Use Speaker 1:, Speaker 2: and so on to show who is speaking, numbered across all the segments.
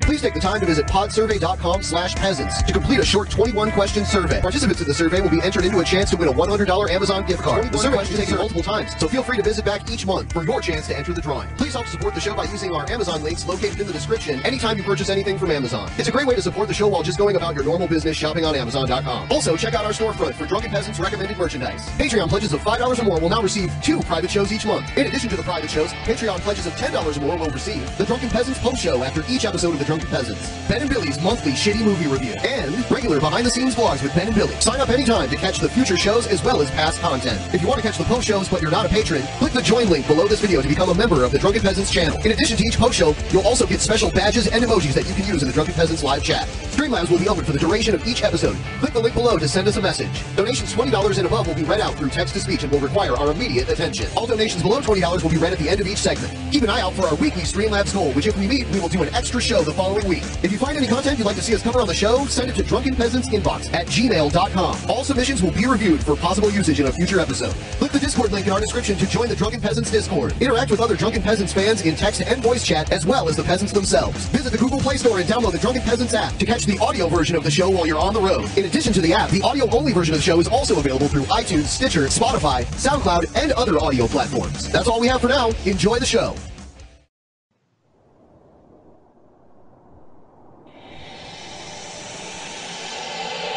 Speaker 1: Please take the time to visit podsurvey.com slash peasants to complete a short 21-question survey. Participants in the survey will be entered into a chance to win a $100 Amazon gift card. The survey will be taken multiple times, so feel free to visit back each month for your chance to enter the drawing. Please help support the show by using our Amazon links located in the description anytime you purchase anything from Amazon. It's a great way to support the show while just going about your normal business shopping on Amazon.com. Also, check out our storefront for Drunken Peasants recommended merchandise. Patreon pledges of $5 or more will now receive two private shows each month. In addition to the private shows, Patreon pledges of $10 or more will receive the Drunken Peasants post show after each episode of The Drunken Peasants, Ben and Billy's monthly shitty movie review, and regular behind the scenes vlogs with Ben and Billy. Sign up anytime to catch the future shows as well as past content. If you want to catch the post shows but you're not a patron, click the join link below this video to become a member of The Drunken Peasants channel. In addition to each post show, you'll also get special badges and emojis that you can use in The Drunken Peasants live chat. Streamlabs will be open for the duration of each episode. Click the link below to send us a message. Donations $20 and above will be read out through text to speech and will require our immediate attention. All donations below $20 will be read at the end of each segment. Keep an eye out for our weekly Streamlabs goal, which if we meet, we will do an extra show the following week. If you find any content you'd like to see us cover on the show, send it to drunkenpeasantsinbox at gmail.com. All submissions will be reviewed for possible usage in a future episode. Click the Discord link in our description to join the Drunken Peasants Discord. Interact with other Drunken Peasants fans in text and voice chat, as well as the peasants themselves. Visit the Google Play Store and download the Drunken Peasants app to catch the audio version of the show while you're on the road. In addition to the app, the audio-only version of the show is also available through iTunes, Stitcher, Spotify, SoundCloud, and other audio platforms. That's all we have for now. Enjoy the show.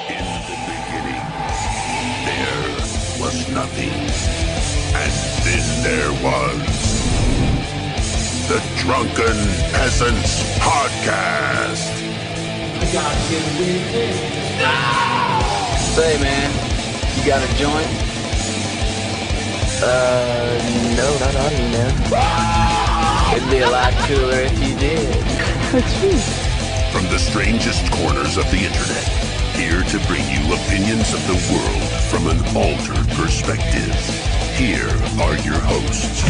Speaker 2: In the beginning, there was nothing. And then there was the Drunken Peasants Podcast.
Speaker 3: Say, man, you got a joint? Uh, no, not on me, man. It'd be a lot cooler if you did.
Speaker 2: From the strangest corners of the internet, here to bring you opinions of the world from an altered perspective. Here are your hosts,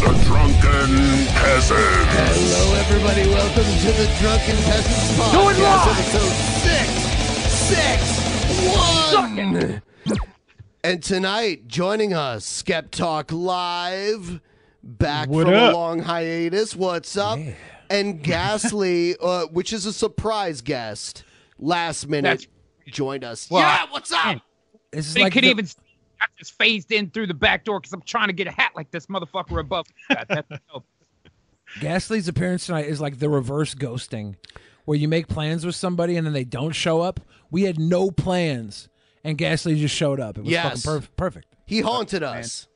Speaker 2: the Drunken Peasants.
Speaker 1: Hello, everybody. Welcome to the Drunken Peasants Podcast.
Speaker 2: Do it live.
Speaker 1: Episode six, six, one. And tonight, joining us, Skep Talk Live, back
Speaker 4: What
Speaker 1: from
Speaker 4: up?
Speaker 1: a long hiatus. What's up? And Ghastly, uh, which is a surprise guest, last minute, joined us. yeah, what's up?
Speaker 5: This
Speaker 1: is
Speaker 5: they
Speaker 1: like
Speaker 5: could
Speaker 1: the-
Speaker 5: even. I just phased in through the back door because I'm trying to get a hat like this motherfucker above. God, that's dope.
Speaker 4: Gasly's appearance tonight is like the reverse ghosting, where you make plans with somebody and then they don't show up. We had no plans, and Gasly just showed up. It was
Speaker 5: Yes.
Speaker 4: fucking perf- perfect.
Speaker 1: He haunted us.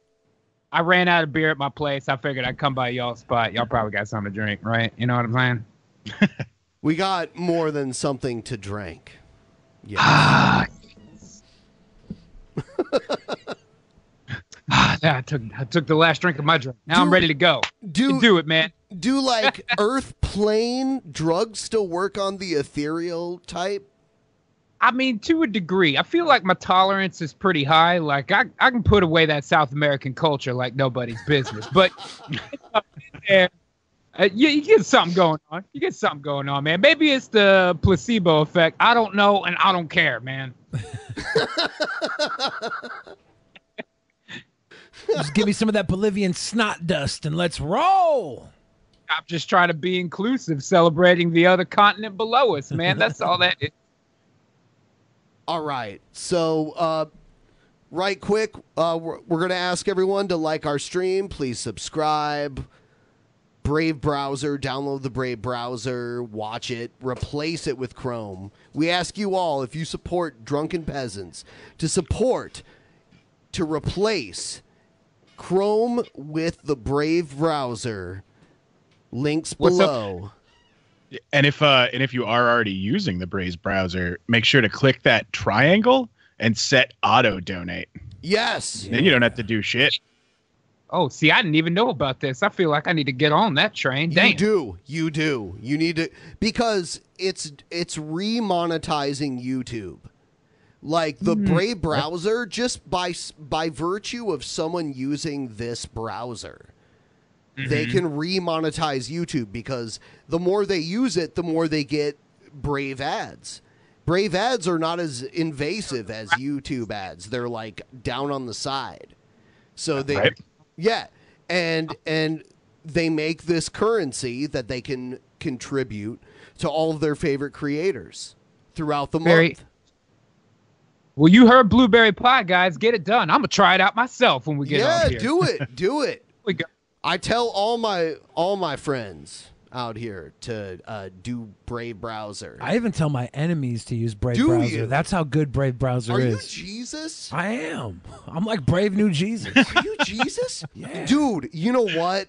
Speaker 5: I ran out of beer at my place. I figured I'd come by y'all spot. Y'all probably got something to drink, right? You know what I'm saying?
Speaker 1: We got more than something to drink. Yeah.
Speaker 5: Yeah, I took I took the last drink of my drink. Now I'm ready to go.
Speaker 1: Do
Speaker 5: do it, man.
Speaker 1: Do like earth plane drugs still work on the ethereal type?
Speaker 5: I mean, to a degree, I feel like my tolerance is pretty high. Like I, I can put away that South American culture like nobody's business. But yeah, uh, you, you get something going on. You get something going on, man. Maybe it's the placebo effect. I don't know, and I don't care, man.
Speaker 4: Uh, Just give me some of that Bolivian snot dust and let's roll.
Speaker 5: I'm just trying to be inclusive, celebrating the other continent below us, man. That's all that is.
Speaker 1: All right. So, uh, right quick, uh, we're, we're going to ask everyone to like our stream. Please subscribe. Brave browser, download the Brave browser, watch it, replace it with Chrome. We ask you all if you support Drunken Peasants to support, to replace Chrome with the Brave browser. Links
Speaker 6: What's up?
Speaker 1: below.
Speaker 6: And if uh, and if you are already using the Braze browser, make sure to click that triangle and set auto donate.
Speaker 1: Yes.
Speaker 6: Then you don't have to do shit.
Speaker 5: oh, see, I didn't even know about this. I feel like I need to get on that train. Damn.
Speaker 1: You do. You do. You need to because it's it's remonetizing YouTube. Like the
Speaker 7: Hmm.
Speaker 1: Brave browser just by s- by virtue of someone using this browser.
Speaker 7: Mhm.
Speaker 1: They
Speaker 8: Mm-hmm.
Speaker 1: can remonetize YouTube because the more they use it, the more they get Brave ads. Brave ads are not as invasive as YouTube ads. They're like down on the side. So they
Speaker 6: Right.
Speaker 1: yeah, and and they make this currency that they can contribute to all of their favorite creators throughout the
Speaker 5: Very-
Speaker 1: month.
Speaker 5: Well, you heard Blueberry Pie, guys. Get it done. I'm gonna try it out myself when we get
Speaker 1: yeah,
Speaker 5: on here.
Speaker 1: do it, do it. I tell all my all my friends out here to uh, do Brave browser.
Speaker 4: I even tell my enemies to use Brave
Speaker 1: Do
Speaker 4: Browser.
Speaker 1: you?
Speaker 4: That's how good Brave Browser
Speaker 1: Are you
Speaker 4: is.
Speaker 1: Jesus?
Speaker 4: I am. I'm like Brave New Jesus.
Speaker 1: Are you Jesus? Dude, you know what?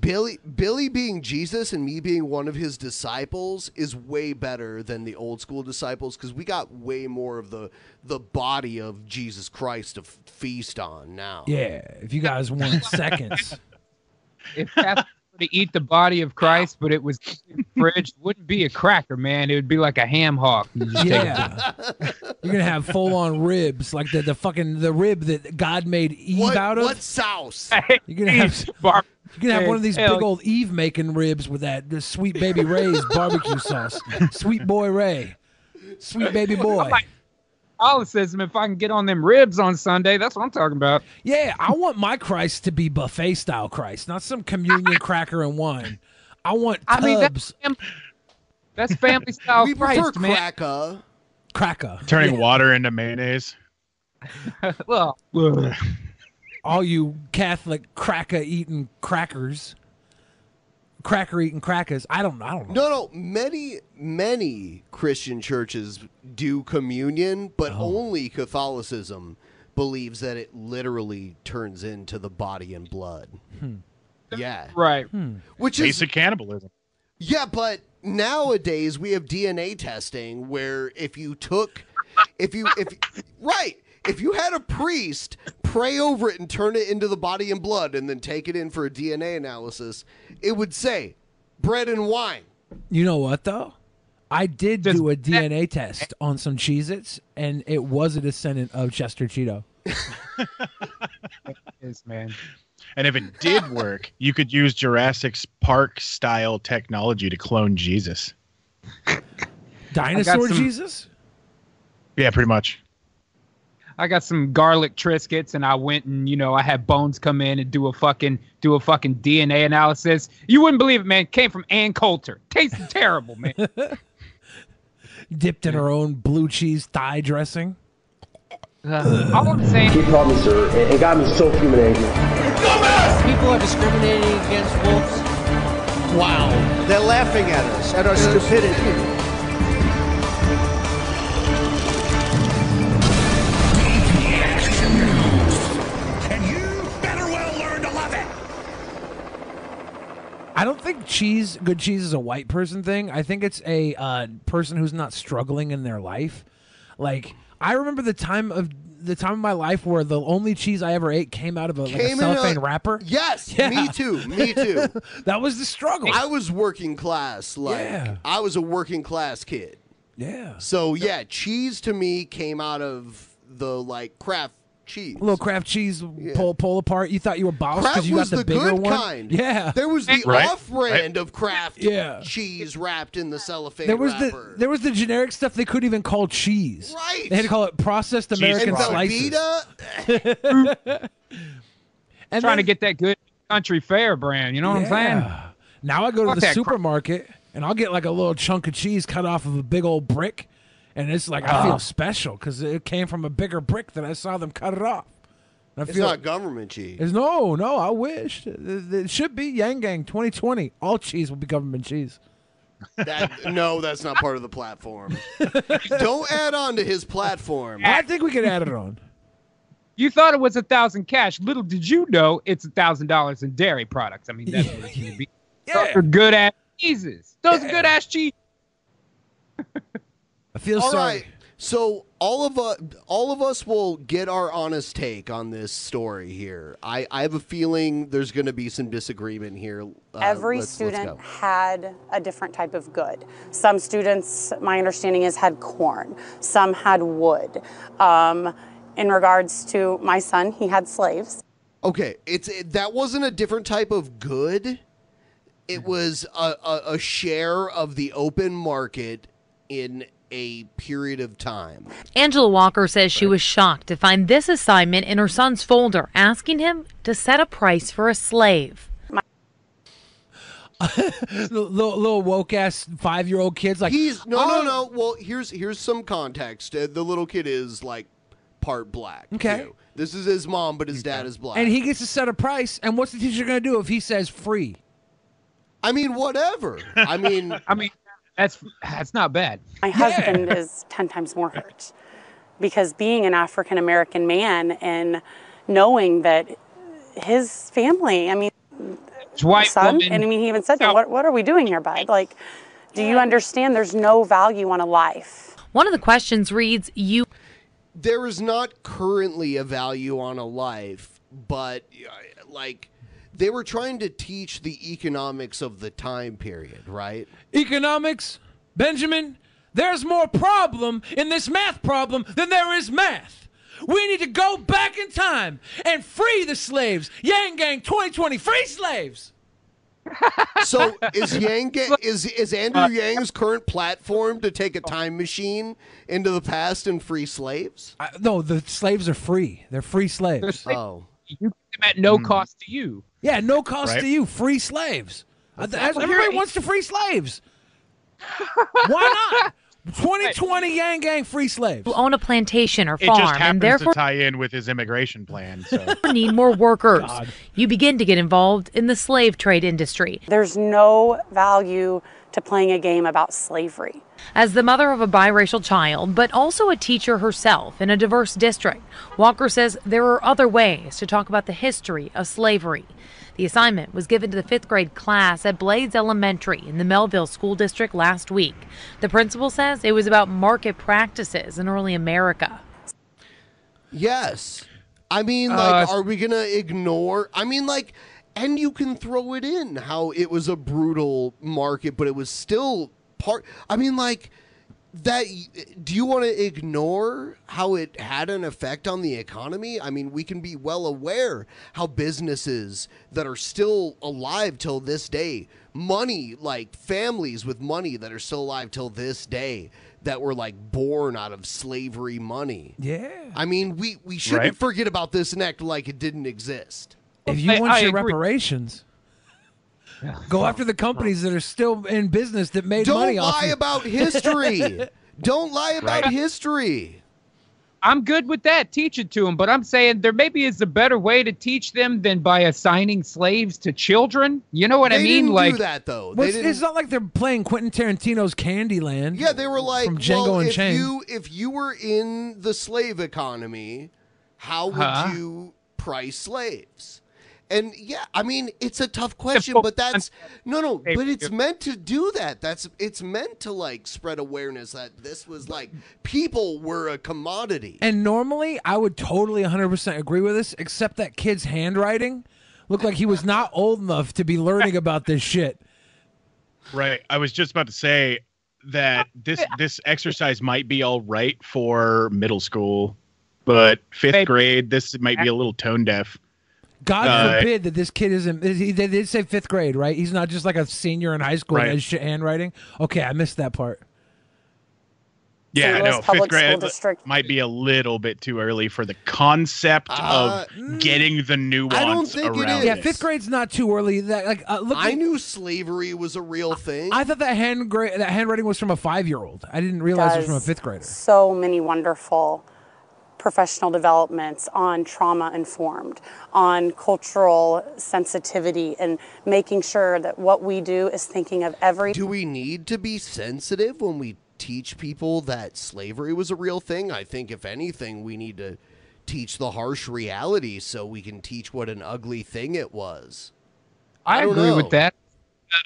Speaker 1: Billy Billy being Jesus and me being one of his disciples is way better than the old school disciples cuz we got way more of the the body of Jesus Christ to f- feast on now.
Speaker 4: yeah, if you guys want seconds.
Speaker 5: If Catholics were to eat the body of Christ, but it was in the fridge, it wouldn't be a cracker, man. It would be like a ham hock. You just take a
Speaker 4: Yeah. You're gonna have full on ribs, like the, the fucking the rib that God made Eve
Speaker 1: What,
Speaker 4: out of.
Speaker 1: what sauce?
Speaker 4: You're gonna have
Speaker 5: Bar-
Speaker 4: you're gonna have one of these
Speaker 5: Hell.
Speaker 4: big old Eve making ribs with that the sweet baby Ray's barbecue sauce. Sweet boy Ray. Sweet baby boy.
Speaker 5: Catholicism. If I can get on them ribs on Sunday, that's what I'm talking about.
Speaker 4: Yeah, I want my Christ to be buffet style Christ, not some communion cracker and wine. I want
Speaker 5: I mean,
Speaker 4: tubs.
Speaker 5: That's family style
Speaker 1: we
Speaker 5: Christ,
Speaker 1: prefer
Speaker 5: man.
Speaker 1: cracker.
Speaker 4: cracker.
Speaker 6: Turning water into mayonnaise.
Speaker 5: well,
Speaker 4: All you Catholic cracker eating crackers. Cracker eating crackers. I don't I don't know.
Speaker 1: No, no, many many Christian churches do communion, but
Speaker 6: Oh.
Speaker 1: only Catholicism believes that it literally turns into the body and blood. Yeah.
Speaker 5: right.
Speaker 1: Which is
Speaker 6: Basic cannibalism.
Speaker 1: Yeah, but nowadays we have DNA testing where if you took if you if right, if you had a priest pray over it and turn it into the body and blood and then take it in for a DNA analysis, it would say bread and wine.
Speaker 4: You know what though? I did do a DNA test on some Cheez Its and it was a descendant of Chester Cheeto.
Speaker 5: Yes, man.
Speaker 6: And if it did work, you could use Jurassic Park style technology to clone Jesus.
Speaker 4: Dinosaur
Speaker 5: some-
Speaker 4: Jesus?
Speaker 6: Yeah, pretty much.
Speaker 5: I got some garlic triscuits and I went and you know I had bones come in and do a fucking do a fucking DNA analysis. You wouldn't believe it, man. It came from Ann Coulter. Tasted terrible, man.
Speaker 4: Dipped in her own blue cheese thigh dressing.
Speaker 5: Uh, all I'm saying,
Speaker 9: called me sir, and it got me so fuminated.
Speaker 8: People are discriminating against wolves.
Speaker 1: Wow.
Speaker 8: They're laughing at us, at our stupidity.
Speaker 4: I don't think cheese, good cheese, is a white person thing. I think it's a uh, person who's not struggling in their life. Like I remember the time of the time of my life where the only cheese I ever ate came out of a, like a
Speaker 1: Came in a-
Speaker 4: cellophane wrapper.
Speaker 1: Yes,
Speaker 4: Yeah.
Speaker 1: me too. Me too.
Speaker 4: That was the struggle.
Speaker 1: I was working class like
Speaker 4: Yeah.
Speaker 1: I was a working class kid.
Speaker 4: yeah,
Speaker 1: So yeah, cheese to me came out of the like craft cheese.
Speaker 4: little craft cheese pull pull apart. You thought you were boss
Speaker 1: Kraft
Speaker 4: because Oh, you got
Speaker 1: was
Speaker 4: the,
Speaker 1: the,
Speaker 4: bigger
Speaker 1: good
Speaker 4: one.
Speaker 1: kind.
Speaker 4: Yeah,
Speaker 1: There was the
Speaker 6: Right,
Speaker 1: off brand of Kraft
Speaker 4: Yeah.
Speaker 1: cheese wrapped in the cellophane
Speaker 4: there was
Speaker 1: wrapper.
Speaker 4: the there was the generic stuff they couldn't even call cheese.
Speaker 1: Right.
Speaker 4: They had to call it processed American
Speaker 1: and
Speaker 4: slices.
Speaker 1: Velveeta,
Speaker 4: And
Speaker 5: trying to
Speaker 4: then-
Speaker 5: get that good country fair brand. You know what I'm saying?
Speaker 4: Yeah. Now I go to
Speaker 5: Fuck
Speaker 4: the
Speaker 5: that crap.
Speaker 4: supermarket and I'll get like a little chunk of cheese cut off of a big old brick, and it's like I
Speaker 5: Ah.
Speaker 4: feel special because it came from a bigger brick that I saw them cut it off. And I
Speaker 1: it's
Speaker 4: feel
Speaker 1: not government cheese.
Speaker 4: it's no, no. I wish Th- th- it should be Yang Gang 2020. All cheese will be government cheese.
Speaker 1: That, no, that's not part of the platform. Don't add on to his platform.
Speaker 4: I think we could add it on.
Speaker 5: You thought it was a thousand cash. Little did you know it's a thousand dollars in dairy products. I mean, that's what it's gonna be.
Speaker 4: Yeah.
Speaker 5: Those are good ass cheeses. Those are good ass cheese.
Speaker 4: I feel
Speaker 1: All
Speaker 4: sorry.
Speaker 1: right. So all of uh, all of us will get our honest take on this story here. I, I have a feeling there's going to be some disagreement here. Uh,
Speaker 10: Every
Speaker 1: let's- let's
Speaker 10: student
Speaker 1: go.
Speaker 10: had a different type of good. Some students, my understanding is, had corn, some had wood. Um, in regards to my son, he had slaves.
Speaker 1: Okay, it's it, that wasn't a different type of good. It was a, a, a share of the open market in a period of time.
Speaker 11: Angela Walker says she was shocked to find this assignment in her son's folder asking him to set a price for a slave.
Speaker 4: little, little woke ass five year old kids like
Speaker 1: He's no,
Speaker 4: "Oh,
Speaker 1: no, no. Well, here's here's some context. Uh, the little kid is like part black.
Speaker 4: Okay.
Speaker 1: too. this is his mom, but his dad is black.
Speaker 4: and he gets to set a price. And what's the teacher going to do if he says free?
Speaker 1: I mean, whatever. I mean,
Speaker 5: I mean, that's that's not bad.
Speaker 10: My husband is 10 times more hurt because being an African American man and knowing that his family, I mean,
Speaker 5: white
Speaker 10: son,
Speaker 5: woman.
Speaker 10: and I mean, he even said, to him, what, what are we doing here, bud? Like, do you understand there's no value on a life?
Speaker 11: One of the questions reads, You
Speaker 1: there is not currently a value on a life, but uh, like they were trying to teach the economics of the time period, right?
Speaker 4: Economics, Benjamin, there's more problem in this math problem than there is math. We need to go back in time and free the slaves. Yang Gang 2020, free slaves.
Speaker 1: So is Yang ga- is is Andrew Yang's current platform to take a time machine into the past and free slaves?
Speaker 4: I, no, the slaves are free. They're free slaves.
Speaker 1: Oh,
Speaker 5: You get them at
Speaker 1: Hmm.
Speaker 5: no cost to you.
Speaker 4: Yeah, no cost
Speaker 6: Right.
Speaker 4: to you. Free slaves. I- that's-
Speaker 5: Right.
Speaker 4: everybody wants to free slaves. Why not? 2020 Yang Gang free slaves.
Speaker 11: own a plantation or
Speaker 6: It just
Speaker 11: farm and
Speaker 6: happens
Speaker 11: therefore
Speaker 6: to tie in with his immigration plan. So.
Speaker 11: need more workers, you begin to get involved in the slave trade industry.
Speaker 10: There's no value to playing a game about slavery.
Speaker 11: As the mother of a biracial child, but also a teacher herself in a diverse district, Walker says there are other ways to talk about the history of slavery. The assignment was given to the fifth grade class at Blades Elementary in the Melville School District last week. The principal says it was about market practices in early America.
Speaker 1: yes. I mean, like,
Speaker 5: Uh,
Speaker 1: are we gonna ignore? I mean, like, and you can throw it in how it was a brutal market, but it was still part. I mean, like. That do you want to ignore how it had an effect on the economy? I mean, we can be well aware how businesses that are still alive till this day, money like families with money that are still alive till this day, that were like born out of slavery money.
Speaker 4: Yeah.
Speaker 1: I mean, we, we shouldn't
Speaker 6: Right.
Speaker 1: forget about this and act like it didn't exist.
Speaker 4: If you
Speaker 5: I-
Speaker 4: want
Speaker 5: I
Speaker 4: your
Speaker 5: agree.
Speaker 4: reparations, go after the companies that are still in business that made
Speaker 1: Don't
Speaker 4: money off
Speaker 1: lie
Speaker 4: you.
Speaker 1: about history. Don't lie about history.
Speaker 5: I'm good with that. Teach it to them, but I'm saying there maybe is a better way to teach them than by assigning slaves to children. You know what
Speaker 1: they
Speaker 5: I mean?
Speaker 1: didn't
Speaker 5: Like
Speaker 1: do that though.
Speaker 4: Well,
Speaker 1: They
Speaker 4: it's,
Speaker 1: didn't.
Speaker 4: it's not like they're playing Quentin Tarantino's Candyland.
Speaker 1: yeah, they were like,
Speaker 4: from Django
Speaker 1: well,
Speaker 4: and
Speaker 1: if
Speaker 4: Chain.
Speaker 1: you if you were in the slave economy, how would
Speaker 5: Huh?
Speaker 1: you price slaves? And yeah, I mean, it's a tough question,
Speaker 5: fo-
Speaker 1: but that's no, no.
Speaker 5: Hey,
Speaker 1: But it's
Speaker 5: you-
Speaker 1: meant to do that. That's it's meant to like spread awareness that this was like people were a commodity.
Speaker 4: And normally, I would totally 100% agree with this, except that kid's handwriting looked like he was not old enough to be learning about this shit.
Speaker 6: Right. I was just about to say
Speaker 10: Oh,
Speaker 6: that this this exercise might be all right for middle school, but fifth
Speaker 5: Maybe.
Speaker 6: grade, this might be a little tone deaf.
Speaker 4: God
Speaker 6: Uh,
Speaker 4: forbid that this kid isn't. is he- They did say fifth grade, right? He's not just like a senior in high school and
Speaker 6: Right.
Speaker 4: has shit handwriting. Okay, I missed that part.
Speaker 6: Yeah,
Speaker 10: St. Louis
Speaker 6: no,
Speaker 10: Public
Speaker 6: fifth
Speaker 10: School
Speaker 6: grade
Speaker 10: District.
Speaker 6: might be a little bit too early for the concept
Speaker 1: Uh,
Speaker 6: of getting the nuance
Speaker 1: think it
Speaker 6: around
Speaker 1: is.
Speaker 4: Yeah,
Speaker 6: this.
Speaker 4: fifth grade's not too early. That like uh, look.
Speaker 1: I knew slavery was a real thing.
Speaker 4: I thought that hand gra- that handwriting was from a five year old. I didn't realize it was from a
Speaker 10: does
Speaker 4: fifth grader.
Speaker 10: So many wonderful professional developments on trauma informed, on cultural sensitivity, and making sure that what we do is thinking of every
Speaker 1: Do we need to be sensitive when we teach people that slavery was a real thing? I think, if anything, we need to teach the harsh reality so we can teach what an ugly thing it was.
Speaker 5: I,
Speaker 1: I don't
Speaker 5: agree
Speaker 1: know.
Speaker 5: with that.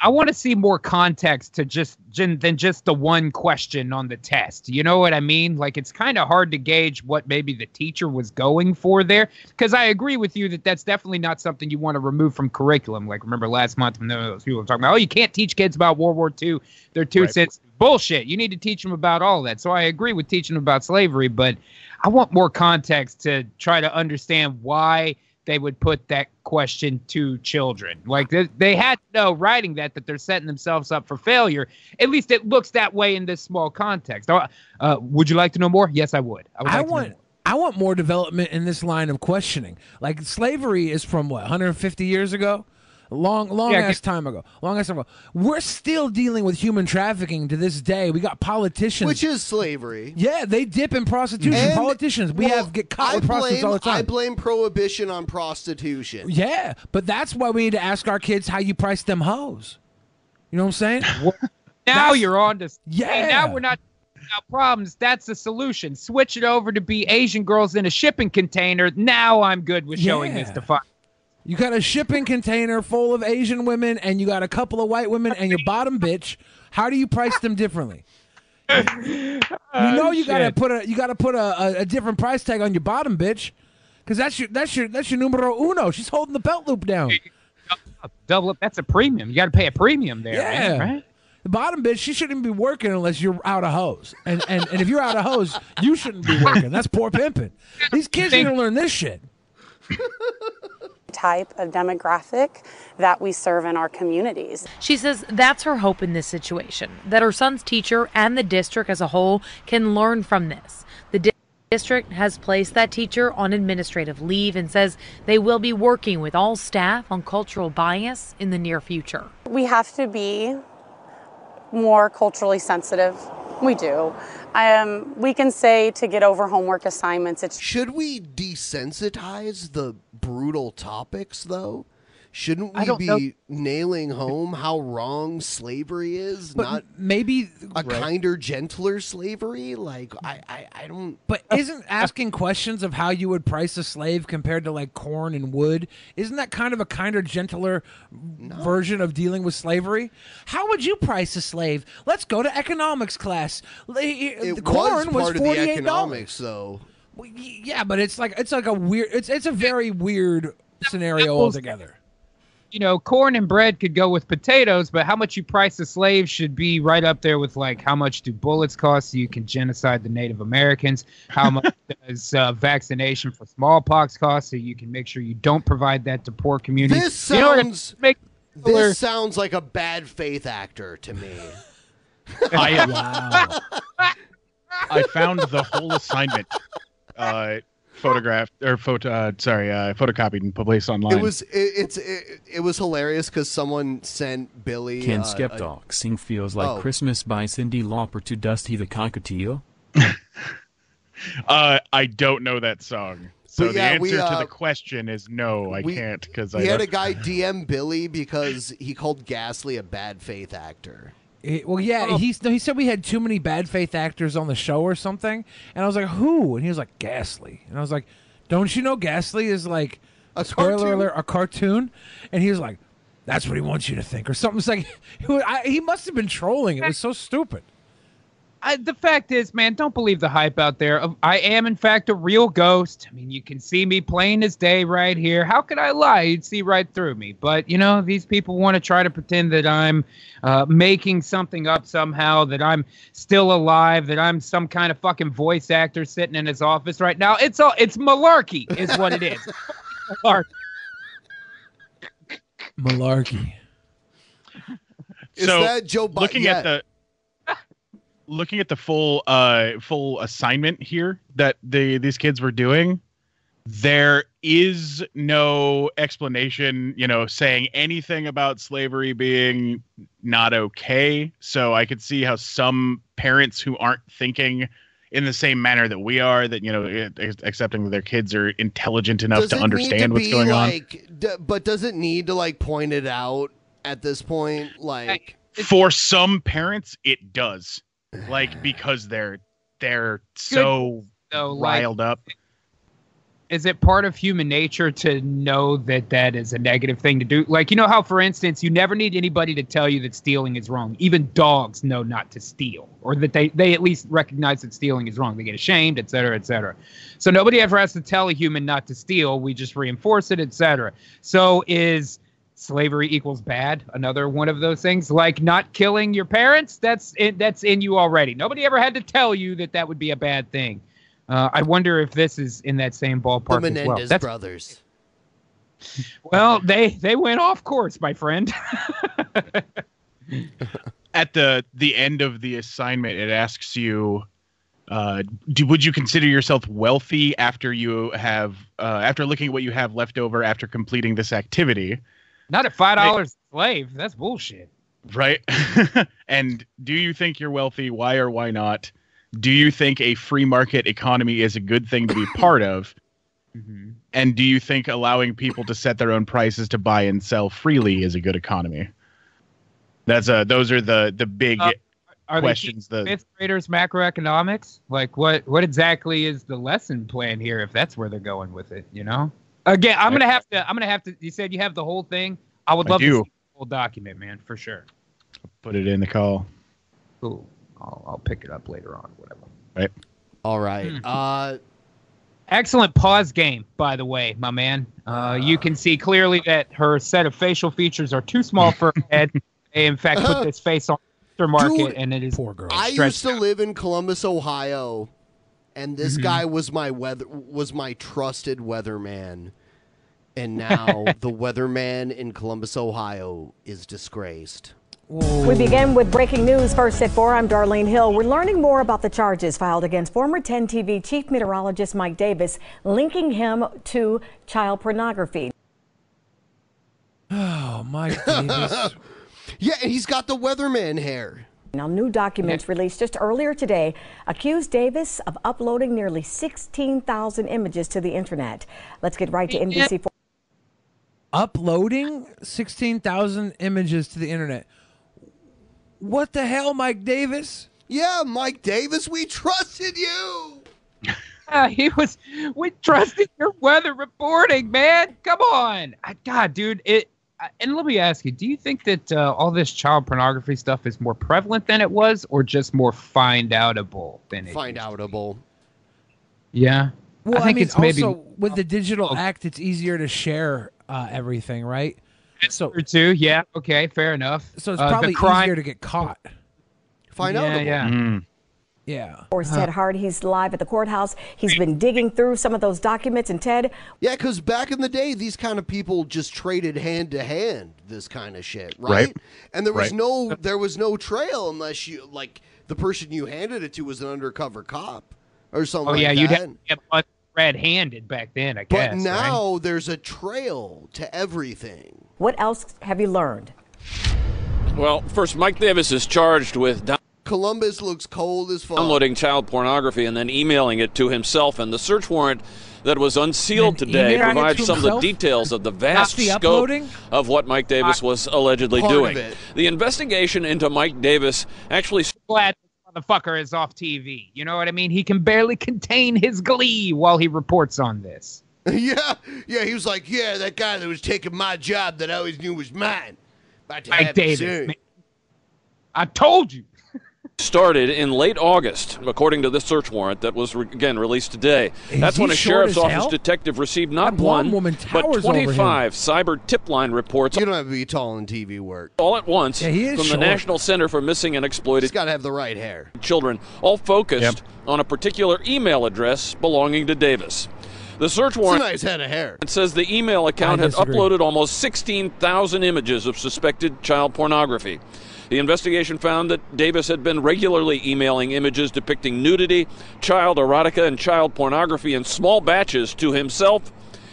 Speaker 5: I want to see more context to just than than just the one question on the test. You know what I mean? Like it's kind of hard to gauge what maybe the teacher was going for there because I agree with you that that's definitely not something you want to remove from curriculum. Like remember last month when those people were talking about, oh, you can't teach kids about World War II. They're too
Speaker 6: Right.
Speaker 5: sensitive. Bullshit. You need to teach them about all that. So I agree with teaching them about slavery, but I want more context to try to understand why they would put that question to children. Like they, they had to know writing that that they're setting themselves up for failure. At least it looks that way in this small context. Uh, uh, would you like to know more? Yes, I would. I, would
Speaker 4: I
Speaker 5: like to know
Speaker 4: want I want more development in this line of questioning. Like slavery is from what 150 years ago, long long
Speaker 5: Yeah,
Speaker 4: ass time ago, long ass time ago. We're still dealing with human trafficking to this day. We got politicians,
Speaker 1: Which is slavery.
Speaker 4: yeah, they dip in prostitution.
Speaker 1: And-
Speaker 4: politicians, we
Speaker 1: well,
Speaker 4: have get caught
Speaker 1: I
Speaker 4: with prostitutes
Speaker 1: blame,
Speaker 4: all the time.
Speaker 1: I blame prohibition on prostitution.
Speaker 4: yeah, but that's why we need to ask our kids how you price them hoes. You know what I'm saying?
Speaker 5: Now you're on to
Speaker 4: yeah.
Speaker 5: now we're not talking about problems. That's the solution. Switch it over to be Asian girls in a shipping container. Now I'm good with showing this
Speaker 4: Yeah.
Speaker 5: to five.
Speaker 4: You got a shipping container full of Asian women, and you got a couple of white women, and your bottom bitch. How do you price them differently? you know you gotta
Speaker 5: Uh, shit.
Speaker 4: put a you gotta put a, a, a different price tag on your bottom bitch, because that's your that's your that's your numero uno. She's holding the belt loop down.
Speaker 5: Double up. That's a premium. You got to pay a premium there.
Speaker 4: Yeah.
Speaker 5: man, right?
Speaker 4: The bottom bitch, she shouldn't be working unless you're out of hose. And and, and if you're out of hose, you shouldn't be working. That's poor pimping. These kids need to learn this shit.
Speaker 12: type of demographic that we serve in our communities.
Speaker 11: She says that's her hope in this situation that her son's teacher and the district as a whole can learn from this. The di- district has placed that teacher on administrative leave and says they will be working with all staff on cultural bias in the near future.
Speaker 12: We have to be more culturally sensitive. We do. Um, we can say to get over homework assignments. It's
Speaker 1: Should we desensitize the brutal topics, though? Shouldn't we be nailing home how wrong slavery is? not
Speaker 4: maybe
Speaker 1: a
Speaker 4: Right.
Speaker 1: kinder, gentler slavery. Like I, I, I don't.
Speaker 4: But isn't asking questions of how you would price a slave compared to like corn and wood, isn't that kind of a kinder, gentler version of dealing with slavery? How would you price a slave? Let's go to economics class. L-
Speaker 1: It
Speaker 4: the corn
Speaker 1: was
Speaker 4: was
Speaker 1: part of
Speaker 4: forty
Speaker 1: the
Speaker 4: eight dollars.
Speaker 1: economics, though.
Speaker 4: Yeah, but it's like it's like a weird. It's it's a very weird scenario altogether.
Speaker 5: You know, corn and bread could go with potatoes, but how much you price a slave should be right up there with like how much do bullets cost so you can genocide the Native Americans? How much does uh, vaccination for smallpox cost so you can make sure you don't provide that to poor communities?
Speaker 1: This
Speaker 5: You know what I-
Speaker 1: sounds
Speaker 5: make
Speaker 1: this sounds like a bad faith actor to me.
Speaker 6: I,
Speaker 4: wow.
Speaker 6: I found the whole assignment uh, photographed or photo. Uh, sorry, uh, photocopied and placed online.
Speaker 1: It was it, it's it, it was hilarious because someone sent Billy
Speaker 3: Can
Speaker 1: uh, a-
Speaker 3: Skeptok sing Feels Like
Speaker 1: Oh.
Speaker 3: Christmas by Cindy Lauper to Dusty the Cockatiel?
Speaker 6: Uh, I don't know that song. So
Speaker 1: But
Speaker 6: the
Speaker 1: yeah,
Speaker 6: answer
Speaker 1: we,
Speaker 6: to
Speaker 1: uh,
Speaker 6: the question is no, I
Speaker 1: we-
Speaker 6: can't because I
Speaker 1: We had
Speaker 6: don't-
Speaker 1: a guy DM Billy because he called Gasly a bad faith actor.
Speaker 4: It- well, yeah,
Speaker 1: Oh.
Speaker 4: he's no, he said we had too many bad faith actors on the show or something, and I was like, who? And he was like, Ghastly, and I was like, don't you know Ghastly is like a spoiler
Speaker 1: cartoon?
Speaker 4: alert, a cartoon? And he was like, that's what he wants you to think, or something. It's like he wa- I- he must have been trolling. It was so stupid.
Speaker 5: I, the fact is, man, don't believe the hype out there. Um, I am, in fact, a real ghost. I mean, you can see me plain as day right here. How could I lie? You'd see right through me. But, you know, these people want to try to pretend that I'm uh, making something up somehow, that I'm still alive, that I'm some kind of fucking voice actor sitting in his office right now. It's all, it's malarkey, is what it is. Malarkey.
Speaker 4: Malarkey.
Speaker 1: Is
Speaker 6: so
Speaker 1: that Joe Biden?
Speaker 6: looking at the looking at the full uh full assignment here that the these kids were doing there is no explanation you know saying anything about slavery being not okay so i could see how some parents who aren't thinking in the same manner that we are that you know it- accepting that their kids are intelligent enough
Speaker 1: Does
Speaker 6: to
Speaker 1: it need
Speaker 6: understand what's
Speaker 1: be,
Speaker 6: going on
Speaker 1: like, d- but does it need to like point it out at this point? Like
Speaker 6: for some parents it does like because they're they're so
Speaker 5: So, like,
Speaker 6: riled up
Speaker 5: is it part of human nature to know that that is a negative thing to do? Like you know how, for instance, you never need anybody to tell you that stealing is wrong. Even dogs know not to steal, or that they they at least recognize that stealing is wrong. They get ashamed, et cetera, et cetera. So nobody ever has to tell a human not to steal. We just reinforce it, et cetera. So is slavery equals bad another one of those things like not killing your parents that's in, that's in you already nobody ever had to tell you that that would be a bad thing uh, i wonder if this is in that same ballpark
Speaker 1: the
Speaker 5: as
Speaker 1: Menendez
Speaker 5: well That's-
Speaker 1: brothers.
Speaker 5: well they they went off course my friend
Speaker 6: at the the end of the assignment it asks you uh, do, would you consider yourself wealthy after you have uh, after looking at what you have left over after completing this activity
Speaker 5: not at five dollars a slave that's bullshit
Speaker 6: right and do you think you're wealthy why or why not do you think a free market economy is a good thing to be part of
Speaker 1: Mm-hmm.
Speaker 6: and do you think allowing people to set their own prices to buy and sell freely is a good economy that's uh those are the the big
Speaker 5: Uh, are
Speaker 6: questions
Speaker 5: they
Speaker 6: the
Speaker 5: teaching fifth graders macroeconomics like what what exactly is the lesson plan here if that's where they're going with it you know again i'm gonna have to i'm gonna have to you said you have the whole thing i would
Speaker 6: I
Speaker 5: love to
Speaker 6: do.
Speaker 5: see the whole document man for sure
Speaker 6: put it in the call
Speaker 5: cool i'll, I'll pick it up later on whatever
Speaker 6: right
Speaker 1: all right uh
Speaker 5: Hmm. excellent pause game by the way my man uh you can see clearly that her set of facial features are too small for her head they in fact put this face on the market
Speaker 1: Dude,
Speaker 5: and it is poor girl
Speaker 1: I used to live in Columbus, Ohio, and this
Speaker 5: Mhm.
Speaker 1: guy was my weather was my trusted weatherman. And now the weatherman in Columbus, Ohio is disgraced.
Speaker 13: We begin with breaking news. First at 4, I'm Darlene Hill. We're learning more about the charges filed against former 10 TV chief meteorologist Mike Davis, linking him to child pornography.
Speaker 4: Oh, Mike
Speaker 1: Davis. yeah, and he's got the weatherman hair.
Speaker 13: Now, new documents released just earlier today accused Davis of uploading nearly 16,000 images to the internet. Let's get right to NBC4.
Speaker 4: uploading 16,000 images to the internet. What the hell, Mike Davis?
Speaker 1: Yeah, Mike Davis, we trusted you.
Speaker 5: Yeah, he was. We trusted your weather reporting, man. Come on, I- God, dude. It. I- And let me ask you: Do you think that uh, all this child pornography stuff is more prevalent than it was, or just more find outable than it?
Speaker 1: Find outable.
Speaker 5: Yeah.
Speaker 4: Well, I,
Speaker 5: I think
Speaker 4: mean,
Speaker 5: it's maybe- Oh.
Speaker 4: also with the digital act, it's easier to share uh, everything, right? So
Speaker 5: Or two? Yeah. Okay. Fair enough.
Speaker 4: So it's
Speaker 5: Uh, the
Speaker 4: probably
Speaker 5: crime-
Speaker 4: easier to get caught.
Speaker 1: Find
Speaker 5: yeah,
Speaker 1: outable.
Speaker 4: Mm-hmm.
Speaker 5: Yeah.
Speaker 4: Yeah.
Speaker 13: Or Ted Hart, he's live at the courthouse. He's been digging through some of those documents. And Ted,
Speaker 1: Yeah, because back in the day, these kind of people just traded hand to hand this kind of shit, right?
Speaker 6: Right.
Speaker 1: And there was
Speaker 6: Right.
Speaker 1: no there was no trail unless you like the person you handed it to was an undercover cop or something.
Speaker 5: Oh
Speaker 1: like
Speaker 5: yeah, you'd
Speaker 1: that.
Speaker 5: have to get much red-handed back then, I
Speaker 1: But
Speaker 5: guess. right?
Speaker 1: now there's a trail to everything.
Speaker 13: what else have you learned?
Speaker 14: Well, first, Mike Davis is charged with down-
Speaker 1: Columbus looks cold as fuck.
Speaker 14: downloading child pornography and then emailing it to himself. And the search warrant that was unsealed today
Speaker 1: emailing it
Speaker 14: provides
Speaker 1: to
Speaker 14: some of the
Speaker 1: himself?
Speaker 14: details of the vast
Speaker 1: the
Speaker 14: scope
Speaker 1: uploading?
Speaker 14: of what Mike Davis was allegedly
Speaker 5: Part of
Speaker 14: doing.
Speaker 5: it.
Speaker 14: The investigation into Mike Davis actually.
Speaker 5: glad this motherfucker is off TV. You know what I mean? He can barely contain his glee while he reports on this.
Speaker 1: yeah, yeah. He was like, yeah, that guy that was taking my job that I always knew was mine. About to
Speaker 14: Mike
Speaker 1: have it
Speaker 14: Davis,
Speaker 1: soon."
Speaker 14: man.
Speaker 5: I told you.
Speaker 14: Started in late August, according to the search warrant that was re- again released today.
Speaker 4: Is
Speaker 14: That's
Speaker 4: he
Speaker 14: when a
Speaker 4: short
Speaker 14: sheriff's
Speaker 4: as
Speaker 14: office
Speaker 4: hell?
Speaker 14: detective received not
Speaker 4: That
Speaker 14: one,
Speaker 4: one woman
Speaker 14: but
Speaker 4: towers over him.
Speaker 14: 25 cyber tip line reports.
Speaker 1: You don't have to be tall in TV work.
Speaker 14: All at once
Speaker 1: Yeah, he is
Speaker 14: from
Speaker 1: short.
Speaker 14: the National Center for Missing and Exploited.
Speaker 1: He's got to have the right hair.
Speaker 14: children, all focused on a particular email address belonging to Davis. The search warrant
Speaker 1: nice head of hair.
Speaker 14: It says the email account had
Speaker 1: disagree.
Speaker 14: uploaded almost 16,000 images of suspected child pornography. The investigation found that Davis had been regularly emailing images depicting nudity, child erotica, and child pornography in small batches to himself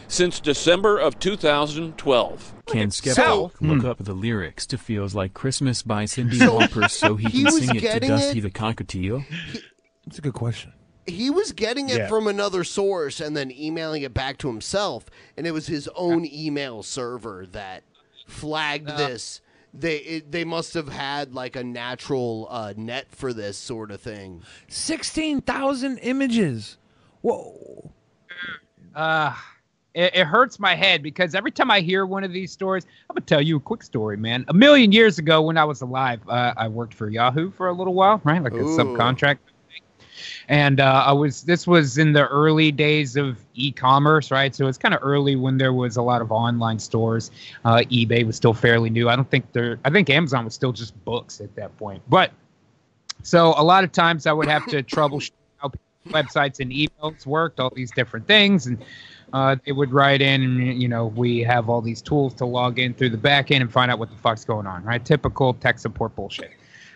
Speaker 14: since December of 2012.
Speaker 3: Can Skepta
Speaker 14: Sal.
Speaker 4: Hmm.
Speaker 3: look up the lyrics to Feels Like Christmas by Cindy
Speaker 1: So-
Speaker 3: Lauper so he
Speaker 1: he
Speaker 3: can
Speaker 1: was
Speaker 3: sing it to
Speaker 1: getting
Speaker 3: Dusty
Speaker 1: it?
Speaker 3: the Cockatiel?
Speaker 4: That's a good question.
Speaker 1: He was getting it
Speaker 3: Yeah.
Speaker 1: from another source and then emailing it back to himself, and it was his own email server that flagged this. They it, they must have had like a natural uh, net for this sort of thing.
Speaker 4: Sixteen thousand images. Whoa.
Speaker 5: Uh, it, it hurts my head because every time I hear one of these stories, I'm gonna tell you a quick story, man. A million years ago, when I was alive, uh, I worked for Yahoo for a little while, right? Like a
Speaker 15: Ooh.
Speaker 5: subcontract and uh, I was this was in the early days of e-commerce, right? So it's kind of early when there was a lot of online stores. Uh, eBay was still fairly new. I don't think there. I think Amazon was still just books at that point. But so a lot of times I would have to troubleshoot how websites and emails worked, all these different things, and uh, they would write in, and you know, we have all these tools to log in through the back end and find out what the fuck's going on, right? Typical tech support bullshit.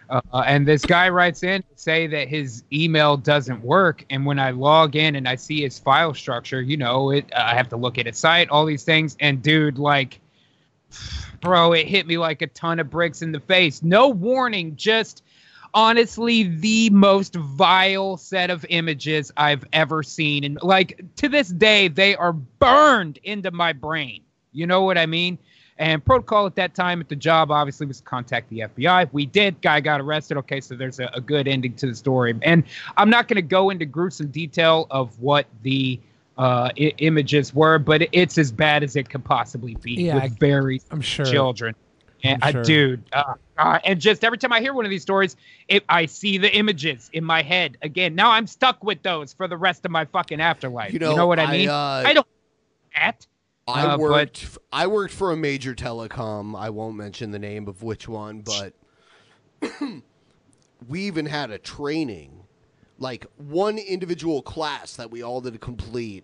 Speaker 5: Uh, and this guy writes in to say that his email doesn't work. And when I log in and I see his file structure, you know, it I have to look at his site, all these things. And dude, like, bro, it hit me like a ton of bricks in the face. No warning, just honestly the most vile set of images I've ever seen. And like to this day, they are burned into my brain. You know what I mean? And protocol at that time at the job obviously was contact the FBI. We did. Guy got arrested. Okay, so there's a, a good ending to the story. And I'm not going to go into gruesome detail of what the uh, I- images were, but it's as bad as it could possibly be
Speaker 4: Yeah, I-
Speaker 5: with very
Speaker 4: I'm sure.
Speaker 5: children. And
Speaker 4: I'm
Speaker 5: I,
Speaker 4: sure.
Speaker 5: dude, uh, uh, and just every time I hear one of these stories, it, I see the images in my head again. Now I'm stuck with those for the rest of my fucking afterlife.
Speaker 1: You
Speaker 5: You
Speaker 1: know,
Speaker 5: know, what I,
Speaker 1: I,
Speaker 5: mean?
Speaker 1: uh,
Speaker 5: I don't at.
Speaker 1: I
Speaker 5: uh, but-
Speaker 1: worked. f- I worked for a major telecom. I won't mention the name of which one, but we even had a training, like one individual class that we all did complete,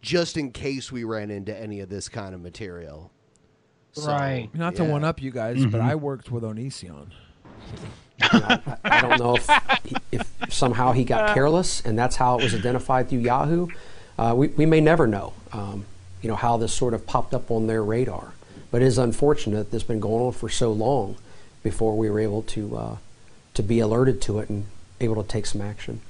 Speaker 1: just in case we ran into any of this kind of material. So,
Speaker 4: Not to
Speaker 1: yeah.
Speaker 4: one up you guys, but
Speaker 5: Mm-hmm.
Speaker 1: Mhm.
Speaker 4: I worked with Onision.
Speaker 9: I don't know if, if somehow he got careless and that's how it was identified through Yahoo. Uh, we, we may never know, um, you know, how this sort of popped up on their radar. But it is unfortunate that this has been going on for so long before we were able to uh, to be alerted to it and able to take some action.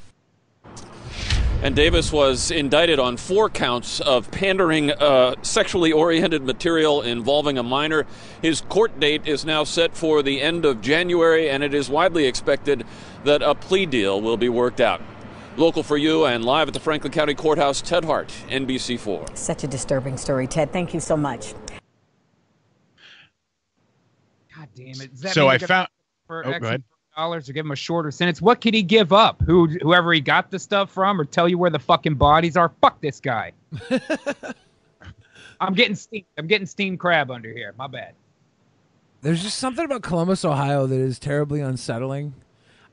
Speaker 14: And Davis was indicted on four counts of pandering uh, sexually oriented material involving a minor. His court date is now set for the end of January, and it is widely expected that a plea deal will be worked out. Local for you and live at the Franklin County Courthouse, Ted Hart, NBC4.
Speaker 13: Such a disturbing story, Ted. Thank you so much.
Speaker 5: God damn it. Does that
Speaker 6: So
Speaker 5: mean
Speaker 6: I
Speaker 5: you gotta
Speaker 6: found-
Speaker 5: for
Speaker 6: Oh, go
Speaker 5: X
Speaker 6: ahead.
Speaker 5: dollars or give him a shorter sentence. What could he give up? Who whoever he got the stuff from or tell you where the fucking bodies are? Fuck this guy. I'm getting steam I'm getting steam crab under here. My bad.
Speaker 4: There's just something about Columbus, Ohio that is terribly unsettling.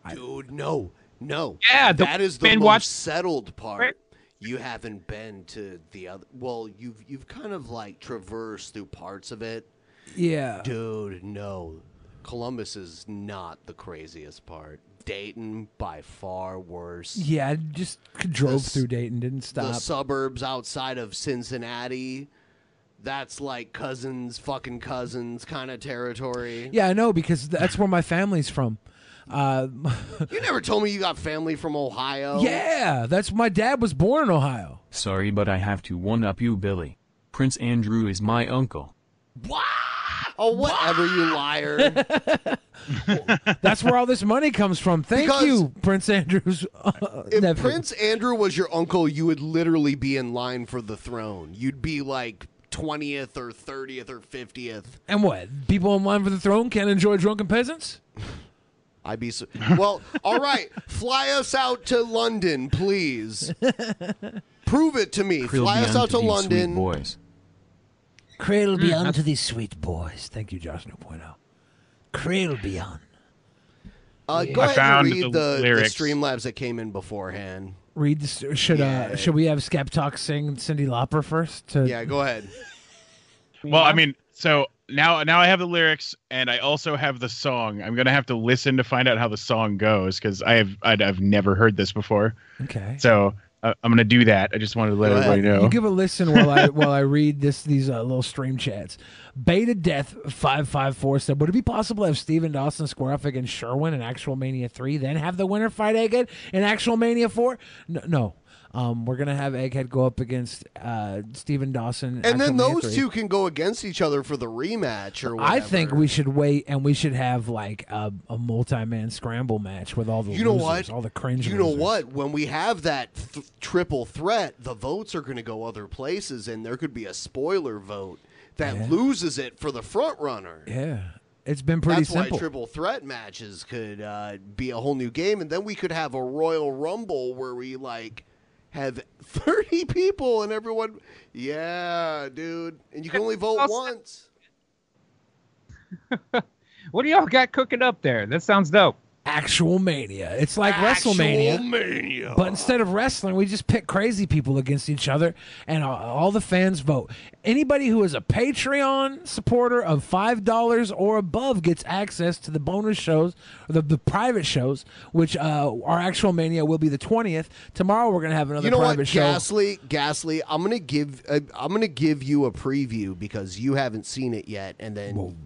Speaker 1: Dude, no, no.
Speaker 4: Yeah, the-
Speaker 1: that is the
Speaker 4: been
Speaker 1: most
Speaker 4: watch-
Speaker 1: settled part. You haven't been to the other. Well, you've you've kind of like traversed through parts of it.
Speaker 4: Yeah.
Speaker 1: Dude, no. Columbus is not the craziest part. Dayton by far worse.
Speaker 4: Yeah, I just drove
Speaker 1: s-
Speaker 4: through Dayton, didn't
Speaker 1: The
Speaker 4: stop.
Speaker 1: suburbs outside of Cincinnati. That's like cousins, fucking cousins kind of territory.
Speaker 4: Yeah, I know because that's where my family's from. Uh,
Speaker 1: You never told me you got family from Ohio.
Speaker 4: yeah, that's my dad was born in Ohio.
Speaker 3: Sorry, but I have to one up you, Billy. Prince Andrew is my uncle.
Speaker 1: Oh, whatever, you liar.
Speaker 4: That's where all this money comes from. Thank
Speaker 1: Because-
Speaker 4: you, Prince Andrew's uh,
Speaker 1: If
Speaker 4: nephew.
Speaker 1: Prince Andrew was your uncle, you would literally be in line for the throne. You'd be like 20th or 30th or 50th.
Speaker 4: and what? People in line for the throne can't enjoy drunken peasants?
Speaker 1: I'd be so. Well, all right. Fly us out to London, please. Prove it to me.
Speaker 3: Krill
Speaker 1: Fly
Speaker 3: be
Speaker 1: us out to
Speaker 3: unto thee, sweet
Speaker 1: London.
Speaker 3: boys.
Speaker 4: Cradle
Speaker 3: Mm,
Speaker 4: beyond
Speaker 3: that's-
Speaker 4: to these sweet boys. Thank you, Josh 2.0. Cradle beyond.
Speaker 1: Uh,
Speaker 4: Yeah.
Speaker 1: go
Speaker 4: I
Speaker 1: ahead
Speaker 4: found
Speaker 1: and read
Speaker 4: the
Speaker 1: the, the,
Speaker 4: lyrics.
Speaker 1: Streamlabs that came in beforehand.
Speaker 4: Read this. Should uh, should we have Skep Talk sing Cindy Lauper first? To
Speaker 1: Yeah, go ahead.
Speaker 6: Well, I mean, so now now I have the lyrics and I also have the song. I'm gonna have to listen to find out how the song goes because I have I'd, I've never heard this before.
Speaker 4: Okay.
Speaker 6: So uh, I'm gonna do that. I just wanted to let everybody know.
Speaker 4: You give a listen while I while I read this these uh, little stream chats. Beta Death five five four said, "Would it be possible to have Steven Dawson square off against Sherwin in Actual Mania three, then have the winner fight again in Actual Mania four? No, no. Um, we're gonna have Egghead go up against uh, Stephen Dawson, at
Speaker 1: And then
Speaker 4: WrestleMania
Speaker 1: those
Speaker 4: 3.
Speaker 1: two can go against each other for the rematch or whatever.
Speaker 4: I think we should wait, and we should have like a, a multi-man scramble match with all the
Speaker 1: You know
Speaker 4: losers,
Speaker 1: what?
Speaker 4: all the cringe.
Speaker 1: You know
Speaker 4: losers.
Speaker 1: what? When we have that th- triple threat, the votes are going to go other places, and there could be a spoiler vote that loses it for the front runner.
Speaker 4: Yeah, it's been pretty
Speaker 1: That's
Speaker 4: simple.
Speaker 1: why triple threat matches could uh, be a whole new game, and then we could have a Royal Rumble where we like have thirty people and everyone. Yeah, dude, and you can only vote once.
Speaker 5: What do y'all got cooking up there? That sounds dope.
Speaker 4: Actual mania. It's like WrestleMania. But instead of wrestling, we just pick crazy people against each other, and all, all the fans vote. Anybody who is a Patreon supporter of five dollars or above gets access to the bonus shows, or the, the private shows, which uh, our actual mania will be the twentieth. Tomorrow we're gonna have another
Speaker 1: you know
Speaker 4: private
Speaker 1: what,
Speaker 4: show.
Speaker 1: Ghastly, Ghastly, I'm gonna give uh, I'm gonna give you a preview because you haven't seen it yet, and then.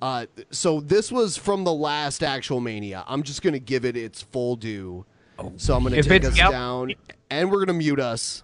Speaker 1: Uh, so this was from the last actual mania. I'm just gonna give it its full due.
Speaker 4: Oh,
Speaker 1: So I'm gonna
Speaker 5: If
Speaker 1: take
Speaker 5: it's-
Speaker 1: us
Speaker 5: yep.
Speaker 1: down, and we're gonna mute us.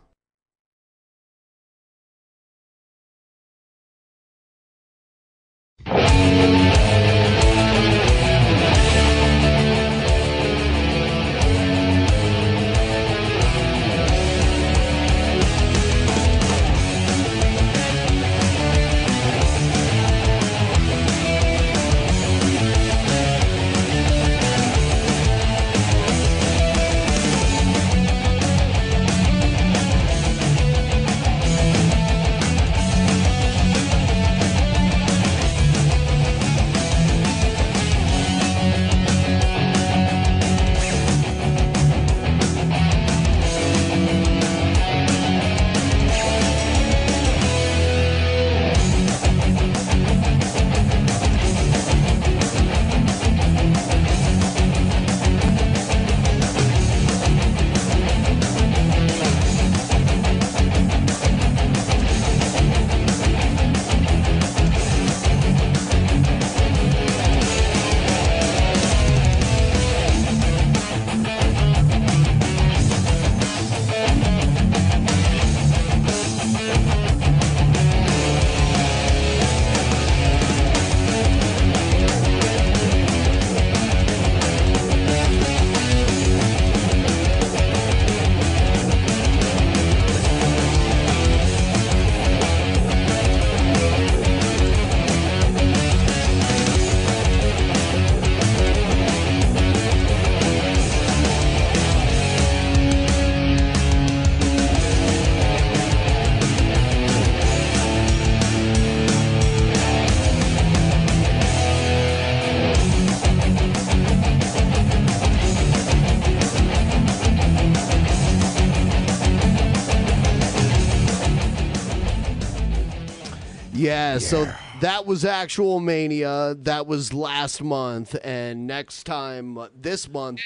Speaker 1: Yeah, so that was actual mania. That was last month, and next time uh, this month.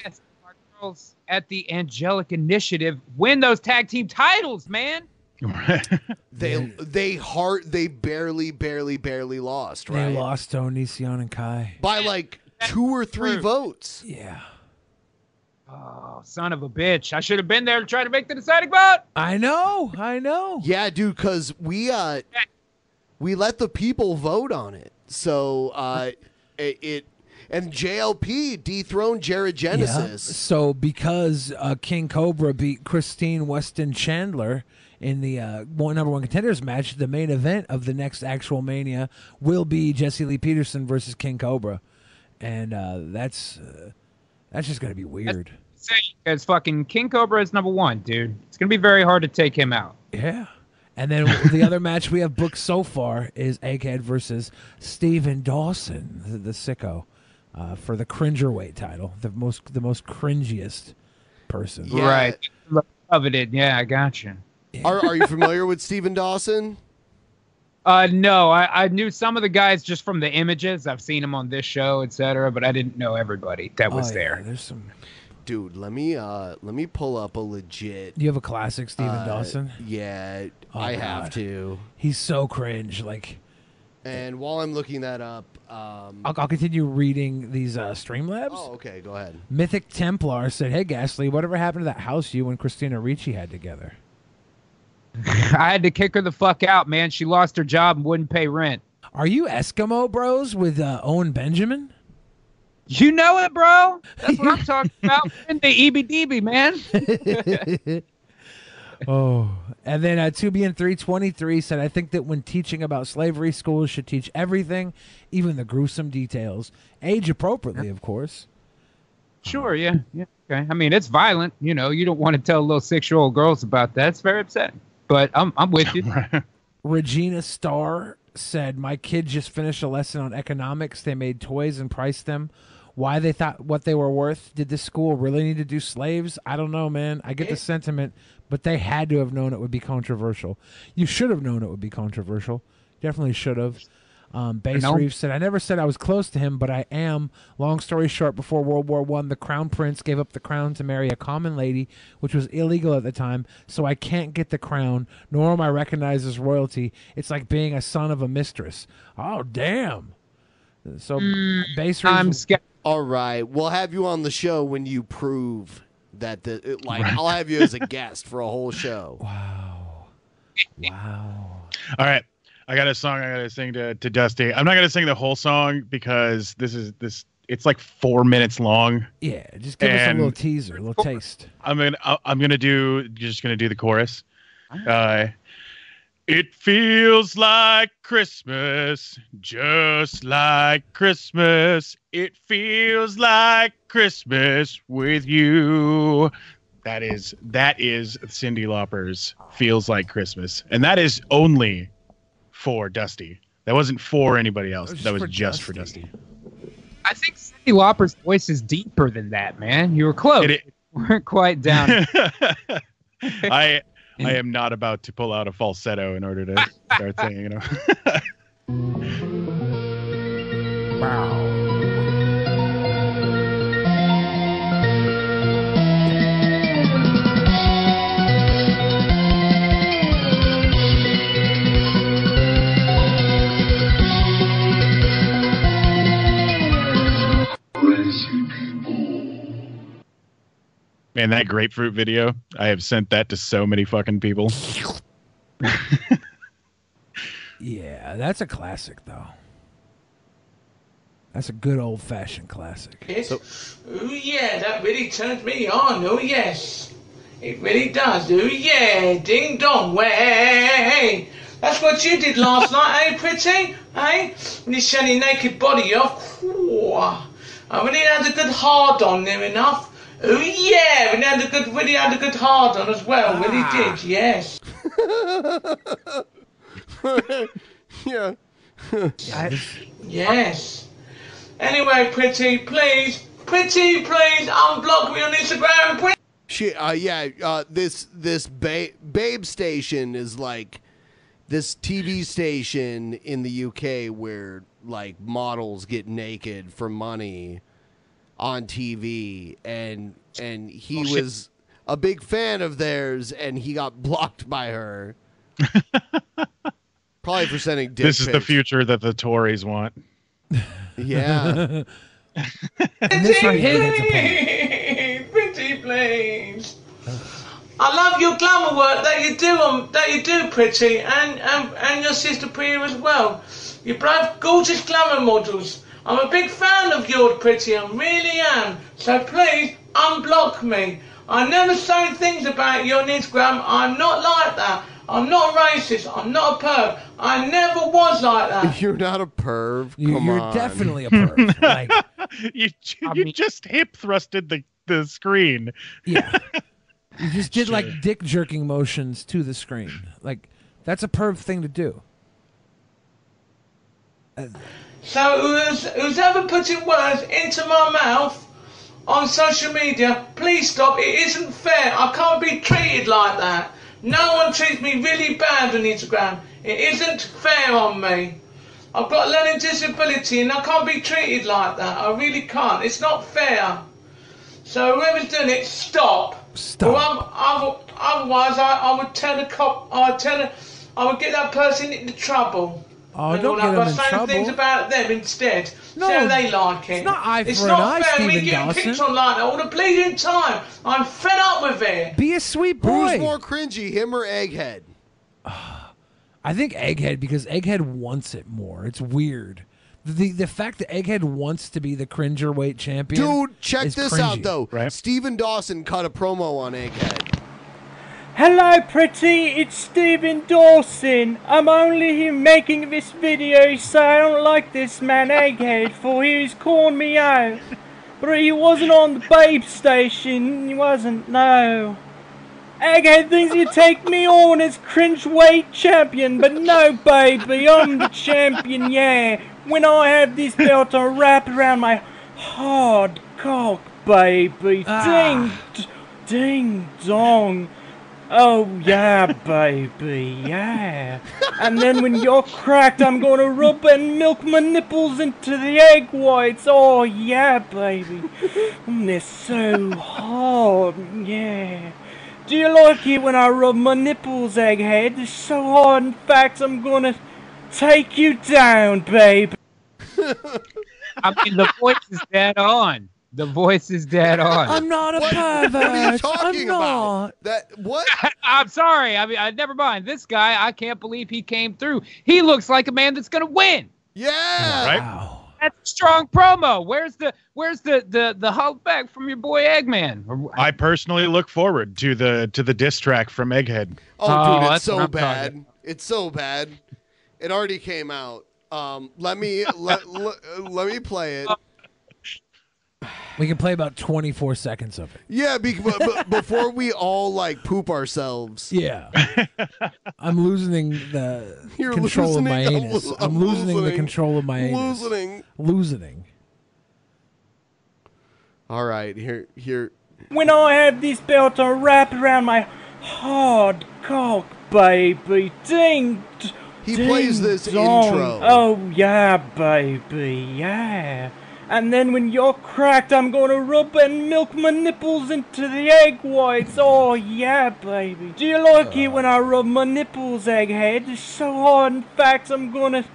Speaker 5: Girls At the Angelic Initiative, win those tag team titles, man.
Speaker 1: They they heart they barely barely barely lost
Speaker 4: They
Speaker 1: right
Speaker 4: lost to Onision and Kai.
Speaker 1: by like two or three votes.
Speaker 4: Yeah.
Speaker 5: Oh, son of a bitch. I should have been there to try to make the deciding vote.
Speaker 4: I know, I know.
Speaker 1: Yeah, dude, because we uh, we let the people vote on it. So uh, it, it and JLP dethroned Jared
Speaker 4: Yeah.
Speaker 1: Genesis.
Speaker 4: So because uh, King Cobra beat Christine Weston Chandler in the uh, one number one contenders match, the main event of the next actual Mania will be Jesse Lee Peterson versus King Cobra, and uh, that's uh, that's just gonna be weird.
Speaker 5: Because fucking King Cobra is number one, dude. It's going to be very hard to take him out.
Speaker 4: Yeah. And then the other match we have booked so far is Egghead versus Steven Dawson, the, the sicko, uh, for the cringerweight title, the most the most cringiest person.
Speaker 5: Right. Coveted. Yeah, I got you.
Speaker 1: Are are you familiar with Steven Dawson?
Speaker 5: Uh, no, I, I knew some of the guys just from the images. I've seen them on this show, etc. But I didn't know everybody that was there.
Speaker 4: Oh, There's some
Speaker 1: Dude, let me uh let me pull up a legit.
Speaker 4: You have a classic Steven
Speaker 1: uh,
Speaker 4: Dawson?
Speaker 1: Yeah,
Speaker 4: Oh,
Speaker 1: I
Speaker 4: God.
Speaker 1: have to.
Speaker 4: He's so cringe. Like
Speaker 1: And while I'm looking that up, um,
Speaker 4: I'll, I'll continue reading these uh, Streamlabs.
Speaker 1: Oh, okay, go ahead.
Speaker 4: Mythic Templar said, "Hey, Ghastly, whatever happened to that house you and Christina Ricci had together?"
Speaker 5: I had to kick her the fuck out, man. She lost her job and wouldn't pay rent.
Speaker 4: Are you Eskimo Bros with uh, Owen Benjamin?
Speaker 5: You know it, bro. That's what I'm talking about. In the E EBDB, man.
Speaker 4: oh, and then uh, Tubian three twenty three said, "I think that when teaching about slavery, schools should teach everything, even the gruesome details, age appropriately, of course."
Speaker 5: Sure, yeah, yeah. Okay. I mean, it's violent. You know, you don't want to tell little six year old girls about that. It's very upsetting. But um, I'm I'm with you.
Speaker 4: Regina Starr said, "My kid just finished a lesson on economics. They made toys and priced them. Why they thought what they were worth? Did this school really need to do slaves? I don't know, man. I
Speaker 5: Eh.
Speaker 4: get the sentiment, but they had to have known it would be controversial. You should have known it would be controversial. Definitely should have." Um, Bass
Speaker 5: No.
Speaker 4: Reeves said, "I never said I was close to him, but I am." Long story short, before World War One, the crown prince gave up the crown to marry a common lady, which was illegal at the time. So I can't get the crown, nor am I recognized as royalty. It's like being a son of a mistress. Oh damn! So Bass Reeves,
Speaker 1: All right, we'll have you on the show when you prove that the it- like I'll have you as a guest for a whole show.
Speaker 4: Wow.
Speaker 6: All right. I got a song I gotta sing to, to Dusty. I'm not gonna sing the whole song because this is this it's like four minutes long.
Speaker 4: yeah, just give us a
Speaker 6: And-
Speaker 4: little teaser, a little taste.
Speaker 6: I'm gonna I- I'm gonna do just gonna do the chorus. Uh, it feels like Christmas, just like Christmas. It feels like Christmas with you. That is that is Cindy Lauper's "Feels Like Christmas," and that is only for Dusty. That wasn't for anybody else. That was just for Dusty.
Speaker 5: I think Cindy Lauper's voice is deeper than that, man. You were close. We weren't quite down.
Speaker 6: I I am not about to pull out a falsetto in order to start saying, you know.
Speaker 4: wow.
Speaker 6: Man, that grapefruit video, I have sent that to so many fucking people.
Speaker 4: Yeah, that's a classic though. That's a good old fashioned classic.
Speaker 15: oh yeah, that really turns me on. Oh yes, it really does. Oh yeah, ding dong, way. That's what you did last night, eh, pretty? Eh? When you showed your naked body off. Whew. I really had a good hard on there enough. Oh yeah, we had a good, really had a good hard on as well. Really did, yes.
Speaker 1: yeah.
Speaker 15: yes. Anyway, pretty, please, pretty, please unblock me on Instagram, pretty.
Speaker 1: She, uh, yeah, uh, this this ba- babe station is like this TV station in the UK where like models get naked for money on TV, and and he
Speaker 6: Oh, shit.
Speaker 1: was a big fan of theirs, and he got blocked by her, probably for sending dick
Speaker 6: this is the
Speaker 1: pics.
Speaker 6: future that the Tories want.
Speaker 1: Yeah.
Speaker 4: and this right here hits a pain.
Speaker 15: Pretty, please. I love your glamour work that you do, um, that you do, Pretty, and, and and your sister Priya as well. You both gorgeous glamour models. I'm a big fan of yours, Pretty. I really am. So please unblock me. I never say things about you on Instagram. I'm not like that. I'm not racist. I'm not a perv. I never was like that.
Speaker 1: You're not a perv.
Speaker 4: You,
Speaker 1: Come
Speaker 4: you're
Speaker 1: on.
Speaker 4: definitely a perv. like,
Speaker 6: you you just hip thrusted the, the screen.
Speaker 4: Yeah. you just did like dick jerking motions to the screen. Like, that's a perv thing to do.
Speaker 15: So who's, who's ever putting words into my mouth on social media, please stop. It isn't fair. I can't be treated like that. No one treats me really bad on Instagram. It isn't fair on me. I've got a learning disability and I can't be treated like that. I really can't. It's not fair. So whoever's doing it, stop.
Speaker 4: Stop.
Speaker 15: Or I'm, i otherwise, I, I would tell the cop. I would tell. The, I would get that person into trouble.
Speaker 4: Oh,
Speaker 15: And
Speaker 4: don't get
Speaker 15: well,
Speaker 4: him
Speaker 15: I've
Speaker 4: in
Speaker 15: got
Speaker 4: trouble.
Speaker 15: saying things about them instead.
Speaker 4: No,
Speaker 15: so they like it.
Speaker 4: it's not eye
Speaker 15: It's
Speaker 4: for an
Speaker 15: not
Speaker 4: eye,
Speaker 15: fair. we
Speaker 4: Stephen
Speaker 15: getting
Speaker 4: Dawson.
Speaker 15: picked on like that all the bleeding time. I'm fed up with it.
Speaker 4: Be a sweet boy.
Speaker 1: Who's more cringy, him or Egghead?
Speaker 4: I think Egghead because Egghead wants it more. It's weird. The the fact that Egghead wants to be the cringer weight champion.
Speaker 1: Dude, check
Speaker 4: is
Speaker 1: this
Speaker 4: cringy.
Speaker 1: out though. Steven Dawson cut a promo on Egghead.
Speaker 16: Hello, pretty. It's Stephen Dawson. I'm only here making this video so I don't like this man Egghead for he's calling me out. But he wasn't on the babe station. He wasn't. No. Egghead thinks you take me on as cringe weight champion, but no, baby, I'm the champion. Yeah. When I have this belt, I wrap it around my hard cock, baby. Ding, d- ding dong. Oh yeah, baby, yeah. And then when you're cracked, I'm gonna rub and milk my nipples into the egg whites. Oh yeah, baby. Mm, they're so hard, yeah. Do you like it when I rub my nipples, egghead? It's so hard. In fact, I'm gonna take you down, babe.
Speaker 5: I mean, the voice is dead on. The voice is dead on.
Speaker 4: I'm not a
Speaker 1: What-
Speaker 4: pervert.
Speaker 1: what are you
Speaker 4: I'm
Speaker 1: talking about?
Speaker 4: not.
Speaker 1: That what?
Speaker 5: I'm sorry. I mean, I, never mind. This guy, I can't believe he came through. He looks like a man that's gonna win.
Speaker 1: Yeah.
Speaker 6: Right.
Speaker 5: That's a strong promo. Where's the Where's the the the Hulk back from your boy Eggman?
Speaker 6: I personally look forward to the to the diss track from Egghead.
Speaker 1: Oh, dude,
Speaker 6: that's
Speaker 1: it's
Speaker 6: what
Speaker 1: so
Speaker 6: I'm
Speaker 1: bad.
Speaker 6: talking.
Speaker 1: It's so bad. It already came out. Um, let me let, let, let me play it.
Speaker 4: We can play about twenty four seconds of it.
Speaker 1: Yeah, be, b- b- before we all like poop ourselves.
Speaker 4: Yeah. I'm losing the
Speaker 1: You're
Speaker 4: control
Speaker 1: losing
Speaker 4: of my
Speaker 1: it. I'm
Speaker 4: anus.
Speaker 1: lo-
Speaker 4: I'm,
Speaker 1: I'm
Speaker 4: losing, the
Speaker 1: losing.
Speaker 4: control of my anus.
Speaker 1: Losing.
Speaker 4: Losing.
Speaker 1: All right, here here.
Speaker 16: When I have this belt, I wrap it around my hard cock, baby. Ding. d-
Speaker 1: He
Speaker 16: ding
Speaker 1: plays this
Speaker 16: dong.
Speaker 1: intro.
Speaker 16: Oh yeah, baby, yeah. And then when you're cracked, I'm gonna rub and milk my nipples into the egg whites. Oh yeah, baby. Do you like it when I rub my nipples, egghead? It's so hard. In fact, I'm gonna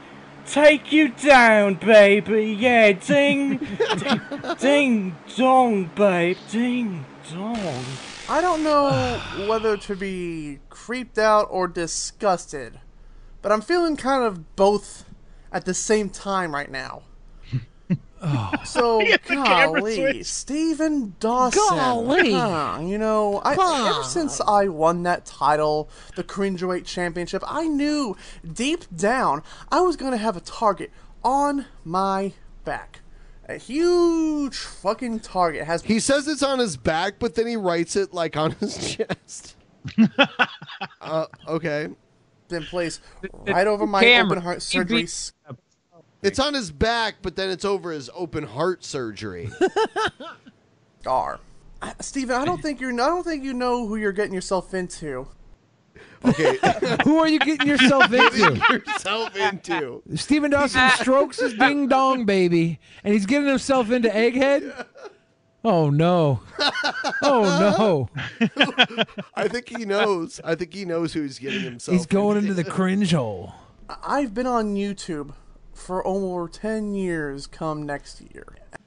Speaker 16: take you down, baby. Yeah, ding, ding, ding dong, babe. Ding dong.
Speaker 17: I don't know whether to be creeped out or disgusted, but I'm feeling kind of both at the same time right now. So,
Speaker 16: Yeah, the camera
Speaker 17: golly,
Speaker 16: switch.
Speaker 17: Stephen Dawson.
Speaker 16: Golly.
Speaker 17: Huh, you know, I,
Speaker 16: Wow.
Speaker 17: ever since I won that title, the Cringeaweight Championship, I knew deep down I was going to have a target on my back. A huge fucking target has
Speaker 1: He says it's on his back, but then he writes it like on his chest. uh, okay.
Speaker 17: Been placed right over my open heart surgery. s-
Speaker 1: It's on his back, but then it's over his open heart surgery.
Speaker 17: Scar. I- Steven, I don't think you're. I don't think you know who you're getting yourself into.
Speaker 1: Okay.
Speaker 4: Who are you getting yourself into?
Speaker 1: yourself into.
Speaker 4: Stephen Dawson strokes his ding dong baby, and he's getting himself into Egghead. Oh no! Oh no!
Speaker 1: I think he knows. I think he knows who he's getting himself.
Speaker 4: He's going into the cringe hole.
Speaker 17: I- I've been on YouTube for over ten years. Come next year.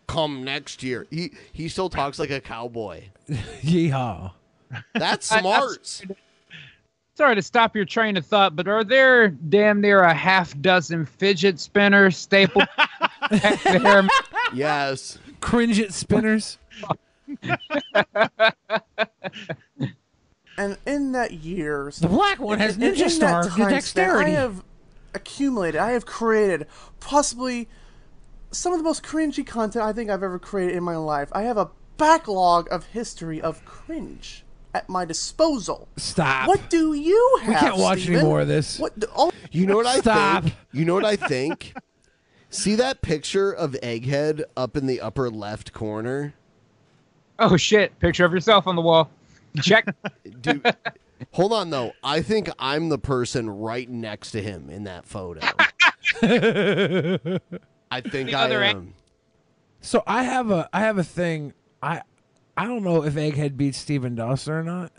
Speaker 1: Come next year. He he still talks like a cowboy.
Speaker 4: Yeehaw!
Speaker 1: That's
Speaker 5: I- I'm
Speaker 1: smart.
Speaker 5: Sorry to stop your train of thought, but are there damn near a half dozen fidget spinners staple back there?
Speaker 1: Yes.
Speaker 4: Cringe at spinners.
Speaker 17: And in that years,
Speaker 4: The black one has
Speaker 17: in- in-
Speaker 4: ninja
Speaker 17: in
Speaker 4: star
Speaker 17: that time span,
Speaker 4: dexterity.
Speaker 17: I have accumulated. I have created possibly some of the most cringy content I think I've ever created in my life. I have a backlog of history of cringe at my disposal.
Speaker 4: Stop.
Speaker 17: What do you have?
Speaker 4: We can't watch any
Speaker 17: Steven?
Speaker 4: more of this.
Speaker 17: What? do- oh,
Speaker 1: You know what I
Speaker 4: Stop.
Speaker 1: think? You know what I think? See that picture of Egghead up in the upper left corner?
Speaker 5: Oh shit! Picture of yourself on the wall. Check.
Speaker 1: Dude, hold on though. I think I'm the person right next to him in that photo. I think
Speaker 5: The
Speaker 1: I
Speaker 5: other
Speaker 1: am.
Speaker 4: So I have a I have a thing. I I don't know if Egghead beats Steven Dawson or not.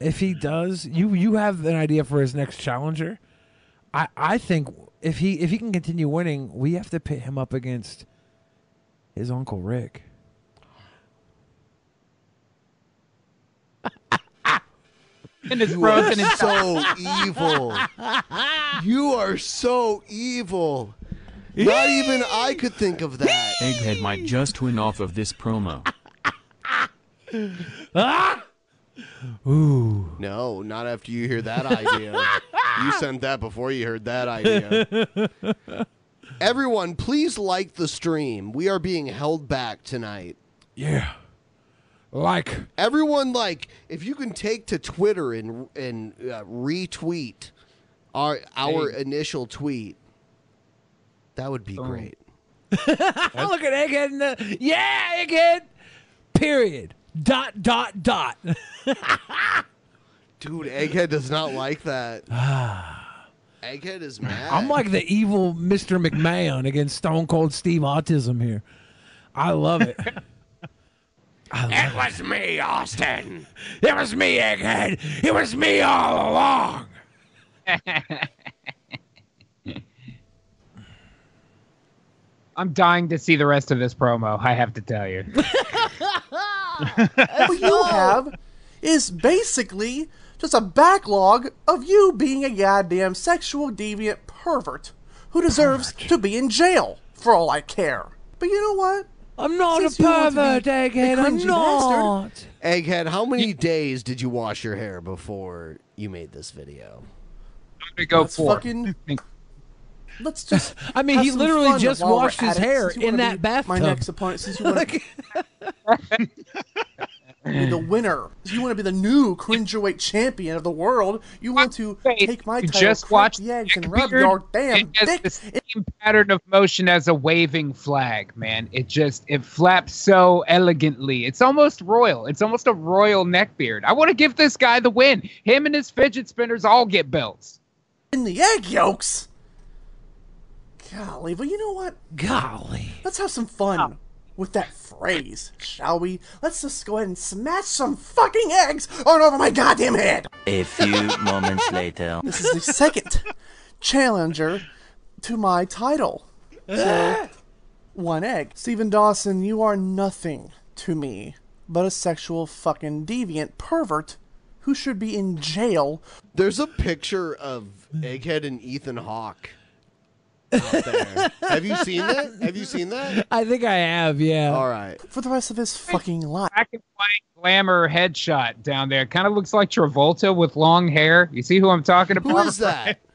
Speaker 4: If he does, you you have an idea for his next challenger. I I think if he if he can continue winning, we have to pit him up against his uncle Rick.
Speaker 5: And it's
Speaker 1: You
Speaker 5: frozen
Speaker 1: are
Speaker 5: in
Speaker 1: so
Speaker 5: time.
Speaker 1: evil. You are so evil. Not even I could think of that.
Speaker 3: Egghead might just win off of this promo.
Speaker 1: ah!
Speaker 4: Ooh.
Speaker 1: No, not after you hear that idea. you sent that before you heard that idea. Everyone, please like the stream. We are being held back tonight.
Speaker 4: Yeah. Like
Speaker 1: everyone, like if you can take to Twitter and and uh, retweet our our initial tweet, that would be
Speaker 4: Oh.
Speaker 1: great.
Speaker 4: Look at Egghead in the yeah Egghead. Period. Dot dot dot.
Speaker 1: Dude, Egghead does not like that. Egghead is mad.
Speaker 4: I'm like the evil Mr. McMahon against Stone Cold Steve Autism here. I love it.
Speaker 18: It was me, Austin. It was me, Egghead. It was me all along.
Speaker 5: I'm dying to see the rest of this promo. I have to tell you.
Speaker 17: what you have is basically just a backlog of you being a goddamn sexual deviant pervert who deserves to be in jail for all I care. But you know what?
Speaker 4: I'm not
Speaker 17: Since you want to be a cringy bastard,
Speaker 1: Egghead, how many days did you wash your hair before you made this video?
Speaker 5: I'm gonna go
Speaker 1: Let's
Speaker 5: for it.
Speaker 1: fucking-
Speaker 17: Let's just.
Speaker 4: I mean,
Speaker 17: have
Speaker 4: he
Speaker 17: some
Speaker 4: literally
Speaker 17: fun
Speaker 4: just
Speaker 17: while we're
Speaker 4: washed his
Speaker 17: at it,
Speaker 4: hair
Speaker 17: since you
Speaker 4: in
Speaker 17: wanna
Speaker 4: that
Speaker 17: be My
Speaker 4: bathtub.
Speaker 17: next opponent, since you want to be the winner, you want to be the new cringeaweight champion of the world. You want to take my
Speaker 5: You
Speaker 17: title,
Speaker 5: just
Speaker 17: crack
Speaker 5: watched
Speaker 17: the eggs, and rub
Speaker 5: Beard,
Speaker 17: your damn
Speaker 5: it has
Speaker 17: dick
Speaker 5: the same pattern of motion as a waving flag, man. It just it flaps so elegantly. It's almost royal. It's almost a royal neckbeard. I want to give this guy the win. Him and his fidget spinners all get belts.
Speaker 17: in the egg yolks. Golly, but you know what?
Speaker 4: Golly.
Speaker 17: Let's have some fun with that phrase, shall we? Let's just go ahead and smash some fucking eggs on over my goddamn head!
Speaker 19: A few moments later.
Speaker 17: This is the second challenger to my title. So, one egg. Stephen Dawson, you are nothing to me but a sexual fucking deviant pervert who should be in jail.
Speaker 1: There's a picture of Egghead and Ethan Hawke. out there. Have you seen that? Have you seen that?
Speaker 4: I think I have, yeah.
Speaker 1: All right.
Speaker 17: For the rest of his fucking life.
Speaker 5: Black and white glamour headshot down there. Kind of looks like Travolta with long hair. You see who I'm talking about?
Speaker 17: Who is that?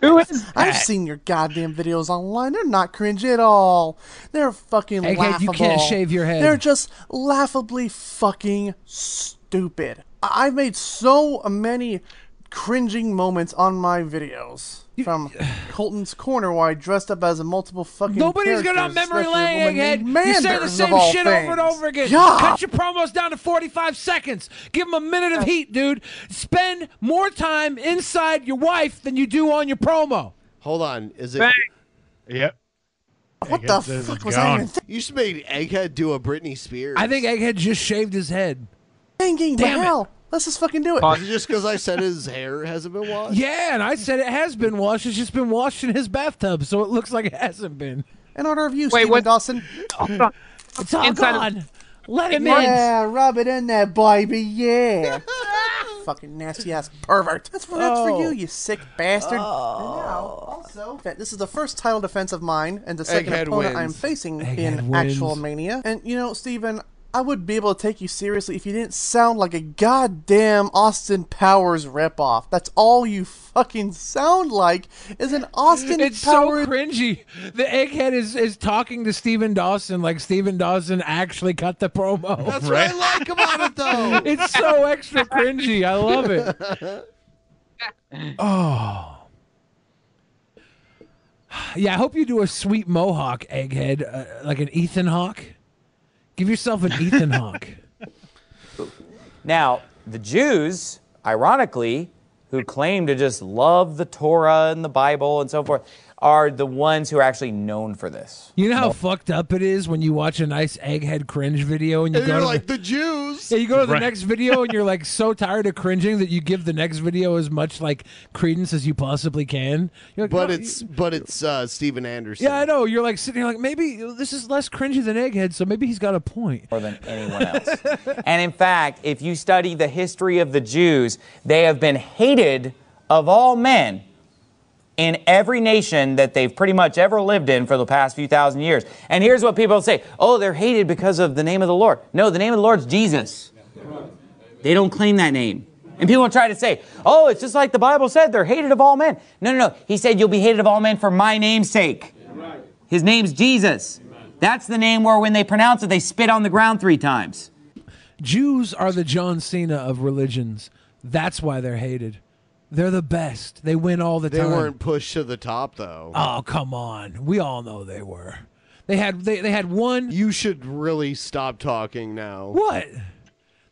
Speaker 5: Who is
Speaker 17: I've
Speaker 5: that?
Speaker 17: seen your goddamn videos online. They're not cringe at all. They're fucking
Speaker 4: Egghead,
Speaker 17: laughable.
Speaker 4: you can't shave your head.
Speaker 17: They're just laughably fucking stupid. I- I've made so many cringing moments on my videos. From Colton's corner, where I dressed up as a multiple fucking.
Speaker 4: Nobody's going on
Speaker 17: characters,
Speaker 4: memory
Speaker 17: especially a
Speaker 4: lane,
Speaker 17: woman
Speaker 4: Egghead.
Speaker 17: named
Speaker 4: You say the
Speaker 17: Manders,
Speaker 4: same
Speaker 17: of all
Speaker 4: shit over and
Speaker 17: things.
Speaker 4: over again.
Speaker 17: Yeah.
Speaker 4: Cut your promos down to 45 seconds. Give them a minute of heat, dude. Spend more time inside your wife than you do on your promo.
Speaker 1: Hold on. Is it?
Speaker 6: Yep.
Speaker 4: What the Egghead fuck was I gone. even thi-
Speaker 1: You should make Egghead do a Britney Spears.
Speaker 4: I think Egghead just shaved his head.
Speaker 17: Dang,
Speaker 4: Damn it.
Speaker 17: hell, let's just fucking do it.
Speaker 1: Is it just because I said his hair hasn't been washed?
Speaker 4: Yeah, and I said it has been washed. It's just been washed in his bathtub, so it looks like it hasn't been.
Speaker 17: In order of use, Wait, Stephen what- Dawson.
Speaker 4: it's all
Speaker 17: Inside
Speaker 4: gone.
Speaker 17: of-
Speaker 4: Let him in.
Speaker 17: Yeah, rub it in there, baby. Yeah. Fucking nasty ass pervert. That's for, that's for
Speaker 1: Oh.
Speaker 17: you, you sick bastard.
Speaker 1: Oh.
Speaker 17: And now, also, that this is the first title defense of mine and the second
Speaker 1: Egghead wins.
Speaker 17: opponent I'm facing in
Speaker 1: Egghead
Speaker 17: actual
Speaker 1: wins.
Speaker 17: mania. And you know, Steven, I would be able to take you seriously if you didn't sound like a goddamn Austin Powers ripoff. That's all you fucking sound like is an Austin
Speaker 4: It's
Speaker 17: Powers
Speaker 4: so cringy. The egghead is, is talking to Steven Dawson like Steven Dawson actually cut the promo.
Speaker 1: That's what I like about it, though.
Speaker 4: it's so extra cringy. I love it. Oh. Yeah, I hope you do a sweet mohawk, egghead, uh, like an Ethan Hawk. Give yourself an Ethan Hawk.
Speaker 20: Now, the Jews, ironically, who claim to just love the Torah and the Bible and so forth, are the ones who are actually known for this.
Speaker 4: You know how fucked up it is when you watch a nice egghead cringe video and you
Speaker 20: And
Speaker 4: go
Speaker 20: you're
Speaker 4: to
Speaker 20: like,
Speaker 4: the,
Speaker 1: Jews.
Speaker 4: Yeah, you go to the
Speaker 20: Right.
Speaker 4: next video and you're like so tired of cringing that you give the next video as much like credence as you possibly can. You're like,
Speaker 1: But
Speaker 4: "No,
Speaker 1: it's but it's uh, Steven Anderson.
Speaker 4: Yeah, I know. You're like sitting here like maybe this is less cringy than egghead, so maybe he's got a point.
Speaker 20: More than anyone else. and in fact, if you study the history of the Jews, they have been hated of all men in every nation that they've pretty much ever lived in for the past few thousand years. And here's what people say oh, they're hated because of the name of the Lord. No, the name of the Lord's Jesus. They don't claim that name. And people try to say, oh, it's just like the Bible said, they're hated of all men. No, no, no. He said, you'll be hated of all men for my name's sake. His name's Jesus. That's the name where when they pronounce it, they spit on the ground three times.
Speaker 4: Jews are the John Cena of religions. That's why they're hated. They're the best. They win all the
Speaker 1: they
Speaker 4: time.
Speaker 1: weren't pushed to the top though.
Speaker 4: Oh come on! We all know they were. They had they, they had one.
Speaker 1: You should really stop talking now.
Speaker 4: What?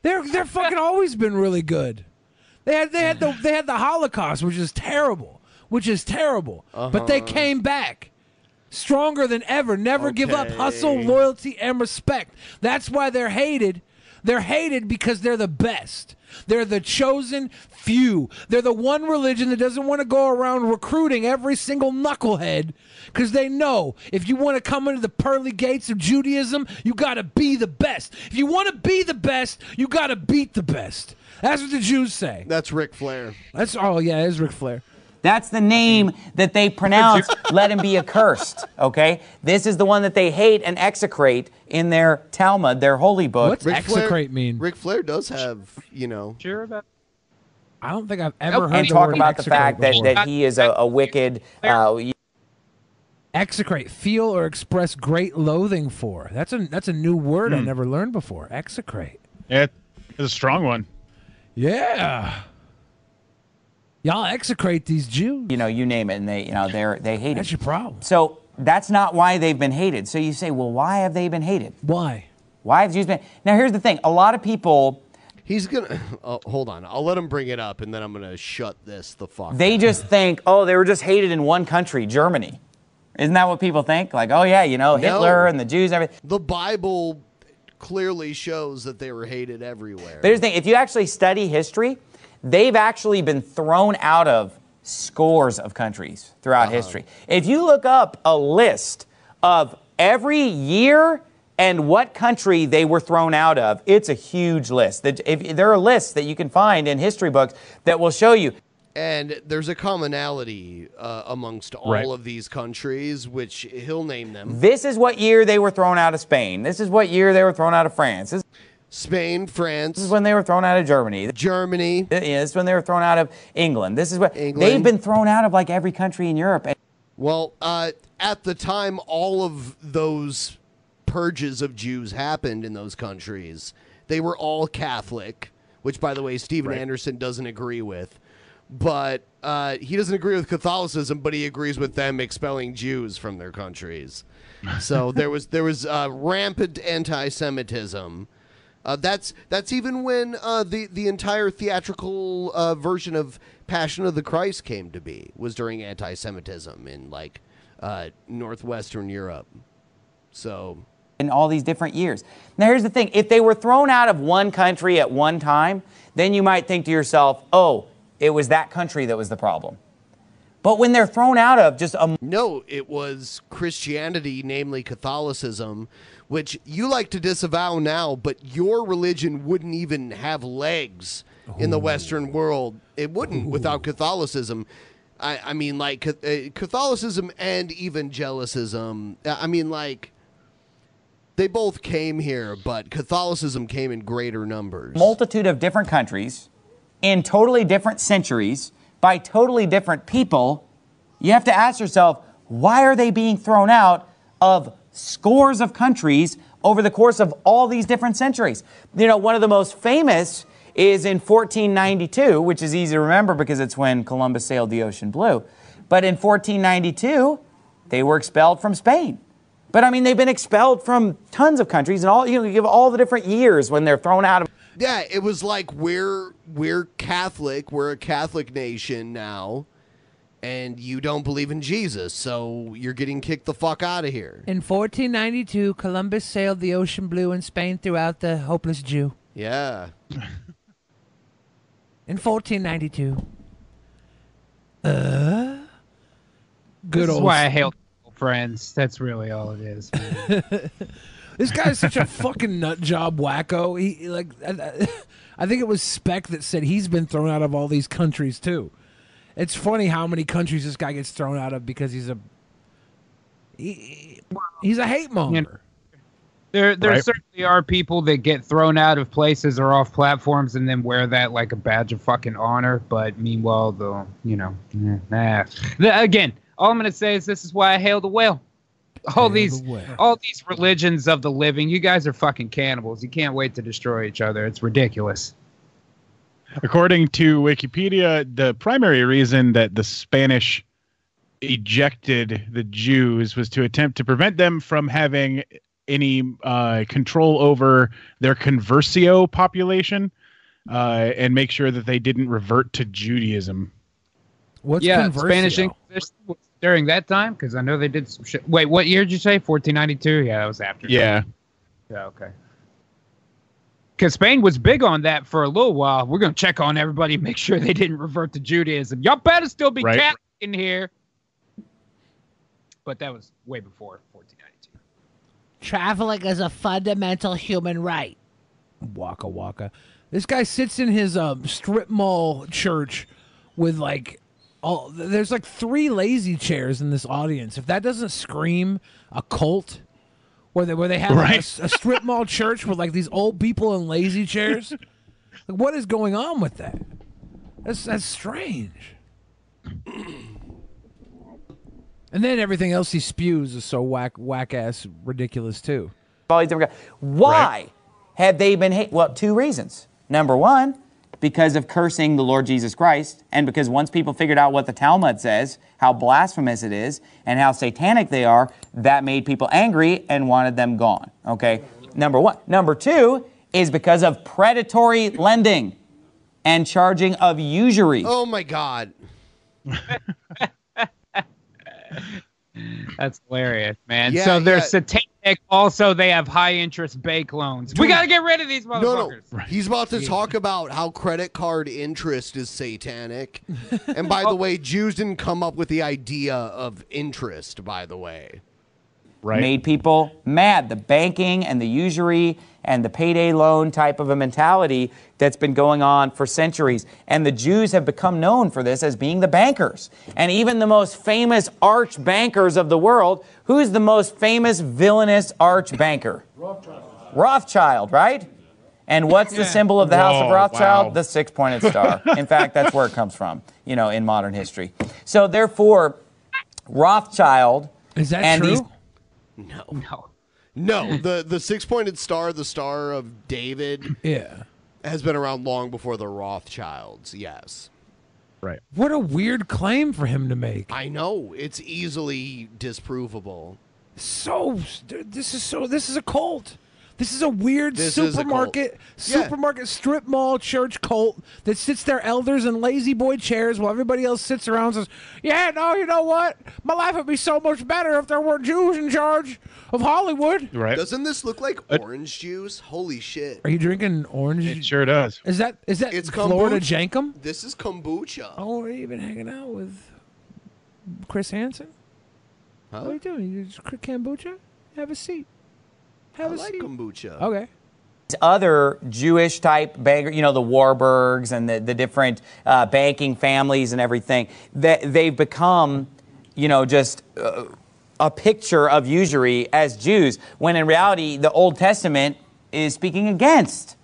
Speaker 4: They're they're fucking always been really good. They had they had the they had the Holocaust, which is terrible, which is terrible. But they
Speaker 18: Uh-huh.
Speaker 4: came back stronger than ever. Never give up. Hustle,
Speaker 18: Okay.
Speaker 4: loyalty, and respect. That's why they're hated. They're hated because they're the best. They're the chosen few. They're the one religion that doesn't want to go around recruiting every single knucklehead because they know if you want to come into the pearly gates of Judaism, you got to be the best. If you want to be the best, you got to beat the best. That's what the Jews say.
Speaker 1: That's Ric Flair.
Speaker 4: That's oh yeah, it is Ric Flair.
Speaker 20: That's the name that they pronounce, let him be accursed. Okay? This is the one that they hate and execrate in their Talmud, their holy book.
Speaker 4: mean?
Speaker 1: Ric Flair does have, you know.
Speaker 5: Sure about.
Speaker 4: I don't think I've
Speaker 20: And talk about the fact that, that he is a, a wicked. Uh, you-
Speaker 4: execrate, feel or express great loathing for. That's a that's a new word I never learned before. Execrate.
Speaker 6: Yeah, it's Hmm. a strong one.
Speaker 4: Yeah. Y'all execrate these Jews.
Speaker 20: You know, you name it, and they, you know, they're they hate
Speaker 4: That's
Speaker 20: it.
Speaker 4: your problem.
Speaker 20: So that's not why they've been hated. So you say, well, why have they been hated?
Speaker 4: Why?
Speaker 20: Why have Jews been? Now here's the thing: a lot of people.
Speaker 1: He's gonna. Oh, hold on. I'll let him bring it up, and then I'm gonna shut this the fuck.
Speaker 20: They just think, oh, they were just hated in one country, Germany. Isn't that what people think? Like, oh yeah, you know,
Speaker 1: No.
Speaker 20: Hitler and the Jews, and everything.
Speaker 1: The Bible clearly shows that they were hated everywhere.
Speaker 20: But here's the thing: if you actually study history, they've actually been thrown out of scores of countries throughout
Speaker 1: Uh-huh.
Speaker 20: history. If you look up a list of every year and what country they were thrown out of, it's a huge list. That- if- there are lists that you can find in history books that will show you.
Speaker 1: And there's a commonality uh, amongst all
Speaker 20: Right.
Speaker 1: of these countries, which he'll name them.
Speaker 20: This is what year they were thrown out of Spain. This is what year they were thrown out of France. This-
Speaker 1: Spain, France. This
Speaker 20: is when they were thrown out of Germany.
Speaker 1: Germany.
Speaker 20: Yeah, this is when they were thrown out of England. This is what they've
Speaker 1: England.
Speaker 20: been thrown out of like every country in Europe. And-
Speaker 1: Well, uh, at the time, all of those purges of Jews happened in those countries. They were all Catholic, which, by the way, Stephen
Speaker 21: Right.
Speaker 1: Anderson doesn't agree with. But uh, he doesn't agree with Catholicism, but he agrees with them expelling Jews from their countries. So there was there was uh, rampant anti-Semitism. Uh, that's that's even when uh, the the entire theatrical uh, version of Passion of the Christ came to be was during anti-Semitism in like uh, northwestern Europe. So
Speaker 20: in all these different years. Now, here's the thing if they were thrown out of one country at one time, then you might think to yourself, oh, it was that country that was the problem. But when they're thrown out of just a.
Speaker 1: No, it was Christianity, namely Catholicism, which you like to disavow now, but your religion wouldn't even have legs in the Western world. It wouldn't without Catholicism. I, I mean, like Ca- uh, Catholicism and evangelicism. uh, I mean, like they both came here, but Catholicism came in greater numbers.
Speaker 20: multitude of different countries in totally different centuries by totally different people, you have to ask yourself, why are they being thrown out of scores of countries over the course of all these different centuries? You know, one of the most famous is in 1492, which is easy to remember because it's when Columbus sailed the ocean blue. But in 1492, they were expelled from Spain. But I mean, they've been expelled from tons of countries, and all you know, you give all the different years when they're thrown out of.
Speaker 1: Yeah, it was like we're we're Catholic, we're a Catholic nation now, and you don't believe in Jesus, so you're getting kicked the fuck out of here.
Speaker 4: In 1492, Columbus sailed the ocean blue in Spain throughout the hopeless Jew.
Speaker 1: Yeah.
Speaker 4: In 1492. Uh, good
Speaker 5: this
Speaker 4: old.
Speaker 5: is why I hail friends. That's really all it is.
Speaker 4: This guy's such a fucking nut job wacko. He like, I, I think it was Speck that said he's been thrown out of all these countries too. It's funny how many countries this guy gets thrown out of because he's a he, he's a hate monger.
Speaker 5: There, there
Speaker 4: Right.
Speaker 5: certainly are people that get thrown out of places or off platforms and then wear that like a badge of fucking honor. But meanwhile, though, you know, yeah, nah. The- again, all I'm gonna say is this is why I hail the whale. All these, all these religions of the living. You guys are fucking cannibals. You can't wait to destroy each other. It's ridiculous.
Speaker 6: According to Wikipedia, the primary reason that the Spanish ejected the Jews was to attempt to prevent them from having any uh, control over their conversio population uh, and make sure that they didn't revert to Judaism.
Speaker 4: What's
Speaker 5: yeah, Spanish
Speaker 6: Conversio?
Speaker 5: Inquisition was during that time? Because I know they did some shit. Wait, what year did you say? 1492? Yeah, that was after.
Speaker 6: Yeah.
Speaker 5: Yeah, okay. Because Spain was big on that for a little while. We're going to check on everybody, make sure they didn't revert to Judaism. Y'all better still be
Speaker 6: Right.
Speaker 5: Catholic in here. But that was way before 1492.
Speaker 4: Traveling is a fundamental human right. Waka waka. This guy sits in his um, strip mall church with like all there's like three lazy chairs in this audience. If that doesn't scream a cult where they where they have like, a
Speaker 6: Right.
Speaker 4: s- a, strip mall church with like these old people in lazy chairs. like what is going on with that? That's that's strange. And then everything else he spews is so whack whack ass ridiculous too.
Speaker 20: all these different guys. Why have they been hate? Well, two reasons. Number one, because of cursing the Lord Jesus Christ, and because once people figured out what the Talmud says, how blasphemous it is, and how satanic they are, that made people angry and wanted them gone. Okay, number one. Number two is because of predatory lending and charging of usury.
Speaker 1: Oh my god.
Speaker 5: That's hilarious, man.
Speaker 20: Yeah,
Speaker 5: so they're
Speaker 20: yeah.
Speaker 5: satanic. Also, they have high interest bank loans. We got to get rid of these motherfuckers.
Speaker 1: No, no. He's about to talk about how credit card interest is satanic. and by the way, Jews didn't come up with the idea of interest, by the way.
Speaker 20: made people mad. The banking and the usury and the payday loan type of a mentality that's been going on for centuries. And the Jews have become known for this as being the bankers. And even the most famous arch bankers of the world, who's the most famous villainous arch banker? Rothschild. right? And what's the symbol of the House of Whoa, Rothschild? wow. The six pointed star. In fact, that's where it comes from, you know, in modern history. So therefore, Rothschild
Speaker 4: Is that
Speaker 20: and
Speaker 4: true?
Speaker 20: these
Speaker 1: No.
Speaker 5: No.
Speaker 1: No. the the six pointed star, the star of David
Speaker 4: Yeah.
Speaker 1: has been around long before the Rothschilds, yes.
Speaker 6: Right.
Speaker 4: What a weird claim for him to make.
Speaker 1: I know. It's easily disprovable.
Speaker 4: So this is so this is a cult. This is a weird
Speaker 1: This is a
Speaker 4: supermarket
Speaker 1: cult. Yeah.
Speaker 4: supermarket strip mall church cult that sits their elders in lazy boy chairs while everybody else sits around and says, "Yeah, no, you know what? My life would be so much better if there were Jews in charge of Hollywood."
Speaker 1: Doesn't this look like orange juice? Holy shit.
Speaker 4: Uh, Are you drinking orange? It
Speaker 6: sure does.
Speaker 4: Is that is that
Speaker 1: It's
Speaker 4: Florida
Speaker 1: kombucha.
Speaker 4: Jankum?
Speaker 1: This is kombucha.
Speaker 4: Oh, where you been hanging out with Chris Hansen?
Speaker 1: Huh?
Speaker 4: What are you doing? You just cr- kombucha? Have a seat. Have
Speaker 1: I
Speaker 4: a
Speaker 1: like
Speaker 4: seat.
Speaker 1: kombucha.
Speaker 4: Okay.
Speaker 20: These other Jewish type banker, you know, the Warburgs and the, the different uh, banking families and everything, that they've become, you know, just uh, a picture of usury as Jews, when in reality, the Old Testament is speaking against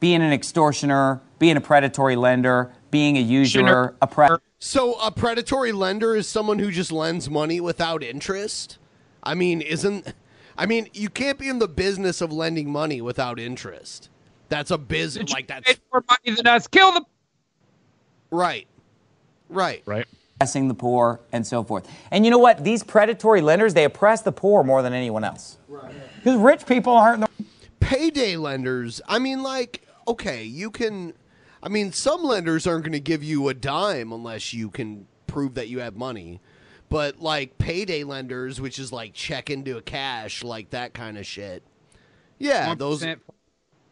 Speaker 20: being an extortioner, being a predatory lender, being a usurer, a pre-
Speaker 1: So a predatory lender is someone who just lends money without interest? I mean, isn't I mean, you can't be in the business of lending money without interest. That's a business like that's
Speaker 5: more money than us. Kill them.
Speaker 1: Right. Right.
Speaker 6: Right.
Speaker 20: oppressing the poor and so forth. And you know what? These predatory lenders, they oppress the poor more than anyone else. Right. Because rich people aren't the
Speaker 1: Payday lenders. I mean like okay, you can I mean some lenders aren't going to give you a dime unless you can prove that you have money. But like payday lenders, which is like check into a cash, like that kind of shit. Yeah, those.
Speaker 5: 1%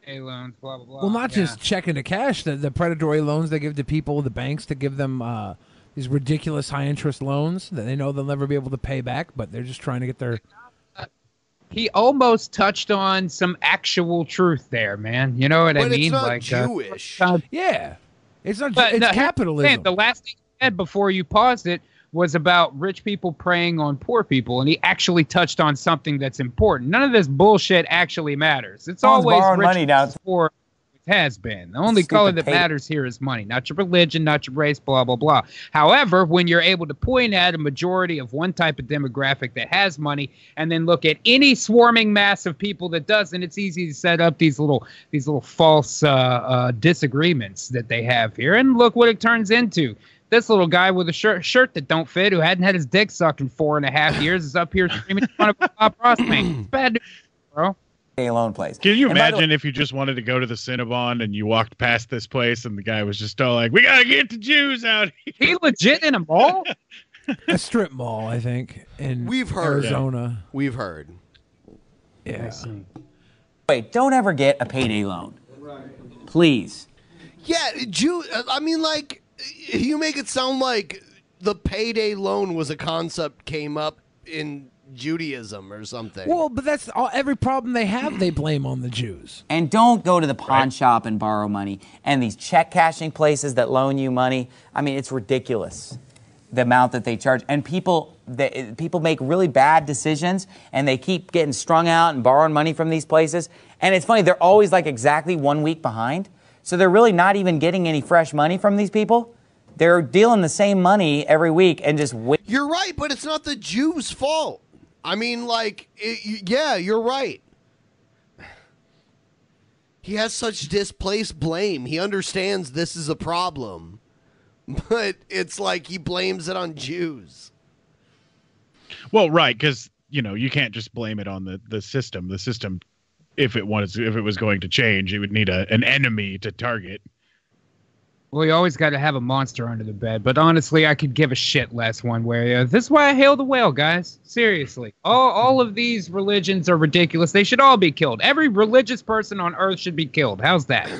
Speaker 5: A loans, blah blah blah.
Speaker 4: Well, not
Speaker 5: Yeah.
Speaker 4: just check into cash. The, the predatory loans they give to people, the banks to give them uh, these ridiculous high interest loans that they know they'll never be able to pay back, but they're just trying to get their.
Speaker 5: He almost touched on some actual truth there, man. You know what I
Speaker 4: But
Speaker 5: mean?
Speaker 4: it's not
Speaker 5: like uh,
Speaker 4: Jewish.
Speaker 5: uh,
Speaker 4: Yeah, it's not.
Speaker 5: But
Speaker 4: it's
Speaker 5: no, here's what I'm
Speaker 4: capitalism.
Speaker 5: saying, The last thing he said before you paused it was about rich people preying on poor people, and he actually touched on something that's important. None of this bullshit actually matters. It's
Speaker 20: Someone's
Speaker 5: always
Speaker 20: borrowing
Speaker 5: rich
Speaker 20: money
Speaker 5: now. poor it has been. The only
Speaker 20: Stupid
Speaker 5: color that
Speaker 20: tape.
Speaker 5: matters here is money, not your religion, not your race, blah blah blah. However, when you're able to point at a majority of one type of demographic that has money, and then look at any swarming mass of people that doesn't, it's easy to set up these little these little false uh, uh, disagreements that they have here. And look what it turns into. This little guy with a shirt, shirt that don't fit, who hadn't had his dick sucked in four and a half years, is up here screaming in front of Bob Rossman. It's bad news, bro.
Speaker 20: A loan place.
Speaker 6: Can you
Speaker 5: And by the
Speaker 6: imagine if you just wanted to go to the Cinnabon and you walked past this place and the guy was just all like, "We gotta get the Jews out." here.
Speaker 5: He legit in a mall.
Speaker 4: a strip mall, I think, in
Speaker 1: We've heard.
Speaker 4: Arizona.
Speaker 1: We've heard.
Speaker 4: Yeah.
Speaker 20: Wait, don't ever get a payday loan. Please.
Speaker 1: Yeah, Jew. I mean, like, you make it sound like the payday loan was a concept came up in Judaism or something.
Speaker 4: Well, but that's all, every problem they have. They blame on the Jews.
Speaker 20: And don't go to the pawn shop and borrow money. And these check cashing places that loan you money. I mean, it's ridiculous the amount that they charge. And people they, people make really bad decisions and they keep getting strung out and borrowing money from these places. And it's funny, they're always like exactly one week behind. So they're really not even getting any fresh money from these people. They're dealing the same money every week and just wait.
Speaker 1: You're right, but it's not the Jews' fault. I mean, like, it, y- yeah, you're right. He has such displaced blame. He understands this is a problem, but it's like he blames it on Jews.
Speaker 6: Well, right, because you know you can't just blame it on the the system. The system, if it was if it was going to change, it would need a, an enemy to target.
Speaker 5: Well, you always got to have a monster under the bed. But honestly, I could give a shit less one way or the other. This is why I hail the whale, guys. Seriously. All, all of these religions are ridiculous. They should all be killed. Every religious person on earth should be killed. How's that?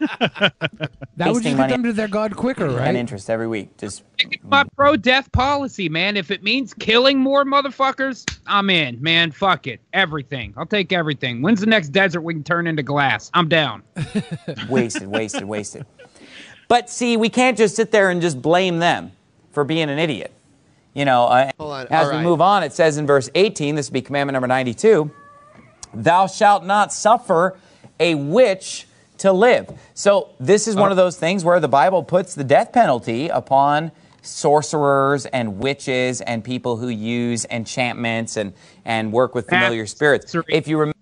Speaker 4: That would
Speaker 5: Wasting
Speaker 4: just get
Speaker 5: money.
Speaker 4: them to their god quicker,
Speaker 5: And
Speaker 4: right?
Speaker 20: interest every week. Just
Speaker 5: My pro death policy, man. If it means killing more motherfuckers, I'm in, man. Fuck it. Everything. I'll take everything. When's the next desert we can turn into glass? I'm down.
Speaker 20: wasted, wasted, wasted. But see, we can't just sit there and just blame them for being an idiot. You know, uh, as all we right. move on, it says in verse 18, this would be commandment number 92, thou shalt not suffer a witch to live. So this is one of those things where the Bible puts the death penalty upon sorcerers and witches and people who use enchantments and, and work with familiar spirits. If you remember,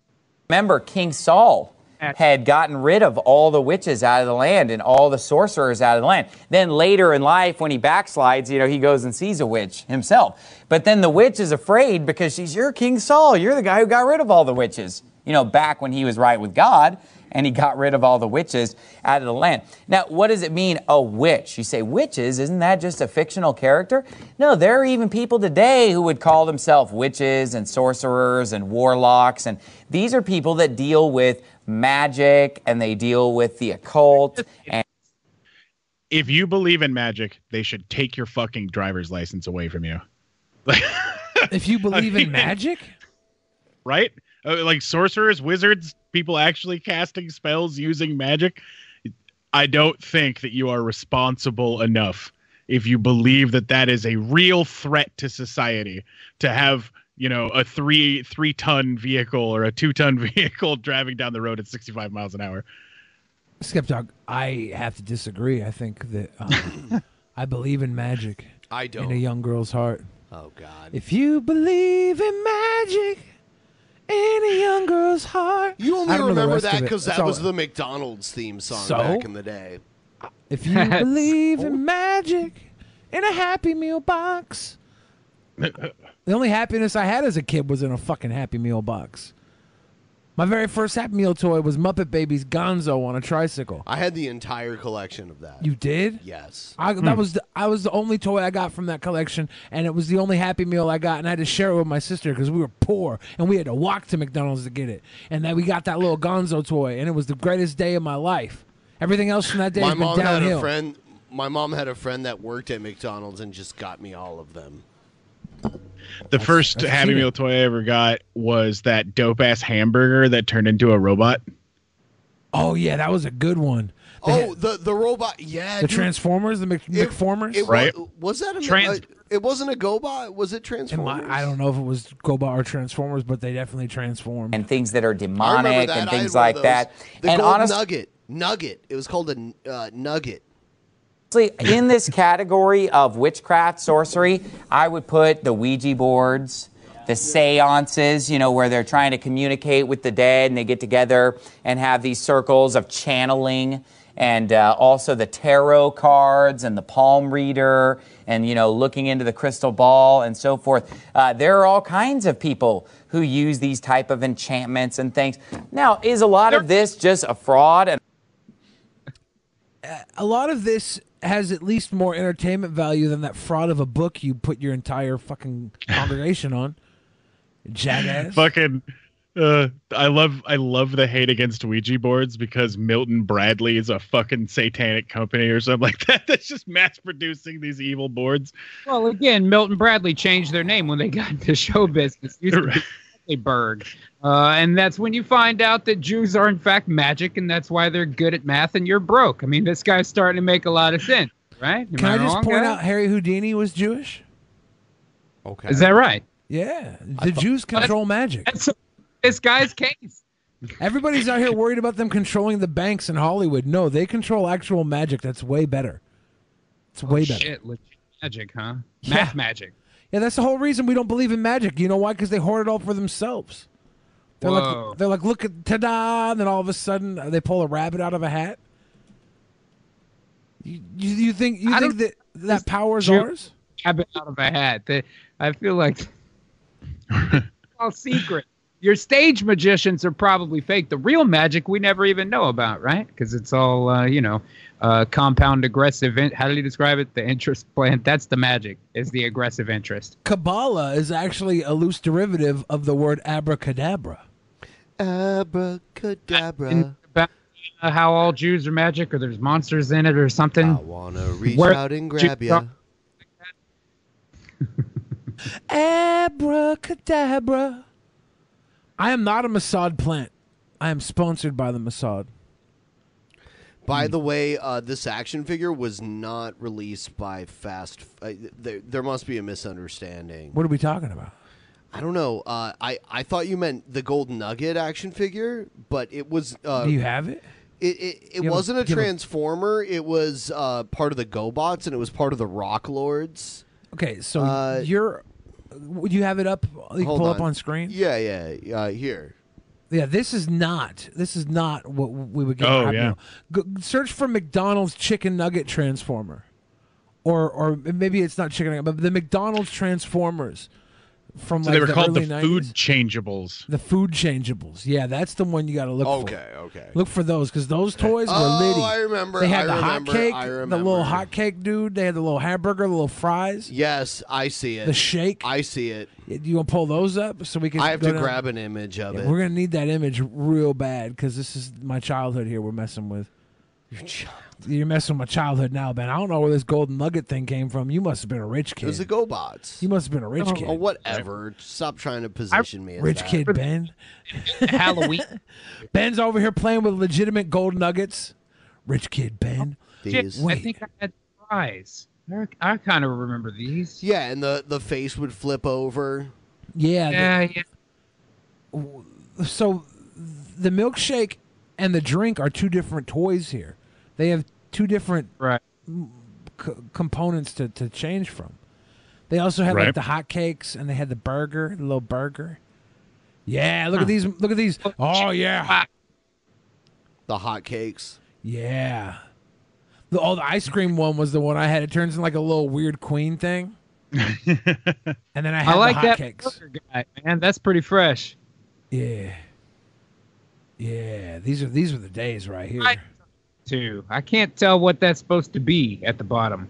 Speaker 20: Remember, King Saul had gotten rid of all the witches out of the land and all the sorcerers out of the land. Then later in life, when he backslides, you know, he goes and sees a witch himself. But then the witch is afraid because she's, You're King Saul. You're the guy who got rid of all the witches, you know, back when he was right with God and he got rid of all the witches out of the land. Now, what does it mean, a witch? You say, witches, isn't that just a fictional character? No, there are even people today who would call themselves witches and sorcerers and warlocks. And these are people that deal with magic and they deal with the occult. And
Speaker 6: If you believe in magic, they should take your fucking driver's license away from you.
Speaker 4: if you believe in magic,
Speaker 6: right? Uh, like sorcerers, wizards, people actually casting spells using magic. I don't think that you are responsible enough if you believe that that is a real threat to society to have you know a three three ton vehicle or a two ton vehicle driving down the road at 65 miles an hour
Speaker 4: Skepdog, I have to disagree. I think that um, I believe in magic.
Speaker 1: I
Speaker 4: In
Speaker 1: don't.
Speaker 4: a young girl's heart.
Speaker 1: Oh, God.
Speaker 4: If you believe in magic in a young girl's heart.
Speaker 1: You only
Speaker 4: I don't know the
Speaker 1: remember
Speaker 4: rest of
Speaker 1: that
Speaker 4: it.
Speaker 1: because
Speaker 4: That's
Speaker 1: that
Speaker 4: all-
Speaker 1: was the McDonald's theme song
Speaker 4: So?
Speaker 1: back in the day.
Speaker 4: If you believe in magic in a Happy Meal box. The only happiness I had as a kid was in a fucking Happy Meal box. My very first Happy Meal toy was Muppet Babies Gonzo on a tricycle.
Speaker 1: I had the entire collection of that.
Speaker 4: You did?
Speaker 1: Yes.
Speaker 4: I, that was the, I was the only toy I got from that collection, and it was the only Happy Meal I got, and I had to share it with my sister because we were poor and we had to walk to McDonald's to get it, and then we got that little Gonzo toy, and it was the greatest day of my life. Everything else from that day
Speaker 1: my
Speaker 4: has been
Speaker 1: mom
Speaker 4: downhill.
Speaker 1: had a friend. My mom had a friend that worked at McDonald's and just got me all of them.
Speaker 6: The first
Speaker 1: that's
Speaker 6: Happy
Speaker 1: cheating.
Speaker 6: Meal toy I ever got was that dope ass hamburger that turned into a robot.
Speaker 4: Oh yeah, that was a good one.
Speaker 1: oh, the the robot. Yeah.
Speaker 4: the
Speaker 1: dude.
Speaker 4: Transformers, the Mc, McFormers,
Speaker 1: It wa- Was that a,
Speaker 4: Trans-
Speaker 1: a- It wasn't a GoBot. Was it
Speaker 4: And my-
Speaker 1: Transformers?
Speaker 4: I don't know if it was Gobot or Transformers, but they definitely transformed.
Speaker 20: And things that are
Speaker 1: I remember
Speaker 20: demonic
Speaker 1: that.
Speaker 20: and
Speaker 1: I had
Speaker 20: things
Speaker 1: one
Speaker 20: like
Speaker 1: of those.
Speaker 20: that.
Speaker 1: The
Speaker 20: and
Speaker 1: gold
Speaker 20: honest-
Speaker 1: nugget. Nugget. It was called a uh, nugget.
Speaker 20: Honestly, in this category of witchcraft, sorcery, I would put the Ouija boards, the seances, you know, where they're trying to communicate with the dead and they get together and have these circles of channeling, and uh, also the tarot cards and the palm reader and, you know, looking into the crystal ball and so forth. Uh, there are all kinds of people who use these type of enchantments and things. Now, is a lot of this just a fraud? And-
Speaker 4: a lot of this has at least more entertainment value than that fraud of a book you put your entire fucking congregation on. Jackass.
Speaker 6: Fucking. Uh, I love I love the hate against Ouija boards because Milton Bradley is a fucking satanic company or something like that. That's just mass producing these evil boards.
Speaker 5: Well, again, Milton Bradley changed their name when they got into show business. It used to be Bradleyburg. Uh, and that's when you find out that Jews are, in fact, magic, and that's why they're good at math and you're broke. I mean, this guy's starting to make a lot of sense, right? Am
Speaker 4: Can I, just
Speaker 5: wrong,
Speaker 4: point
Speaker 5: guys?
Speaker 4: out Harry Houdini was Jewish?
Speaker 1: Okay.
Speaker 5: Is that right?
Speaker 4: Yeah. The Jews control magic.
Speaker 5: this guy's case.
Speaker 4: Everybody's out here worried about them controlling the banks in Hollywood. No, they control actual magic. That's way better. It's way better.
Speaker 5: Shit, legit magic, huh?
Speaker 4: Yeah.
Speaker 5: Math magic.
Speaker 4: Yeah, that's the whole reason we don't believe in magic. You know why? Because they hoard it all for themselves. They're
Speaker 5: Whoa.
Speaker 4: like, they're like, look at ta-da, and then all of a sudden uh, they pull a rabbit out of a hat. You, you, you think you think that that power is
Speaker 5: Jew-
Speaker 4: ours?
Speaker 5: Rabbit out of a hat. They- I feel like it's all secret. Your stage magicians are probably fake. The real magic we never even know about, right? Because it's all uh, you know, uh, compound aggressive. In- How did he describe it? The interest plan. That's the magic. Is the aggressive interest.
Speaker 4: Kabbalah is actually a loose derivative of the word abracadabra.
Speaker 1: Abracadabra.
Speaker 5: About uh, how all Jews are magic, or there's monsters in it, or something. I
Speaker 1: wanna reach out and grab ya.
Speaker 4: Abracadabra. I am not a Mossad plant. I am sponsored by the Mossad. Hmm.
Speaker 1: By the way, uh, this action figure was not released by Fast. Uh, there, there must be a misunderstanding.
Speaker 4: What are we talking about?
Speaker 1: I don't know. Uh, I I thought you meant the Gold Nugget action figure, but it was. Uh,
Speaker 4: Do you have it?
Speaker 1: It it, it
Speaker 4: You have a-
Speaker 1: wasn't a
Speaker 4: you have a-
Speaker 1: transformer. It was uh, part of the GoBots, and it was part of the Rock Lords.
Speaker 4: Okay, so you're. Would you have it up? You
Speaker 1: Uh, hold
Speaker 4: pull up on screen.
Speaker 1: Yeah, yeah, uh, here.
Speaker 4: Yeah, this is not. This is not what we would get.
Speaker 1: Oh,
Speaker 4: happy
Speaker 1: yeah.
Speaker 4: meal. Go, search for McDonald's chicken nugget transformer, or or maybe it's not chicken nugget, but the McDonald's transformers from
Speaker 6: So
Speaker 4: like
Speaker 6: they were
Speaker 4: the
Speaker 6: called the
Speaker 4: early 90s.
Speaker 6: food changeables.
Speaker 4: The food changeables. Yeah, that's the one you got to look for.
Speaker 6: Okay,
Speaker 1: okay.
Speaker 4: Look for those because those toys were
Speaker 1: Oh,
Speaker 4: litty.
Speaker 1: I remember,
Speaker 4: They had the
Speaker 1: I remember,
Speaker 4: hot cake,
Speaker 1: I
Speaker 4: the little hot cake dude. They had the little hamburger, the little fries.
Speaker 1: Yes, I see it.
Speaker 4: The shake.
Speaker 1: I see it.
Speaker 4: Y- You gonna pull those up so we can?
Speaker 1: I have
Speaker 4: go
Speaker 1: to
Speaker 4: down-
Speaker 1: grab an image of
Speaker 4: Yeah,
Speaker 1: it.
Speaker 4: We're gonna need that image real bad because this is my childhood. Here we're messing with.
Speaker 1: Your childhood.
Speaker 4: You're messing with my childhood now, man. I don't know where this golden nugget thing came from. You must have been a rich kid.
Speaker 1: It was the GoBots.
Speaker 4: You must have been a rich
Speaker 1: Oh,
Speaker 4: kid.
Speaker 1: oh, whatever. Stop trying to position me as
Speaker 4: Rich
Speaker 1: that.
Speaker 4: kid Ben.
Speaker 5: Halloween.
Speaker 4: Ben's over here playing with legitimate gold nuggets. Rich kid Ben.
Speaker 5: Shit, I think I had fries. I, I kind of remember these.
Speaker 1: Yeah, and the the face would flip over.
Speaker 4: Yeah.
Speaker 5: Yeah,
Speaker 4: the- So the milkshake and the drink are two different toys here. They have two different m- co- components to, to change from. They also had like
Speaker 18: Right.
Speaker 4: the hot cakes and they had the burger, the little burger. Yeah, look at these. Look at these. Oh yeah.
Speaker 1: The hot cakes.
Speaker 4: Yeah. The, oh, the ice cream one was the one I had. It turns into like a little weird queen thing. and then I
Speaker 5: I
Speaker 4: had
Speaker 5: like
Speaker 4: the hot
Speaker 5: that
Speaker 4: cakes.
Speaker 5: burger guy, man. That's pretty fresh.
Speaker 4: Yeah. Yeah, these are these are the days right here.
Speaker 5: Too. I can't tell what that's supposed to be at the bottom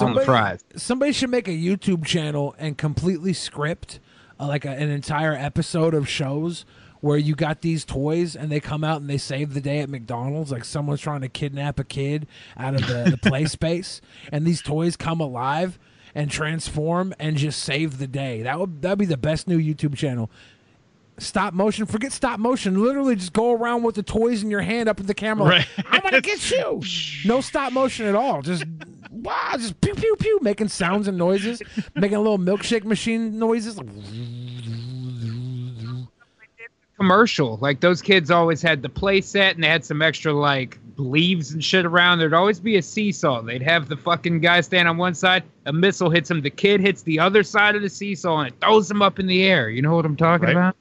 Speaker 5: on the fries.
Speaker 4: somebody should make a YouTube channel and completely script uh, like a, an entire episode of shows where you got these toys and they come out and they save the day at McDonald's. Like someone's trying to kidnap a kid out of the, the play space, and these toys come alive and transform and just save the day. That would that'd be the best new YouTube channel. Stop motion. Forget stop motion. Literally, just go around with the toys in your hand up at the camera. like, I'm gonna get you. No stop motion at all. Just wow, just pew pew pew, making sounds and noises, making a little milkshake machine noises. Like,
Speaker 5: commercial. Like those kids always had the play set and they had some extra like leaves and shit around. There'd always be a seesaw. They'd have the fucking guy stand on one side, a missile hits him, the kid hits the other side of the seesaw and it throws him up in the air. You know what I'm talking about?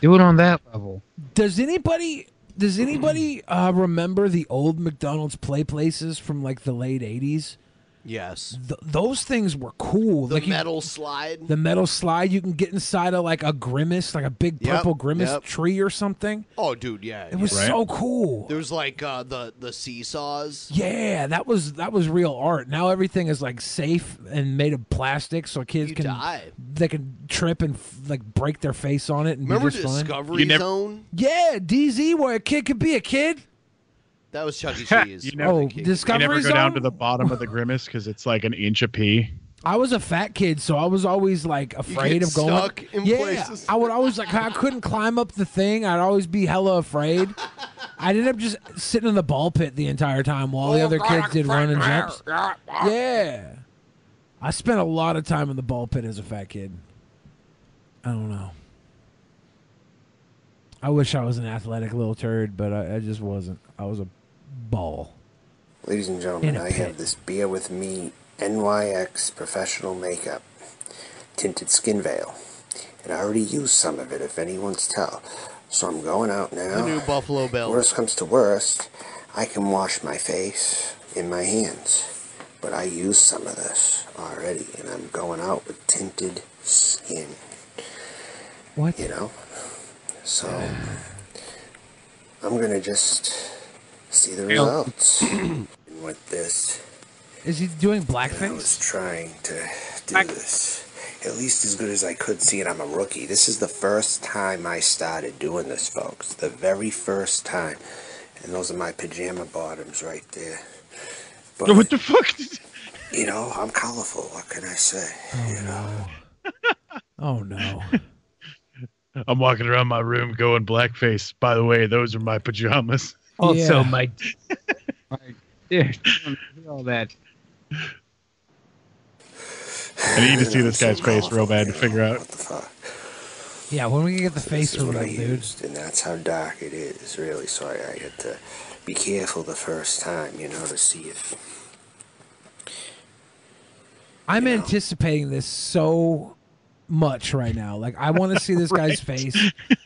Speaker 5: Do it on that level.
Speaker 4: Does anybody does anybody uh, remember the old McDonald's play places from like the late '80s?
Speaker 1: Yes.
Speaker 4: Th- those things were cool.
Speaker 1: The
Speaker 4: like you-
Speaker 1: metal slide.
Speaker 4: the metal slide. You can get inside of like a grimace, like a big
Speaker 1: Yep,
Speaker 4: purple grimace
Speaker 1: yep.
Speaker 4: tree or something.
Speaker 1: Oh, dude, yeah.
Speaker 4: It was so cool.
Speaker 1: There was like uh, the the seesaws.
Speaker 4: Yeah, that was that was real art. Now everything is like safe and made of plastic, so kids can
Speaker 1: die.
Speaker 4: they can trip and f- like break their face on it and
Speaker 1: Remember
Speaker 4: be just fun.
Speaker 1: Discovery You never- Zone?
Speaker 4: Yeah, DZ, where a kid could be a kid.
Speaker 1: That was Chuck E. Cheese.
Speaker 4: You never- Oh,
Speaker 6: you
Speaker 4: Discovery
Speaker 6: never go down
Speaker 4: Zone?
Speaker 6: to the bottom of the grimace because it's like an inch of pee.
Speaker 4: I was a fat kid, so I was always like afraid
Speaker 6: get
Speaker 4: of going.
Speaker 6: stuck in
Speaker 4: yeah,
Speaker 6: places.
Speaker 4: I would always like I couldn't climb up the thing. I'd always be hella afraid. I ended up just sitting in the ball pit the entire time
Speaker 6: Oh,
Speaker 4: while the other kids did running jumps. Yeah, I spent a lot of time in the ball pit as a fat kid. I don't know. I wish I was an athletic little turd, but I, I just wasn't. I was a ball.
Speaker 22: Ladies and
Speaker 4: In
Speaker 22: gentlemen,
Speaker 4: a
Speaker 22: I have this beer with me NYX Professional Makeup Tinted Skin Veil. And I already used some of it, if anyone's tell. So I'm going out now.
Speaker 1: The new Buffalo Bill.
Speaker 22: Worst comes to worst, I can wash my face in my hands. But I used some of this already, and I'm going out with tinted skin.
Speaker 4: What?
Speaker 22: You know? So, I'm gonna just see the
Speaker 4: Yeah.
Speaker 22: results. and with this,
Speaker 4: Is he doing blackface?
Speaker 22: I was trying to do this at least as good as I could, seeing I'm a rookie. This is the first time I started doing this, folks. The very first time. And those are my pajama bottoms right there. But, what the
Speaker 6: fuck?
Speaker 22: You know, I'm colorful. What can I say? you know?
Speaker 4: Oh no.
Speaker 6: I'm walking around my room going blackface. By the way, those are my pajamas.
Speaker 5: Also, my, my yeah, all that.
Speaker 6: I need to see this guy's face real bad to figure out.
Speaker 4: Yeah, when we get the face
Speaker 22: This is
Speaker 4: rolled
Speaker 22: what I
Speaker 4: up, dude.
Speaker 22: used, and that's how dark it is, really. So I, I had to be careful the first time, you know, to see if
Speaker 4: I'm anticipating this so much right now. Like I want to see this guy's face. I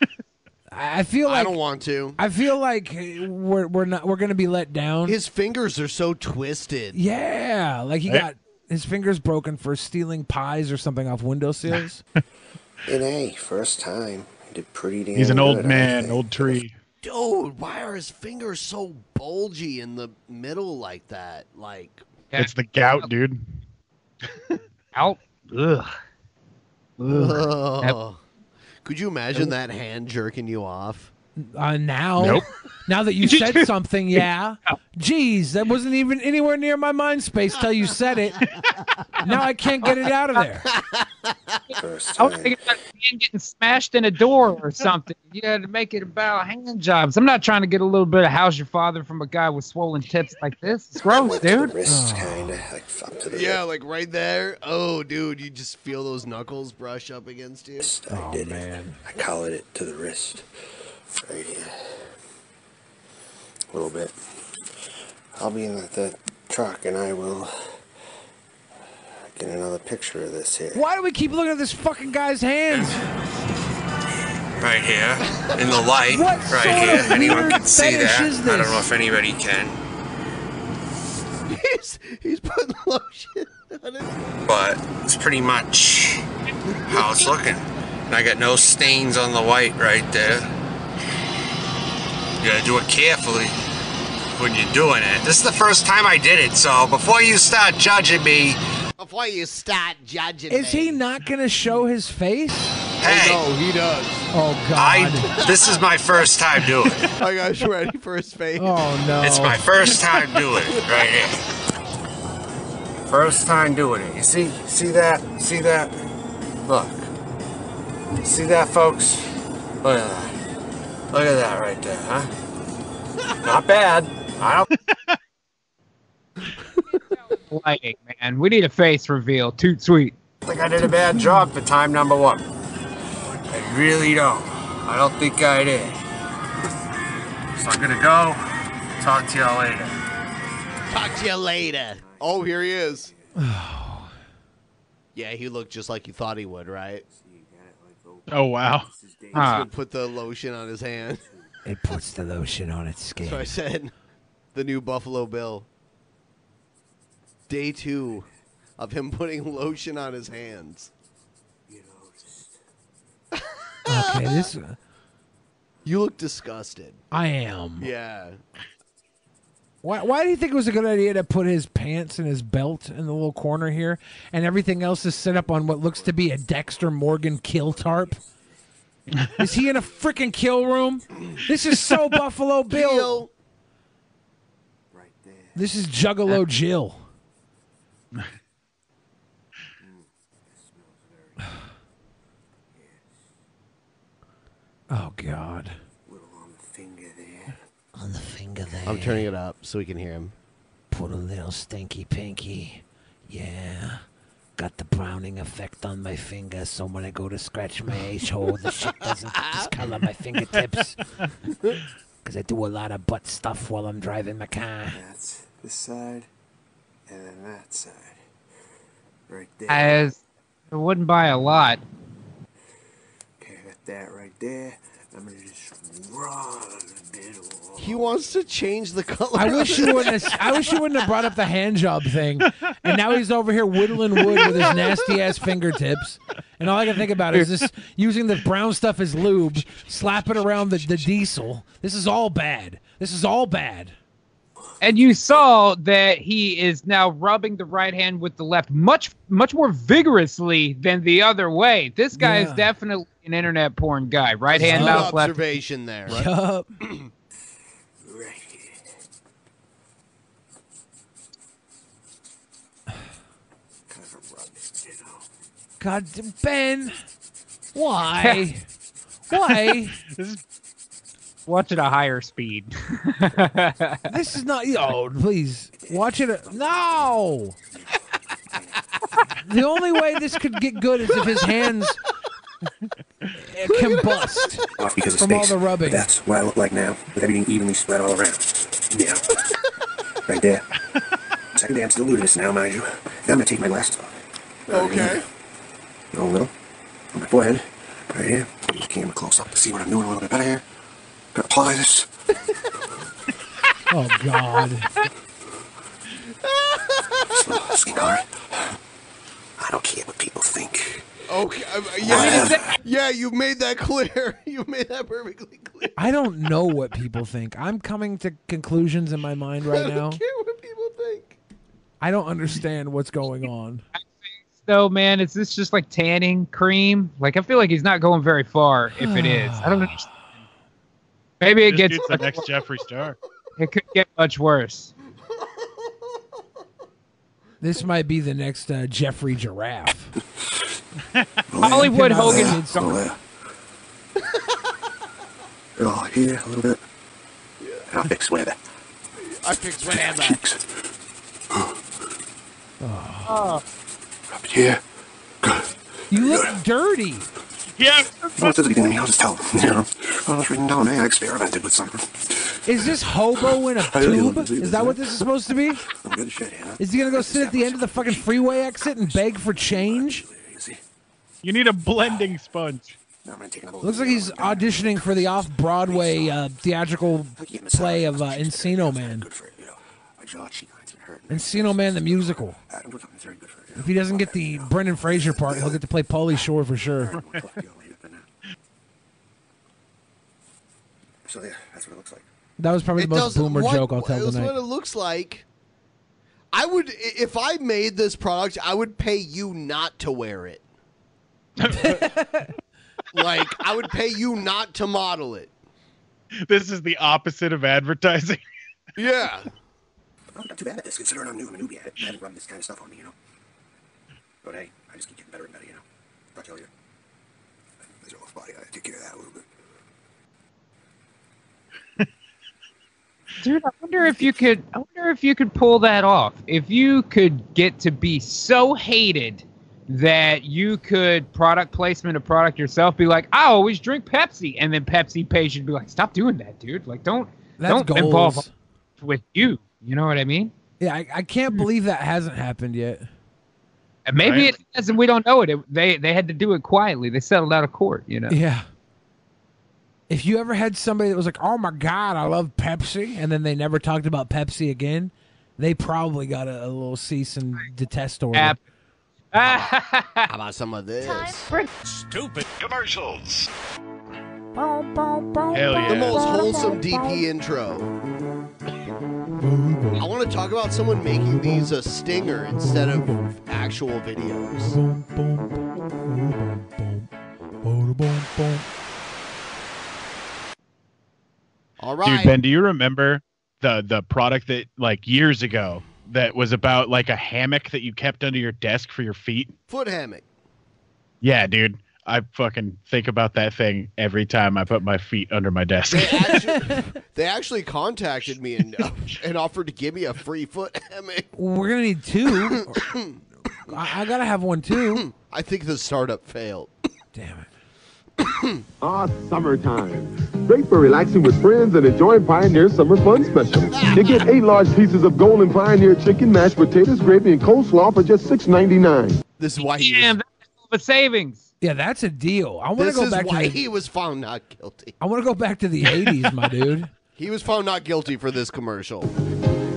Speaker 4: I feel like
Speaker 1: I don't want to.
Speaker 4: I feel like we're we're not we're gonna be let down.
Speaker 1: His fingers are so twisted.
Speaker 4: yeah, like he
Speaker 1: Hey.
Speaker 4: got his fingers broken for stealing pies or something off window sills.
Speaker 22: And hey, first time. I did pretty damn
Speaker 6: He's an old
Speaker 22: good, I
Speaker 6: man,
Speaker 22: think.
Speaker 6: old tree.
Speaker 1: Dude, why are his fingers so bulgy in the middle like that? Like,
Speaker 6: It's the gout, dude.
Speaker 5: Out. Ugh.
Speaker 1: ugh. could you imagine that hand jerking you off?
Speaker 4: Uh, now,
Speaker 1: Nope.
Speaker 4: now that you said something, yeah. Jeez, that wasn't even anywhere near my mind space till you said it. now I can't get it out of there.
Speaker 5: I was thinking about being getting smashed in a door or something. You had to make it about hand jobs. I'm not trying to get a little bit of how's your father from a guy with swollen tips like this. It's gross, dude.
Speaker 22: wrist, kinda like up to the
Speaker 1: Yeah, like right there. Oh, dude, you just feel those knuckles brush up against you.
Speaker 22: I
Speaker 4: Oh,
Speaker 22: did it. I collared it to the wrist. Right here. A little bit. I'll be in the, the truck and I will get another picture of this here.
Speaker 4: Why do we keep looking at this fucking guy's hands?
Speaker 8: right here in the light
Speaker 4: What
Speaker 8: right
Speaker 4: sort
Speaker 8: here
Speaker 4: of
Speaker 8: anyone
Speaker 4: weird
Speaker 8: can see
Speaker 4: fetish
Speaker 8: that
Speaker 4: is
Speaker 8: i
Speaker 4: this?
Speaker 8: don't know if anybody can
Speaker 1: he's, he's putting lotion on his
Speaker 8: but it's pretty much how it's looking and i got no stains on the white right there You gotta do it carefully when you're doing it. This is the first time I did it, so before you start judging me,
Speaker 1: Before you start judging
Speaker 4: Is he not going to show his face?
Speaker 8: hey,
Speaker 1: Oh, he does.
Speaker 4: Oh God!
Speaker 8: I this is my first time doing it.
Speaker 1: I got ready for his face.
Speaker 4: Oh no!
Speaker 8: It's my first time doing it right here. First time doing it. You see? See that? See that? Look. See that, folks? Look at that. Look at that right there, huh? Not bad. I don't.
Speaker 5: Lighting, man. We need a face reveal. Toot sweet.
Speaker 8: I think I did a bad job for time number one. I really don't. I don't think I did. So I'm gonna go. Talk to y'all later.
Speaker 1: Talk to you later. Oh, here he is. yeah, he looked just like you thought he would, right?
Speaker 6: Oh wow.
Speaker 1: He's
Speaker 6: Ah.
Speaker 1: gonna put the lotion on his hand.
Speaker 4: It puts the lotion on its skin.
Speaker 1: So I said, the new Buffalo Bill. Day two of him putting lotion on his hands.
Speaker 4: Okay, this.
Speaker 1: You look disgusted.
Speaker 4: I am.
Speaker 1: Yeah.
Speaker 4: Why, why do you think it was a good idea to put his pants and his belt in the little corner here, and everything else is set up on what looks to be a Dexter Morgan kill tarp? is he in a freaking kill room? This is so Buffalo Bill. This is Juggalo Jill. oh God. On the finger there.
Speaker 1: I'm turning it up so we can hear him.
Speaker 4: Put a little stinky pinky. Yeah. Got the browning effect on my finger, so when I go to scratch my H hole, the shit doesn't discolor my fingertips. Because I do a lot of butt stuff while I'm driving my car.
Speaker 22: That's this side, and then that side. Right there.
Speaker 5: As I wouldn't buy a lot.
Speaker 22: Okay, I got that right there. I'm gonna just run a bit.
Speaker 1: He wants to change the color.
Speaker 4: I
Speaker 1: of
Speaker 4: wish
Speaker 1: it.
Speaker 4: you wouldn't. Have, I wish you wouldn't have brought up the hand job thing. And now he's over here whittling wood with his nasty ass fingertips. And all I can think about is this: using the brown stuff as lube, slap it around the, the diesel. This is all bad. This is all bad.
Speaker 5: And you saw that he is now rubbing the right hand with the left much much more vigorously than the other way. This guy is
Speaker 1: Yeah.
Speaker 5: definitely an internet porn guy. Right hand,
Speaker 1: Good
Speaker 5: mouth left.
Speaker 1: observation there.
Speaker 4: Yup. God, d- Ben, why? Why?
Speaker 5: Watch at a higher speed.
Speaker 4: this is not. Oh, please watch it. No. the only way this could get good is if his hands combust
Speaker 22: Off because of
Speaker 4: from all
Speaker 22: space.
Speaker 4: the rubbing.
Speaker 22: But that's what I look like now, with everything evenly spread all around. Yeah. right there. Second dance to ludicrous now, mind you. Now I'm gonna take my glasses off. Okay. A little. On my forehead. Right here. Get the camera close up to see what I'm doing a little bit better here. Gonna apply this.
Speaker 4: oh God.
Speaker 22: Slow skin color. I don't care what people think.
Speaker 1: Okay. I- I- Yeah, yeah, you made that clear. You made that perfectly clear.
Speaker 4: I don't know what people think. I'm coming to conclusions in my mind right
Speaker 1: I
Speaker 4: now.
Speaker 1: don't care what people think.
Speaker 4: I don't understand what's going on.
Speaker 5: Though, man, is this just like tanning cream? Like, I feel like he's not going very far. If it is, I don't understand. Maybe it
Speaker 6: This
Speaker 5: gets
Speaker 6: dude's the next Jeffree Star.
Speaker 5: It could get much worse.
Speaker 4: This might be the next uh, Jeffrey Giraffe.
Speaker 5: Hollywood Hogan.
Speaker 22: It's all there. It all here a little bit. And I'll fix whatever.
Speaker 1: I fixed whatever.
Speaker 5: Oh.
Speaker 22: Up here.
Speaker 4: Ah, You look dirty.
Speaker 6: Yeah.
Speaker 22: Most of the beginning, I'll just tell. You know, I was reading down. Hey, I experimented with something.
Speaker 4: Is this hobo in a
Speaker 22: I really
Speaker 4: tube?
Speaker 22: love to do
Speaker 4: Is
Speaker 22: this,
Speaker 4: that what
Speaker 22: yeah.
Speaker 4: this is supposed to be?
Speaker 22: I'm good at shit, yeah.
Speaker 4: Is he gonna go sit at the end of the fucking freeway exit and beg for change?
Speaker 6: You need a blending sponge.
Speaker 22: Now I'm gonna take another
Speaker 4: Looks like he's auditioning for the off-Broadway uh, theatrical play of uh, Encino Man.
Speaker 22: My jaw cheek lines are hurting.
Speaker 4: Encino Man the musical.
Speaker 22: I'm doing something very good for
Speaker 4: If he doesn't get the Brendan Fraser part, he'll get to play Paulie Shore for sure.
Speaker 22: you. So there, that's what it looks like.
Speaker 4: That was probably the most
Speaker 1: doesn't-
Speaker 4: boomer
Speaker 1: what-
Speaker 4: joke I'll tell
Speaker 1: That's
Speaker 4: tonight.
Speaker 1: what it looks like. I would, i- if I made this product, I would pay you not to wear it. like I would pay you not to model it.
Speaker 6: This is the opposite of advertising.
Speaker 1: Yeah.
Speaker 8: I'm not too bad at this, considering I'm new. I'm a newbie at it. I haven't run this kind of stuff on me, you know. But hey, I just keep getting better and better, you know. I'll tell you. There's a body. I gotta take care of that a little bit.
Speaker 5: Dude, I wonder if you could. I wonder if you could pull that off. If you could get to be so hated that you could product placement a product yourself, be like, I always drink Pepsi, and then Pepsi pays you to be like, stop doing that, dude. Like, don't
Speaker 4: That's
Speaker 5: don't
Speaker 4: goals.
Speaker 5: involve with you. You know what I mean? Hmm.
Speaker 4: Yeah, I, I can't believe that hasn't happened yet.
Speaker 5: And maybe
Speaker 4: Right.
Speaker 5: it does, and we don't know it. It- They they had to do it quietly. They settled out of court. You know.
Speaker 4: Yeah. If you ever had somebody that was like, "Oh my god, I love Pepsi," and then they never talked about Pepsi again, they probably got a, a little cease and detest order.
Speaker 1: App. How about some of this?
Speaker 18: Stupid commercials.
Speaker 1: Hell
Speaker 18: yeah.
Speaker 1: The most wholesome DP intro. I want to talk about someone making these a stinger instead of actual videos. All right.
Speaker 6: Dude, Ben, do you remember the the product that like years ago that was about like a hammock that you kept under your desk for your feet?
Speaker 1: Foot hammock.
Speaker 6: Yeah, dude. I fucking think about that thing every time I put my feet under my desk.
Speaker 1: They actually contacted me and uh, and offered to give me a free foot hammock.
Speaker 4: We're gonna need two. I, I gotta have one too.
Speaker 1: I think the startup failed.
Speaker 2: Ah, summertime. Great for relaxing with friends and enjoying Pioneer Summer Fun Special. You get eight large pieces of golden Pioneer chicken, mashed potatoes, gravy, and coleslaw for just $6.99.
Speaker 1: This is why he.
Speaker 5: Damn, that's the savings.
Speaker 4: Yeah, that's a deal. I want
Speaker 1: this
Speaker 4: to go
Speaker 1: is
Speaker 4: back
Speaker 1: why
Speaker 4: to
Speaker 1: he
Speaker 4: the,
Speaker 1: was found not guilty.
Speaker 4: I want to go back to the '80s, my dude.
Speaker 1: He was found not guilty for this commercial.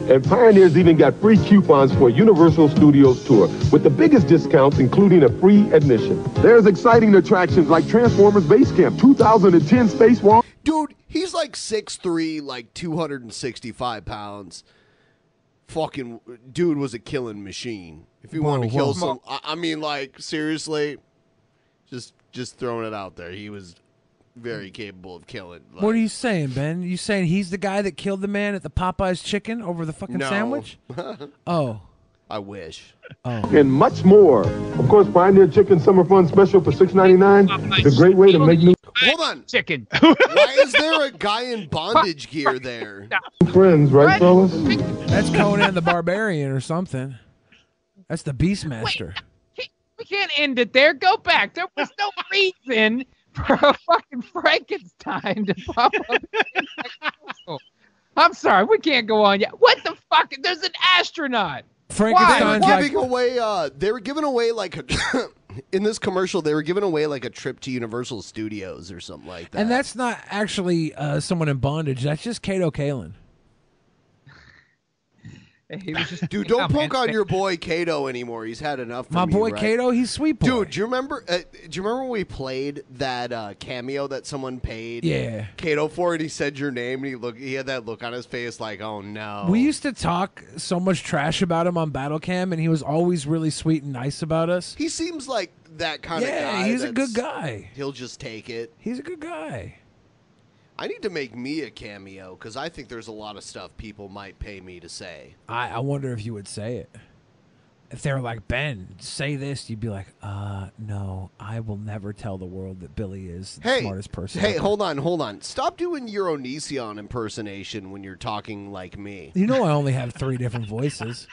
Speaker 2: And Pioneer's even got free coupons for Universal Studios tour with the biggest discounts, including a free admission. There's exciting attractions like Transformers Base Camp, 2010 Spacewalk.
Speaker 1: Dude, he's like 6'3", like 265 pounds. Fucking dude was a killing machine. If you
Speaker 2: Whoa,
Speaker 1: want to
Speaker 2: whoa.
Speaker 1: kill some, I, I mean, like seriously, just just throwing it out there. He was very capable of killing. Like,
Speaker 4: What are you saying, Ben? You saying he's the guy that killed the man at the Popeyes chicken over the fucking
Speaker 1: No.
Speaker 4: sandwich? Oh,
Speaker 1: I wish.
Speaker 2: and much more. Of course, Pioneer Chicken Summer Fun Special for $6.99 is a great way to make new
Speaker 1: Hold on,
Speaker 5: chicken.
Speaker 1: Why is there a guy in bondage gear there?
Speaker 2: friends, right, fellas?
Speaker 4: that's Conan the Barbarian or something. That's the Beastmaster.
Speaker 5: We can't end it there. Go back. There was no reason for a fucking Frankenstein to pop up. in that commercial. I'm sorry, we can't go on yet. What the fuck? There's an astronaut.
Speaker 1: Why?
Speaker 4: Frankenstein's
Speaker 1: They were
Speaker 4: like-
Speaker 1: giving away. Uh, they were giving away like a. in this commercial, they were giving away like a trip to Universal Studios or something like that.
Speaker 4: And that's not actually uh, someone in bondage. That's just Kato Kalin.
Speaker 1: Dude, don't poke on your boy Kato anymore. He's had enough.
Speaker 4: My
Speaker 1: from
Speaker 4: boy
Speaker 1: you, right?
Speaker 4: Kato, he's sweet boy.
Speaker 1: Dude, do you remember? Uh, do you remember when we played that uh, cameo that someone paid?
Speaker 4: Yeah.
Speaker 1: Kato for it. He said your name, and he look. He had that look on his face, like, "Oh no."
Speaker 4: We used to talk so much trash about him on Battle Cam, and he was always really sweet and nice about us.
Speaker 1: he seems like that kind of
Speaker 4: Yeah,
Speaker 1: guy.
Speaker 4: he's a good
Speaker 1: that's-
Speaker 4: guy.
Speaker 1: He'll just take it.
Speaker 4: He's a good guy.
Speaker 1: I need to make me a cameo because I think there's a lot of stuff people might pay me to say.
Speaker 4: I, I wonder if you would say it. If they were like, Ben, say this, you'd be like, uh, no, I will never tell the world that Billy is the
Speaker 1: Hey,
Speaker 4: smartest person.
Speaker 1: Hey,
Speaker 4: ever."
Speaker 1: hold on, hold on. Stop doing your Onision impersonation when you're talking like me.
Speaker 4: You know I only have three different voices.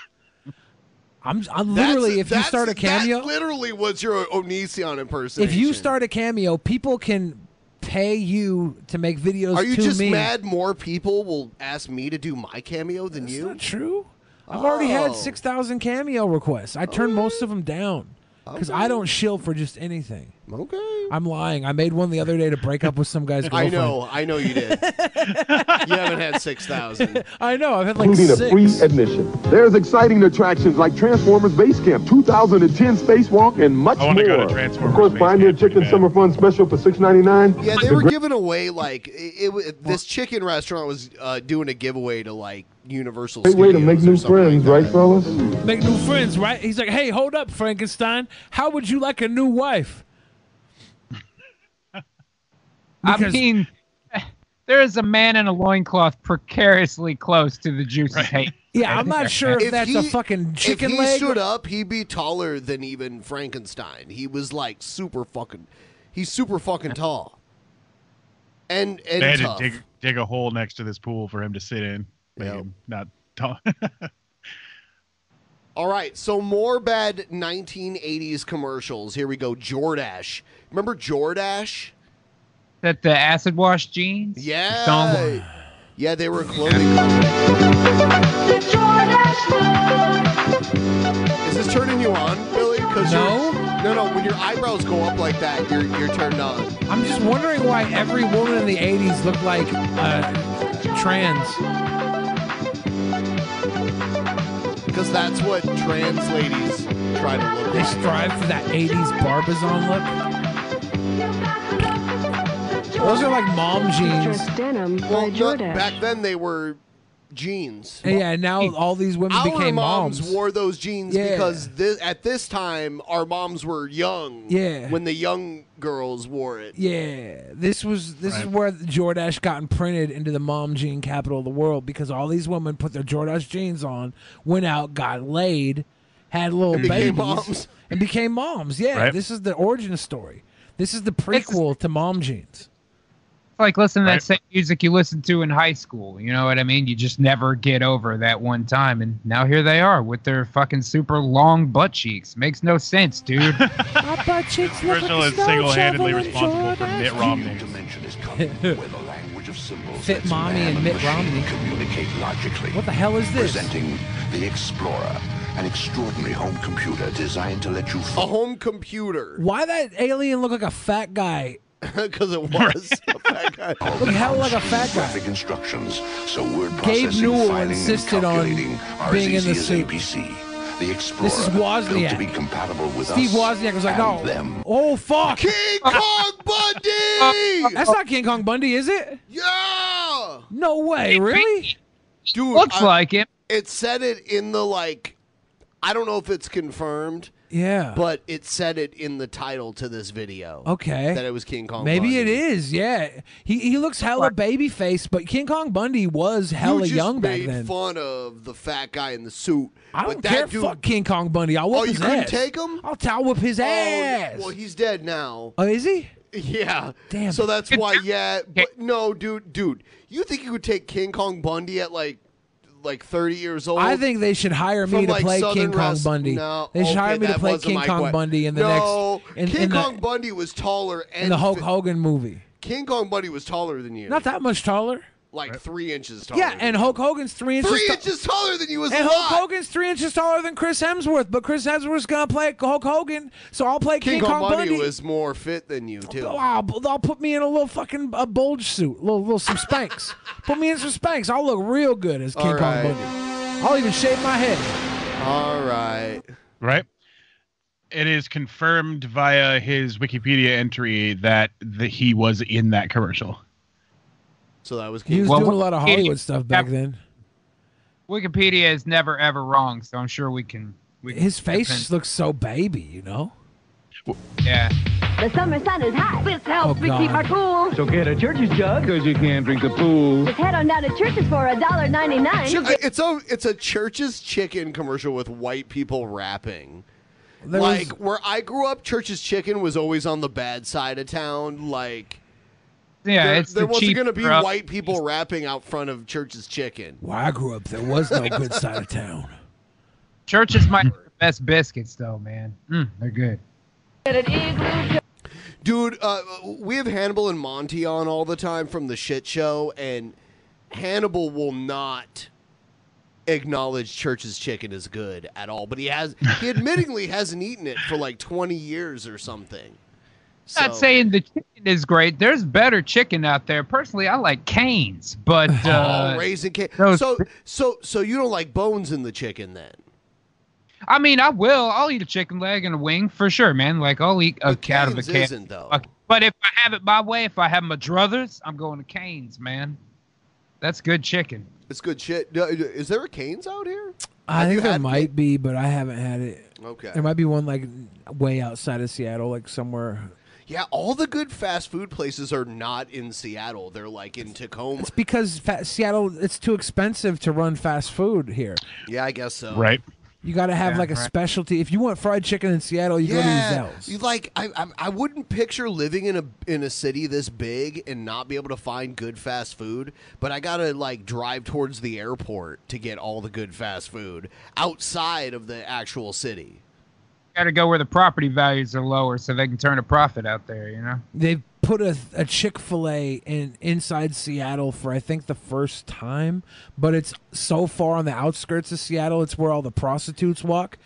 Speaker 4: I'm, I'm
Speaker 1: That's-
Speaker 4: literally, if you
Speaker 1: that's-
Speaker 4: start a cameo,
Speaker 1: that literally was your Onision impersonation.
Speaker 4: if you start a cameo, people can pay you to make videos
Speaker 1: are you
Speaker 4: to
Speaker 1: just
Speaker 4: me.
Speaker 1: mad more people will ask me to do my cameo than you?
Speaker 4: Not true. I've already had
Speaker 1: Oh.
Speaker 4: 6,000 cameo requests. I turned most of them down. because
Speaker 1: Okay.
Speaker 4: I don't shill for just anything.
Speaker 1: Okay.
Speaker 4: I'm lying. I made one the other day to break up with some guy's
Speaker 1: I
Speaker 4: girlfriend.
Speaker 1: know, I know you did. you haven't had six thousand.
Speaker 4: I know. I've had like
Speaker 2: including
Speaker 4: six.
Speaker 2: a free admission. There's exciting attractions like Transformers Base Camp, 2010 Spacewalk, and much
Speaker 6: I
Speaker 2: more.
Speaker 6: wanna go to
Speaker 2: of course, find your chicken summer fun special for $6.99.
Speaker 1: Yeah, they
Speaker 2: The
Speaker 1: were
Speaker 2: great-
Speaker 1: giving away like it, it, wa- this chicken restaurant was uh, doing a giveaway to like Universal.
Speaker 2: Great way to make new
Speaker 1: Studios or something
Speaker 2: friends, right, fellas?
Speaker 4: Make new friends, right? He's like, hey, hold up, Frankenstein. How would you like a new wife?
Speaker 5: I mean, there is a man in a loincloth precariously close to the juices hate.
Speaker 1: he- if he stood up, he'd be taller than even Frankenstein. He was like super fucking. He's super fucking tall. And and
Speaker 6: they had
Speaker 1: tough.
Speaker 6: to dig, dig a hole next to this pool for him to sit in. Make him not tall.
Speaker 1: All right, so more bad 1980s commercials. Here we go. Jordash. Remember Jordash?
Speaker 5: That the acid wash jeans?
Speaker 1: Yeah.
Speaker 5: Don't-
Speaker 1: Yeah, they were a clothing company. Is this turning you on, Billy? 'Cause
Speaker 4: No.
Speaker 1: you're- No, no. When your eyebrows go up like that, you're you're turned on.
Speaker 4: I'm just wondering why every woman in the 80s looked like uh, trans.
Speaker 1: Because that's what trans ladies try to look
Speaker 4: They
Speaker 1: like.
Speaker 4: strive for that 80s Barbizon look. Those are like mom jeans.
Speaker 1: denim well, no, back then they were jeans.
Speaker 4: And yeah, now all these women
Speaker 1: Our
Speaker 4: became
Speaker 1: moms,
Speaker 4: moms.
Speaker 1: wore those jeans
Speaker 4: Yeah.
Speaker 1: because this, at this time our moms were young.
Speaker 4: Yeah.
Speaker 1: When the young girls wore it.
Speaker 4: Yeah, this was this is where the Jordache got imprinted into the mom jean capital of the world because all these women put their Jordache jeans on, went out, got laid, had little
Speaker 1: And
Speaker 4: babies,
Speaker 1: became moms.
Speaker 4: and became moms. Yeah,
Speaker 5: Right.
Speaker 4: this is the origin story. This is the prequel to mom jeans.
Speaker 5: It's like listening to
Speaker 4: Right.
Speaker 5: that same music you listened to in high school. You know what I mean? You just never get over that one time. And now here they are with their fucking super long butt cheeks. Makes no sense, dude.
Speaker 4: My butt cheeks look
Speaker 6: Marshall
Speaker 4: like
Speaker 6: is
Speaker 4: a snow
Speaker 6: single-handedly
Speaker 4: shovel in
Speaker 6: responsible for Mitt
Speaker 4: Jordache.
Speaker 6: Romney.
Speaker 4: Fit Mommy and Mitt Romney
Speaker 23: communicate logically.
Speaker 4: What the hell is this?
Speaker 23: Presenting the Explorer, an extraordinary home computer designed to let you.
Speaker 1: A home computer.
Speaker 4: Why that alien look like a fat guy?
Speaker 1: Because it was a fat guy.
Speaker 4: Look hell like a fat guy.
Speaker 23: Graphic instructions, so word
Speaker 4: Gabe
Speaker 23: processing,
Speaker 4: Newell
Speaker 23: filing,
Speaker 4: insisted
Speaker 23: and
Speaker 4: on
Speaker 23: calculating are
Speaker 4: being
Speaker 23: as
Speaker 4: in the
Speaker 23: easy as
Speaker 4: suit.
Speaker 23: ABC. The Explorer,
Speaker 4: This is
Speaker 23: built to
Speaker 4: Wozniak.
Speaker 23: be compatible with
Speaker 4: Steve
Speaker 23: us
Speaker 4: Wozniak was like,
Speaker 23: and
Speaker 4: "No,
Speaker 23: them.
Speaker 4: oh fuck,
Speaker 1: King Kong Bundy."
Speaker 4: That's not King Kong Bundy, is it?
Speaker 1: Yeah.
Speaker 4: No way, really?
Speaker 1: Dude, I- It said it in the like. I don't know if it's confirmed.
Speaker 4: Yeah.
Speaker 1: But it said it in the title to this video.
Speaker 4: Okay.
Speaker 1: That it was King Kong.
Speaker 4: Maybe
Speaker 1: Bundy.
Speaker 4: it is. Yeah, he he looks hella baby faced, but King Kong Bundy was
Speaker 1: You
Speaker 4: hella
Speaker 1: just
Speaker 4: young back
Speaker 1: made
Speaker 4: then.
Speaker 1: fun of the fat guy in the suit.
Speaker 4: I
Speaker 1: but
Speaker 4: don't
Speaker 1: that
Speaker 4: care.
Speaker 1: Dude,
Speaker 4: Fuck King Kong Bundy. I'll whip
Speaker 1: oh, you
Speaker 4: his
Speaker 1: couldn't
Speaker 4: ass.
Speaker 1: take him?
Speaker 4: I'll towel whip his
Speaker 1: Oh,
Speaker 4: ass.
Speaker 1: Well, he's dead now.
Speaker 4: Oh, is he?
Speaker 1: Yeah.
Speaker 4: Damn.
Speaker 1: So that's why, yeah. But no, dude, dude, you think you could take King Kong Bundy at like, like thirty years old?
Speaker 4: I think they should hire me
Speaker 1: From,
Speaker 4: to
Speaker 1: like,
Speaker 4: play
Speaker 1: Southern
Speaker 4: King Kong
Speaker 1: Rest-
Speaker 4: Bundy.
Speaker 1: No,
Speaker 4: they should
Speaker 1: okay,
Speaker 4: hire me to
Speaker 1: that
Speaker 4: play
Speaker 1: wasn't
Speaker 4: King
Speaker 1: my
Speaker 4: Kong
Speaker 1: que-
Speaker 4: Bundy in the
Speaker 1: no,
Speaker 4: next in,
Speaker 1: King
Speaker 4: in
Speaker 1: Kong
Speaker 4: the,
Speaker 1: Bundy was taller and
Speaker 4: in the Hulk
Speaker 1: fi-
Speaker 4: Hogan movie.
Speaker 1: King Kong Bundy was taller than you.
Speaker 4: Not that much taller.
Speaker 1: Like three inches taller.
Speaker 4: Yeah, and Hulk Hogan's three inches.
Speaker 1: Three
Speaker 4: ta-
Speaker 1: inches taller than you is
Speaker 4: and
Speaker 1: a
Speaker 4: Hulk
Speaker 1: lot.
Speaker 4: Hogan's three inches taller than Chris Hemsworth, but Chris Hemsworth's gonna play Hulk Hogan, so I'll play
Speaker 1: King,
Speaker 4: King, Kong, Bundy.
Speaker 1: was more fit than you too.
Speaker 4: Wow, but Ah, they'll put me in a little fucking a bulge suit, little little some spanks. put me in some spanks. I'll look real good as King
Speaker 1: All
Speaker 4: Kong
Speaker 1: right.
Speaker 4: Bundy. I'll even shave my head.
Speaker 1: All right.
Speaker 6: Right. It is confirmed via his Wikipedia entry that the, he was in that commercial.
Speaker 1: So that was
Speaker 4: He was
Speaker 6: Well,
Speaker 4: doing a
Speaker 6: what-
Speaker 4: lot of Hollywood stuff back then.
Speaker 5: Wikipedia is never ever wrong, so I'm sure we can. We can
Speaker 4: His face
Speaker 5: defend-
Speaker 4: looks so baby, you know.
Speaker 5: Yeah.
Speaker 24: The summer sun is hot. This helps
Speaker 4: Oh,
Speaker 24: me keep our
Speaker 4: God.
Speaker 24: cool.
Speaker 25: So get a church's jug, because you can't drink the pool.
Speaker 24: Just head on down to churches for a dollar ninety nine.
Speaker 1: Uh, It's a it's a church's chicken commercial with white people rapping.
Speaker 24: There was-
Speaker 1: like where I grew up, Church's Chicken was always on the bad side of town. Like,
Speaker 5: Yeah,
Speaker 1: there,
Speaker 5: it's
Speaker 1: there
Speaker 5: the
Speaker 1: wasn't
Speaker 5: cheap
Speaker 1: going to be
Speaker 5: rough-
Speaker 1: white people rapping out front of Church's Chicken.
Speaker 4: Where I grew up, there was no good side of town.
Speaker 5: Churches might have the best biscuits, though, man. Mm, they're good.
Speaker 1: Dude, uh, we have Hannibal and Monty on all the time from the shit show, and Hannibal will not acknowledge Church's chicken is good at all, but he has he admittingly hasn't eaten it for like 20 years or something.
Speaker 5: not saying the chicken is great. There's better chicken out there. Personally, I like canes, but uh,
Speaker 1: oh, raisin cake.
Speaker 5: those-
Speaker 1: so so so you don't like bones in the chicken then?
Speaker 5: I mean, I will. I'll eat a chicken leg and a wing for sure, man. Like I'll eat a cat of a
Speaker 1: Cane's
Speaker 5: cat.
Speaker 1: isn't, though.
Speaker 5: But if I have it my way, if I have my druthers, I'm going to Canes, man. That's good chicken.
Speaker 1: It's good shit. No, Is there a Canes out here?
Speaker 4: I think there might be, but I haven't had it.
Speaker 1: Okay.
Speaker 4: There might be one like way outside of Seattle, like somewhere.
Speaker 1: Yeah, all the good fast food places are not in Seattle. They're like in Tacoma.
Speaker 4: It's because fa- Seattle, it's too expensive to run fast food here.
Speaker 1: Yeah, I guess so.
Speaker 4: You got to have
Speaker 1: Yeah,
Speaker 4: like a
Speaker 1: right.
Speaker 4: specialty. If you want fried chicken in Seattle, you go
Speaker 1: Yeah,
Speaker 4: to Zell's.
Speaker 1: you like I, I I wouldn't picture living in a in a city this big and not be able to find good fast food. But I gotta like drive towards the airport to get all the good fast food outside of the actual city.
Speaker 5: Got to go where the property values are lower, so they can turn a profit out there. You know.
Speaker 4: They put a, a Chick fil A in inside Seattle for I think the first time, but it's so far on the outskirts of Seattle. It's where all the prostitutes walk.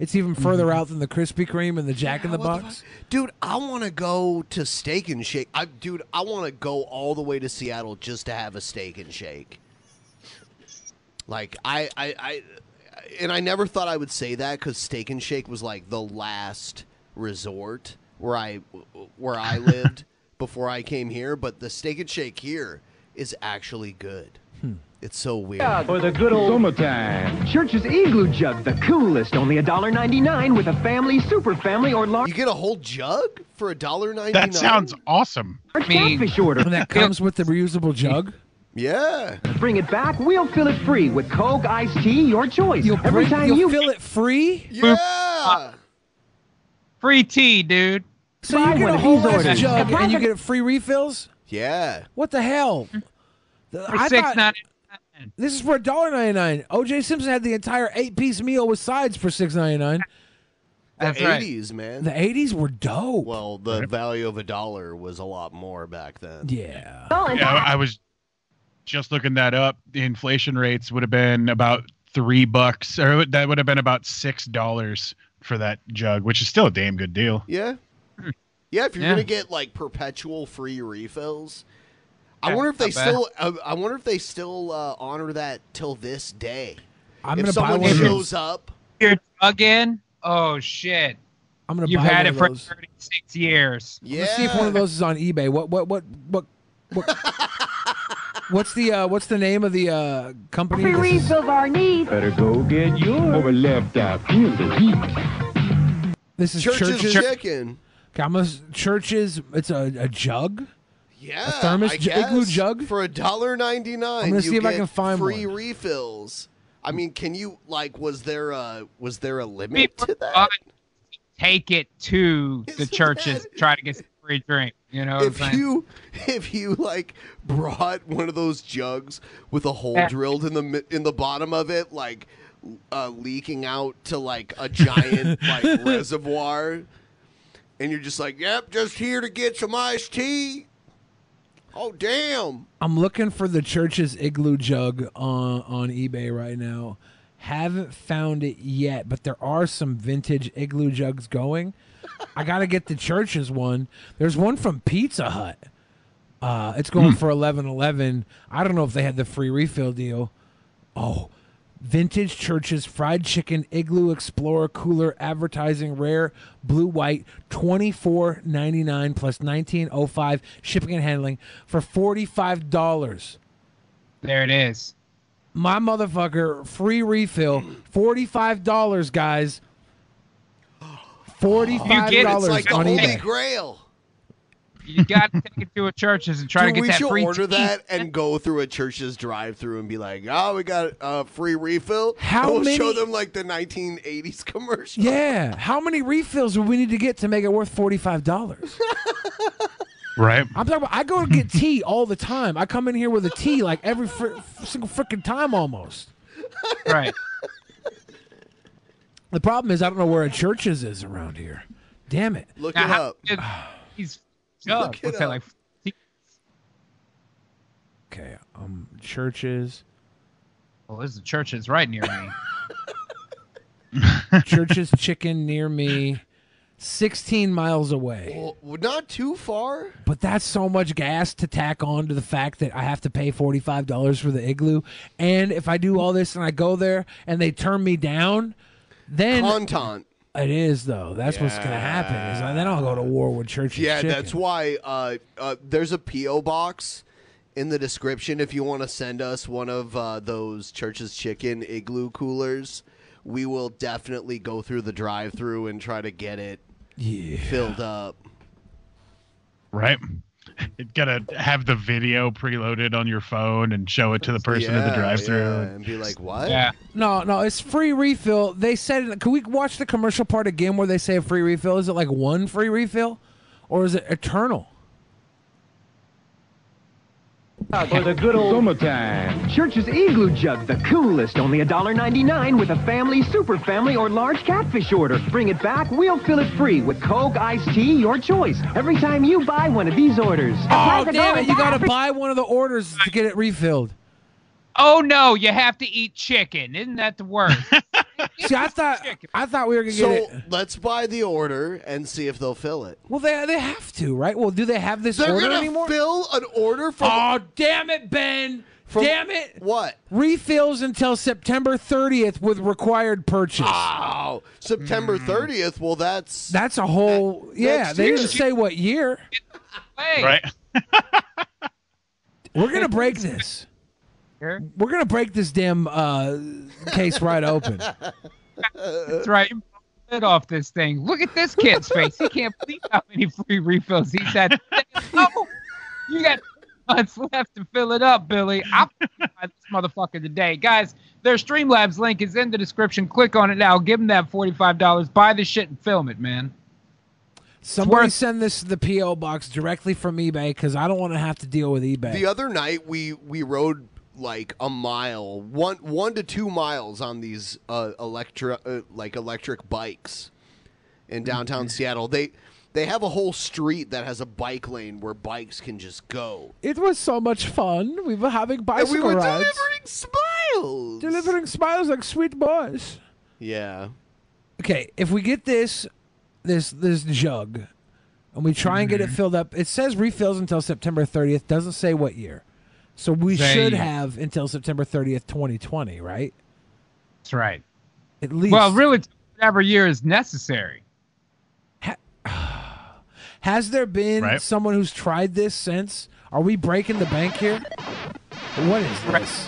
Speaker 4: It's even
Speaker 1: Mm-hmm.
Speaker 4: further out than the Krispy Kreme and the Jack in the
Speaker 1: what the
Speaker 4: Box.
Speaker 1: Dude, I want to go to Steak and Shake. I, dude, I want to go all the way to Seattle just to have a Steak and Shake. Like I, I, I and I never thought I would say that because Steak and Shake was like the last resort where I, where I lived before I came here. But the Steak and Shake here is actually good.
Speaker 4: Hmm.
Speaker 1: It's so weird.
Speaker 25: For the good old summertime. Church's Igloo Jug, the coolest, only $1.99 with a family, super family, or large.
Speaker 1: You get a whole jug for a dollar ninety nine.
Speaker 6: That sounds awesome.
Speaker 25: catfish order.
Speaker 4: That comes with the reusable jug.
Speaker 1: Yeah.
Speaker 25: Bring it back. We'll fill it free with Coke, iced tea, your choice. Every
Speaker 4: bring-
Speaker 25: time
Speaker 4: you'll
Speaker 25: you
Speaker 4: fill it free.
Speaker 1: Yeah.
Speaker 5: Free tea, dude.
Speaker 4: So you get a whole ass jug and you get free refills.
Speaker 1: Yeah.
Speaker 4: What the hell? The- I thought- This is for $1.99. OJ Simpson had the entire eight piece meal with sides for six ninety nine.
Speaker 1: The eighties, man.
Speaker 4: The eighties were dope.
Speaker 1: Well, the value of a dollar was a lot more back then.
Speaker 4: Yeah.
Speaker 6: Yeah, I I was just looking that up. The inflation rates would have been about three bucks, or that would have been about six dollars for that jug, which is still a damn good deal.
Speaker 1: Yeah. Yeah, if
Speaker 6: Hmm.
Speaker 1: you're
Speaker 6: Yeah.
Speaker 1: gonna get like perpetual free refills, I
Speaker 6: Yeah,
Speaker 1: wonder if they
Speaker 6: not bad.
Speaker 1: still. I, I wonder if they still uh, honor that till this day.
Speaker 4: I'm
Speaker 1: if
Speaker 4: gonna buy
Speaker 1: someone
Speaker 4: one of those.
Speaker 1: shows up.
Speaker 5: Your jug in? Oh shit!
Speaker 4: I'm gonna
Speaker 5: You've
Speaker 4: buy
Speaker 5: had
Speaker 4: one
Speaker 5: it
Speaker 4: of
Speaker 5: for
Speaker 4: those.
Speaker 5: 36 years.
Speaker 4: Let's see if one of those is on eBay. What what what what what What's the uh, what's the name of the uh, company?
Speaker 24: Free
Speaker 4: This is-
Speaker 24: refills are needs.
Speaker 25: Better go get yours. Over left out. Feel the heat.
Speaker 4: This is
Speaker 25: Church's
Speaker 4: churches.
Speaker 1: chicken.
Speaker 4: Okay, I'm gonna s- churches. It's a, a jug.
Speaker 1: Yeah,
Speaker 4: A thermos
Speaker 1: I
Speaker 4: ju- igloo
Speaker 1: guess.
Speaker 4: jug?
Speaker 1: for a dollar ninety nine.
Speaker 4: I'm gonna
Speaker 1: you
Speaker 4: see if I
Speaker 1: get
Speaker 4: can find
Speaker 1: free refills. I mean, can you like? Was there a was there a limit
Speaker 5: People
Speaker 1: to that?
Speaker 5: ought to Take it to the churches. try to get some free drink. You know what I'm
Speaker 1: if
Speaker 5: saying?
Speaker 1: you if you like brought one of those jugs with a hole
Speaker 5: Yeah.
Speaker 1: drilled in the mi- in the bottom of it like uh, leaking out to like a giant like reservoir and you're just like yep just here to get some iced tea oh damn
Speaker 4: I'm looking for the church's igloo jug on on eBay right now. Haven't found it yet, but there are some vintage igloo jugs going. I gotta get the church's one. There's one from Pizza Hut. Uh, it's going for eleven eleven. I don't know if they had the free refill deal. Oh, vintage church's fried chicken igloo explorer cooler advertising rare blue white twenty four ninety nine plus nineteen oh five shipping and handling for forty five dollars.
Speaker 5: There it is.
Speaker 4: My motherfucker, free refill, forty five dollars, guys. Forty
Speaker 5: You
Speaker 4: five
Speaker 5: get
Speaker 4: dollars
Speaker 5: it's
Speaker 1: like the
Speaker 4: on
Speaker 1: holy
Speaker 4: eBay.
Speaker 1: grail
Speaker 5: You got to take it to a churches and try
Speaker 1: Dude,
Speaker 5: to get
Speaker 1: we
Speaker 5: that
Speaker 1: should
Speaker 5: free
Speaker 1: order
Speaker 5: tea.
Speaker 1: that and go through a church's drive-through and be like, "Oh, we got a uh, free refill."
Speaker 4: How
Speaker 1: And we'll show
Speaker 4: many-
Speaker 1: them like the 1980s commercial.
Speaker 4: Yeah, how many refills would we need to get to make it worth forty five dollars?
Speaker 6: Right.
Speaker 4: I'm talking about. I go to get tea all the time. I come in here with a tea like every fr- single freaking time almost.
Speaker 5: Right.
Speaker 4: The problem is I don't know where a church's is around here. Damn it.
Speaker 1: Look
Speaker 5: Now,
Speaker 1: it
Speaker 5: how
Speaker 1: up.
Speaker 5: did These jug.
Speaker 1: it
Speaker 5: What's that like?
Speaker 4: Okay, um, churches.
Speaker 5: Well, there's a church that's right near me.
Speaker 4: Church's Chicken near me, 16 miles away.
Speaker 1: Well, not too far.
Speaker 4: But that's so much gas to tack on to the fact that I have to pay $45 for the igloo. And if I do all this and I go there and they turn me down, then.
Speaker 1: Content.
Speaker 4: It is, though. That's what's going to happen. Is I- then I'll go to war with Church's
Speaker 1: Yeah,
Speaker 4: Chicken.
Speaker 1: that's why uh, uh, there's a PO box in the description if you want to send us one of uh, those Church's Chicken igloo coolers. We will definitely go through the drive-through and try to get it filled up.
Speaker 6: right? You gotta have the video preloaded on your phone and show it to the person at the
Speaker 1: Yeah,
Speaker 6: drive-through.
Speaker 1: yeah, and be like, "What?"
Speaker 4: No, no, it's free refill. They said, it- can we watch the commercial part again where they say a free refill? Is it like one free refill or is it eternal?
Speaker 25: For the good old summertime. Church's Igloo Jug, the coolest, only $1.99 with a family, super family, or large catfish order. Bring it back, we'll fill it free with Coke, iced tea, your choice, every time you buy one of these orders.
Speaker 4: Oh, damn it. You got to buy one of the orders to get it refilled.
Speaker 5: oh no, you have to eat chicken. Isn't that the worst?
Speaker 4: See, I thought I thought we were gonna
Speaker 1: So
Speaker 4: get it.
Speaker 1: let's buy the order and see if they'll fill it.
Speaker 4: Well, they they have to, right? Well, do they have this
Speaker 1: They're
Speaker 4: order
Speaker 1: gonna
Speaker 4: anymore?
Speaker 1: fill an order from.
Speaker 4: Oh, damn it, Ben! damn it!
Speaker 1: What?
Speaker 4: Refills until September 30th with required purchase.
Speaker 1: Oh, September thirtieth. Well, that's
Speaker 4: That's a whole. yeah,
Speaker 1: next
Speaker 4: they
Speaker 1: year.
Speaker 4: didn't say what year.
Speaker 6: Right?
Speaker 4: We're gonna break this.
Speaker 5: Here?
Speaker 4: We're gonna break this damn uh, case right open.
Speaker 5: That's right. Lid off this thing. Look at this kid's face. He can't believe how many free refills he's had. Oh, you got months left to fill it up, Billy. I'll buy this motherfucker today, guys. Their Streamlabs link is in the description. Click on it now. Give them that forty-five dollars. Buy the shit and film it, man.
Speaker 4: Somebody send this to the PO box directly from eBay because I don't want to have to deal with eBay.
Speaker 1: The other night we we rode like a mile, one one to two miles on these uh, electric uh, like electric bikes in downtown Seattle. They they have a whole street that has a bike lane where bikes can just go.
Speaker 4: It was so much fun. We were having bicycle
Speaker 1: were
Speaker 4: rides.
Speaker 1: delivering smiles.
Speaker 4: Delivering smiles like sweet boys.
Speaker 1: Yeah.
Speaker 4: Okay, if we get this, this this jug, and we try and get it
Speaker 5: Mm-hmm.
Speaker 4: filled up, it says refills until September 30th. Doesn't say what year, so we
Speaker 5: Say-
Speaker 4: should have until September 30th, 2020, right?
Speaker 5: That's right.
Speaker 4: At least.
Speaker 5: Well, really, whatever year is necessary.
Speaker 4: Has there been
Speaker 5: Right.
Speaker 4: someone who's tried this since? Are we breaking the bank here? What is this?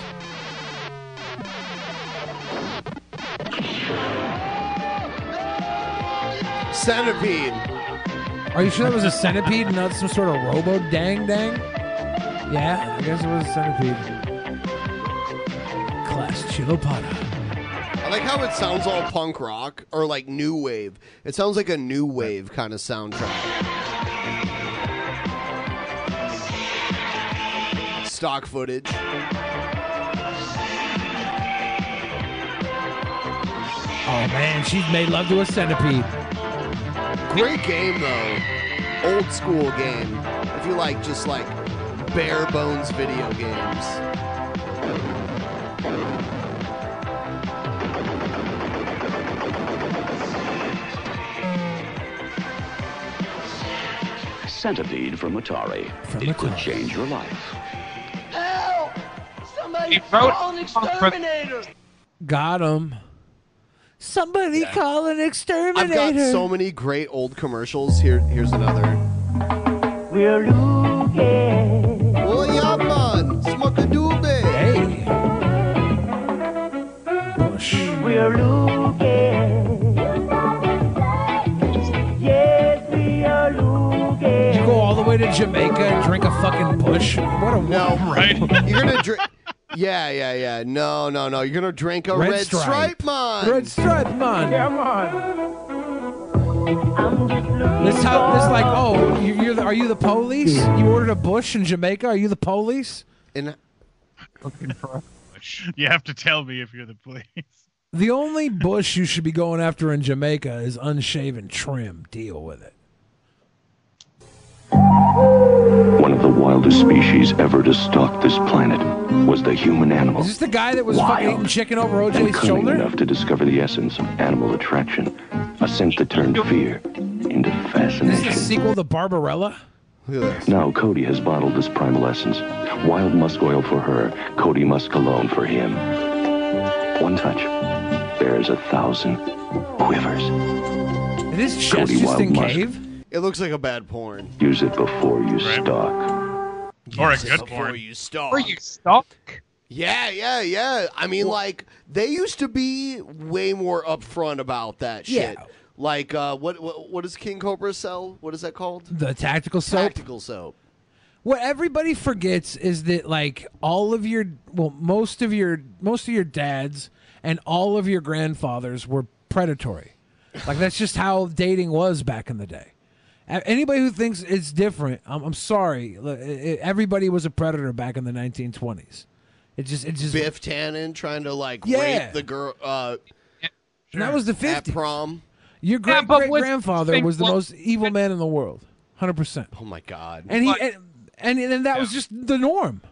Speaker 1: Centipede.
Speaker 4: Are you sure that was a centipede, and not some sort of robo dang dang? Yeah, I guess it was a centipede. Class Chilopada.
Speaker 1: I like how it sounds all punk rock or like new wave. It sounds like a new wave kind of soundtrack. Stock footage.
Speaker 4: Oh man, she's made love to a centipede.
Speaker 1: Great game though. Old school game. If you like just like bare bones video games.
Speaker 12: Centipede from Atari. it could change your life.
Speaker 18: Help! Somebody
Speaker 4: wrote-
Speaker 18: call an exterminator!
Speaker 4: Got him. Somebody call an
Speaker 1: I've
Speaker 4: exterminator.
Speaker 1: got so many great old commercials. Here here's another.
Speaker 18: We're looking.
Speaker 1: Well, Oh, yeah, man. Smuckadooby.
Speaker 4: Hey.
Speaker 18: We're looking. Yes, we are looking.
Speaker 4: you go all the way to Jamaica and drink a fucking bush? What a no,
Speaker 6: right?
Speaker 1: You're gonna drink. Yeah, yeah, yeah. No, no, no. You're gonna drink a red,
Speaker 4: Red
Speaker 1: stripe.
Speaker 4: Stripe.
Speaker 1: man.
Speaker 4: Red Stripe man.
Speaker 18: Come on.
Speaker 4: This how this like oh you, you're the, are you the police? You ordered a bush in Jamaica. Are you the police?
Speaker 1: In
Speaker 6: you have to tell me if you're the police.
Speaker 4: the only bush you should be going after in Jamaica is unshaven trim. Deal with it.
Speaker 12: One of the wildest species ever to stalk this planet.
Speaker 11: was the human animal.
Speaker 4: Is this the guy that was fucking eating chicken over
Speaker 11: and
Speaker 4: OJ's
Speaker 11: cunning
Speaker 4: shoulder?
Speaker 11: enough to discover the essence of animal attraction, a scent that turned fear into
Speaker 4: This is the
Speaker 11: fascination.
Speaker 4: sequel to Barbarella.
Speaker 11: Now Cody has bottled this primal essence. Wild musk oil for her, Cody musk alone for him. One touch bears a thousand quivers.
Speaker 4: Is this
Speaker 11: Cody
Speaker 1: chest just
Speaker 11: Wild
Speaker 1: in
Speaker 11: Musk.
Speaker 1: cave? It looks like a bad porn.
Speaker 11: Use it before you stalk.
Speaker 6: Or a
Speaker 1: Use it
Speaker 6: good
Speaker 1: before
Speaker 6: porn.
Speaker 1: you stalk. Before you stalk. Yeah, yeah, yeah. I mean, like they used to be way more upfront about that
Speaker 4: Yeah.
Speaker 1: shit. Like, uh, what, what what does King Cobra sell? What is that called?
Speaker 4: The tactical soap.
Speaker 1: Tactical soap.
Speaker 4: What everybody forgets is that like all of your well most of your most of your dads and all of your grandfathers were predatory. Like that's just how dating was back in the day. A- Anybody who thinks it's different, I'm, I'm sorry. L- e- Everybody was a predator back in the 1920s. It just it just
Speaker 1: Biff Tannen trying to like
Speaker 4: Yeah.
Speaker 1: rape the girl. Uh,
Speaker 4: And that was the 50s.
Speaker 1: At prom.
Speaker 4: Your
Speaker 1: Yeah,
Speaker 4: great
Speaker 1: but
Speaker 4: great
Speaker 1: what's-
Speaker 4: grandfather was the
Speaker 1: what-
Speaker 4: most evil man in the world. 100%.
Speaker 1: Oh my god.
Speaker 4: And he and and, and that was just the norm.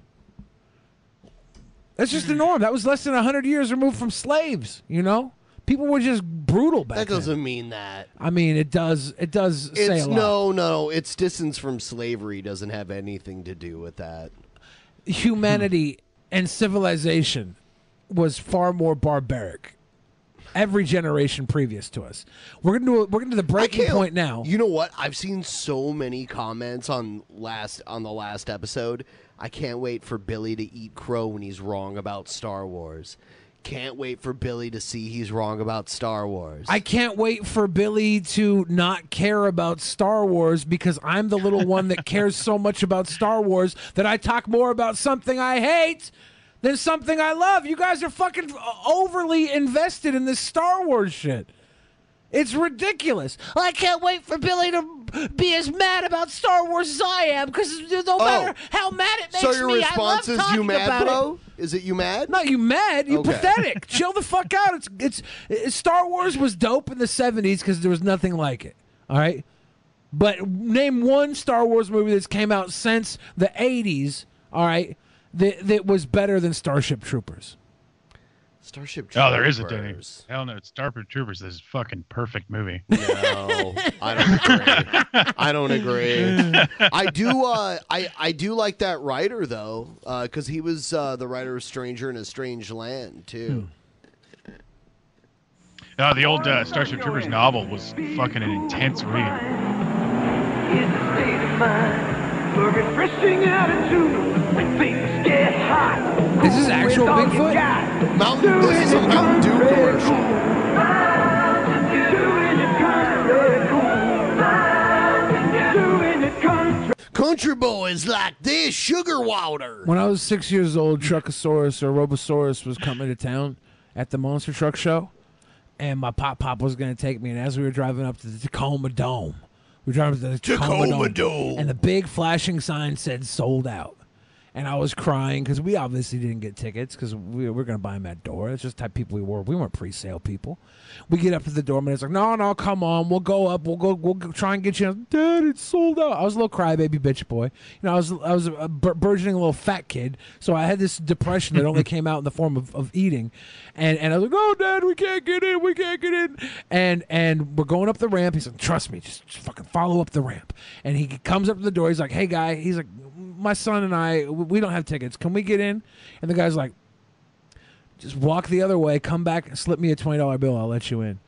Speaker 4: That's just the norm. That was less than 100 years removed from slaves, you know? People were just brutal back
Speaker 1: that
Speaker 4: then.
Speaker 1: doesn't mean that.
Speaker 4: I mean, it does it does say
Speaker 1: It's
Speaker 4: a lot.
Speaker 1: no, no. It's distance from slavery doesn't have anything to do with that.
Speaker 4: Humanity and civilization was far more barbaric. Every generation previous to us. We're going to we're going to the breaking
Speaker 1: can't-
Speaker 4: point now.
Speaker 1: You know what? I've seen so many comments on last on the last episode. I can't wait for Billy to eat crow when he's wrong about Star Wars. Can't wait for Billy to see he's wrong about Star Wars.
Speaker 4: I can't wait for Billy to not care about Star Wars because I'm the little one that cares so much about Star Wars that I talk more about something I hate than something I love. You guys are fucking overly invested in this Star Wars shit. It's ridiculous. I can't wait for Billy to be as mad about Star Wars as I am because no matter how mad it makes
Speaker 1: Oh. so your
Speaker 4: me,
Speaker 1: response
Speaker 4: I love
Speaker 1: is
Speaker 4: talking
Speaker 1: you mad,
Speaker 4: about
Speaker 1: bro?
Speaker 4: it.
Speaker 1: Is it you mad?
Speaker 4: Not you mad. You
Speaker 1: Okay.
Speaker 4: pathetic. Chill the fuck out. It's it's it- Star Wars was dope in the '70s because there was nothing like it. All right, but name one Star Wars movie that's came out since the '80s. All right, that that was better than Starship Troopers.
Speaker 1: Starship Troopers.
Speaker 6: Oh, there isn't any. Hell no, it's Starship Troopers. This is a fucking perfect movie.
Speaker 1: No, I don't agree. I don't agree. I do. Uh, I I do like that writer though, because he was uh, the writer of Stranger in a Strange Land too.
Speaker 6: No, the old uh, Starship Troopers novel was fucking an intense read.
Speaker 18: For refreshing attitude, things get hot. Is this
Speaker 4: actual
Speaker 18: Bigfoot?
Speaker 1: Mountain,
Speaker 18: this is a Mountain Dew commercial.
Speaker 1: Country boys like this sugar water.
Speaker 4: When I was six years old, Truckosaurus or Robosaurus was coming to town at the Monster Truck Show, and my pop pop was going to take me. And as we were driving up to the Tacoma Dome, we were driving up to the Tacoma,
Speaker 18: Tacoma
Speaker 4: Dome, and the big flashing sign said "sold out." And I was crying because we obviously didn't get tickets because we were going to buy them at door. It's just the type of people we were. We weren't pre-sale people. We get up to the door and it's like, no, no, come on, we'll go up, we'll go, we'll go try and get you. Dad, it's sold out. I was a little crybaby bitch boy. You know, I was I was a bur- burgeoning little fat kid, so I had this depression that only came out in the form of, of eating. And and I was like, oh, Dad, we can't get in, we can't get in. And and we're going up the ramp. He's like, trust me, just, just fucking follow up the ramp. And he comes up to the door. He's like, hey, guy. He's like, my son and I, w- we don't have tickets. Can we get in? And the guy's like, just walk the other way, come back, and slip me a twenty dollar bill. I'll let you in.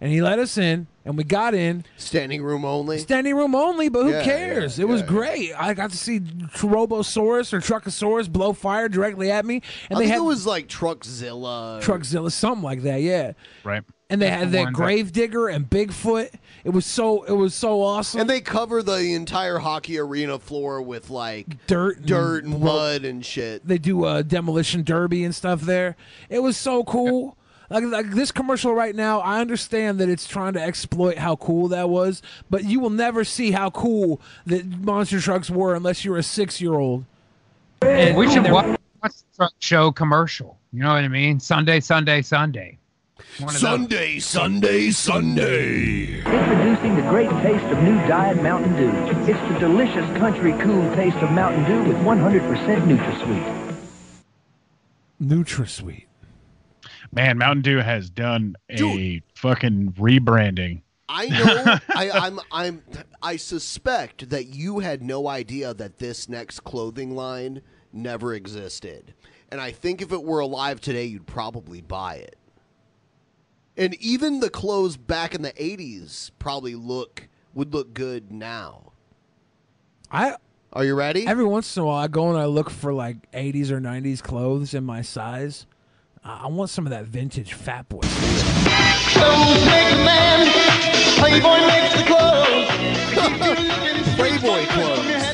Speaker 4: And he let us in, and we got in.
Speaker 1: Standing room only.
Speaker 4: Standing room only, but who
Speaker 1: Yeah,
Speaker 4: cares?
Speaker 1: yeah,
Speaker 4: it was
Speaker 1: yeah.
Speaker 4: great. I got to see Robosaurus or Truckosaurus blow fire directly at me, and
Speaker 1: I
Speaker 4: they
Speaker 1: think
Speaker 4: had
Speaker 1: it was like
Speaker 4: Hmm.
Speaker 1: uh, Truckzilla.
Speaker 4: Truckzilla, something like that. Yeah,
Speaker 6: right.
Speaker 4: And they
Speaker 1: That's
Speaker 4: had
Speaker 1: the
Speaker 4: that
Speaker 1: one that-
Speaker 4: Gravedigger and Bigfoot. It was so it was so awesome.
Speaker 1: And they cover the entire hockey arena floor with like
Speaker 4: dirt, and
Speaker 1: dirt and
Speaker 4: rope.
Speaker 1: mud and shit.
Speaker 4: They do a demolition derby and stuff there. It was so cool. Like, like this commercial right now, I understand that it's trying to exploit how cool that was, but you will never see how cool the monster trucks were unless you're a six year old.
Speaker 5: we should
Speaker 4: they're-
Speaker 5: watch, watch the truck show commercial. You know what I mean? Sunday, Sunday, Sunday.
Speaker 1: Sunday, Sunday, Sunday.
Speaker 14: Introducing the great taste of new Diet Mountain Dew. It's the delicious country cool taste of Mountain Dew with 100% NutraSweet.
Speaker 4: NutraSweet.
Speaker 6: Man, Mountain Dew has done a fucking rebranding.
Speaker 1: I know. I, I'm. I'm. I suspect that you had no idea that this next clothing line never existed, and I think if it were alive today, you'd probably buy it. And even the clothes back in the '80s probably look would look good now.
Speaker 4: I
Speaker 1: Are you ready?
Speaker 4: Every once in a while, I go and I look for like 80s or 90s clothes in my size. I I want some of that vintage Fat Boy.
Speaker 18: Playboy makes the clothes.
Speaker 1: Playboy clothes.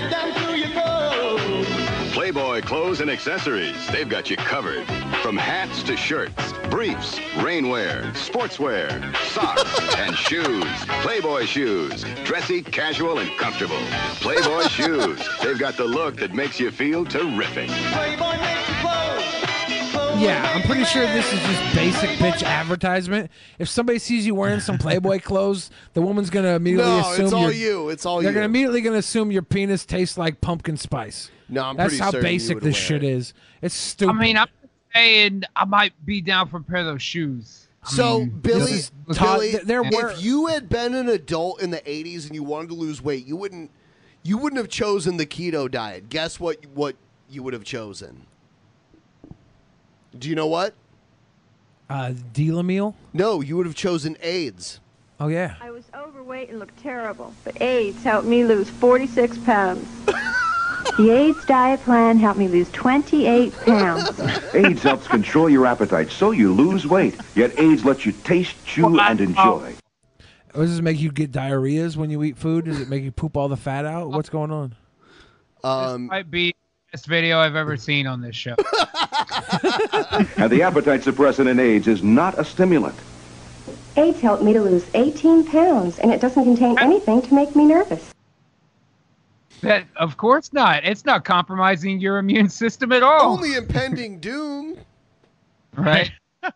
Speaker 13: Playboy Clothes and Accessories. They've got you covered. From hats to shirts, briefs, rainwear, sportswear, socks, and shoes. Playboy shoes. Dressy, casual, and comfortable. Playboy shoes. They've got the look that makes you feel terrific.
Speaker 4: Yeah, I'm pretty sure this is just basic bitch advertisement. If somebody sees you wearing some Playboy clothes, the woman's gonna immediately
Speaker 1: No,
Speaker 4: assume
Speaker 1: it's all
Speaker 4: your-
Speaker 1: you. It's all
Speaker 4: They're
Speaker 1: you.
Speaker 4: gonna immediately gonna assume your penis tastes like pumpkin spice.
Speaker 1: No, I'm
Speaker 4: that's
Speaker 1: pretty
Speaker 4: how
Speaker 1: certain you
Speaker 4: basic
Speaker 1: would
Speaker 4: this
Speaker 1: wear
Speaker 4: shit
Speaker 1: it.
Speaker 4: is. It's stupid.
Speaker 5: I mean, I'm saying I might be down for a pair of those shoes. I
Speaker 1: So
Speaker 5: mean,
Speaker 1: Billy,
Speaker 5: this is-
Speaker 4: uh,
Speaker 1: Billy,
Speaker 5: they're wor-
Speaker 1: if you had been an adult in the '80s and you wanted to lose weight, you wouldn't, you wouldn't have chosen the keto diet. Guess what? What you would have chosen? Do you know what?
Speaker 4: Uh, Delamil.
Speaker 1: No, you would have chosen AIDS.
Speaker 4: Oh yeah.
Speaker 24: I was overweight and looked terrible, but AIDS helped me lose 46 pounds. the AIDS diet plan helped me lose 28 pounds.
Speaker 15: AIDS helps control your appetite so you lose weight, yet AIDS lets you taste, chew, and enjoy.
Speaker 4: Oh, Does this make you get diarrheas when you eat food? Does it make you poop all the fat out? What's going on?
Speaker 1: Um,
Speaker 5: might be the best video I've ever seen on this show.
Speaker 15: And the appetite suppressant in AIDS is not a stimulant.
Speaker 24: AIDS helped me to lose 18 pounds, and it doesn't contain anything to make me nervous.
Speaker 5: that, of course not. It's not compromising your immune system at all.
Speaker 1: Only impending doom.
Speaker 5: Right.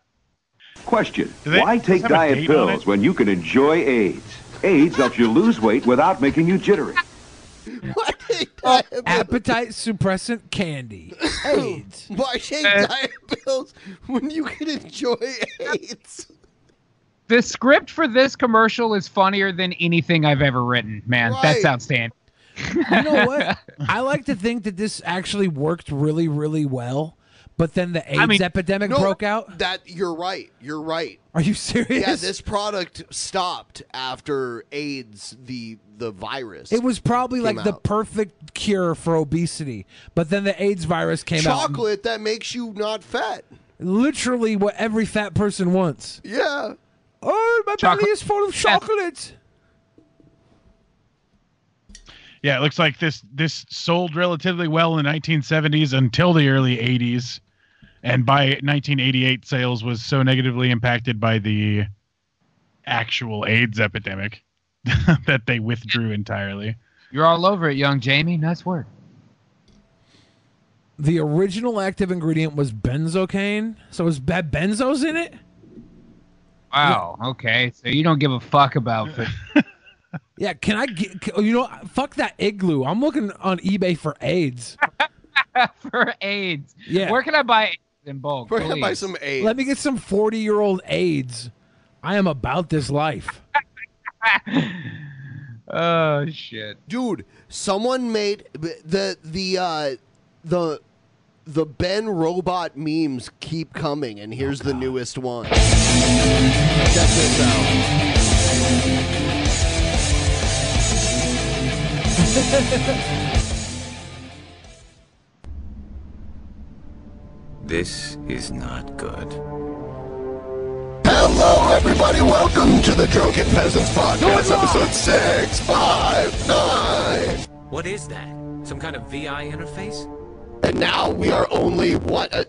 Speaker 15: Question
Speaker 5: Do they
Speaker 15: Why take
Speaker 5: have a
Speaker 15: diet
Speaker 5: date on
Speaker 15: pills
Speaker 5: it?
Speaker 15: when you can enjoy AIDS? AIDS helps you lose weight without making you jittery.
Speaker 4: Oh, Appetite suppressant candy. AIDS.
Speaker 1: Why take
Speaker 4: Eh.
Speaker 5: Eh.
Speaker 1: diet pills when you can enjoy AIDS?
Speaker 5: The script for this commercial is funnier than anything I've ever written, man. That's outstanding.
Speaker 4: you know what? I like to think that this actually worked really, really well, but then the AIDS epidemic
Speaker 1: No,
Speaker 4: broke out.
Speaker 1: That you're right. You're right.
Speaker 4: Are you serious?
Speaker 1: Yeah, this product stopped after AIDS, the the virus.
Speaker 4: It was probably
Speaker 1: came
Speaker 4: like the
Speaker 1: out.
Speaker 4: perfect cure for obesity, but then the AIDS virus came out.
Speaker 1: chocolate that makes you not fat.
Speaker 4: Literally, what every fat person wants.
Speaker 1: Yeah.
Speaker 4: Oh, my
Speaker 6: Chocolate.
Speaker 4: belly is full of chocolate.
Speaker 6: Yeah, it looks like this this sold relatively well in the 1970s until the early 80s, and by 1988, sales was so negatively impacted by the actual AIDS epidemic that they withdrew entirely.
Speaker 5: You're all over it, young Jamie. Nice work.
Speaker 4: The original active ingredient was benzocaine, so is that benzos in it?
Speaker 5: Wow. Okay. So you don't give a fuck about food.
Speaker 4: Yeah, can I get? can- oh, You know, fuck that igloo. I'm looking on eBay for AIDS.
Speaker 5: for AIDS.
Speaker 4: Yeah.
Speaker 5: Where can I buy AIDS in bulk?
Speaker 4: Where can I buy
Speaker 5: please?
Speaker 4: some Let me get some 40 year old AIDS. I am about this life.
Speaker 5: Oh shit,
Speaker 1: dude! Someone made the the uh, the the Ben robot memes keep coming, and
Speaker 4: Oh,
Speaker 1: here's the newest one. Check this out.
Speaker 9: This is not good.
Speaker 23: Hello, everybody. Welcome to the Drunken Peasants Podcast, episode 659.
Speaker 9: What is that? Some kind of VI interface?
Speaker 23: And now we are only, what, uh,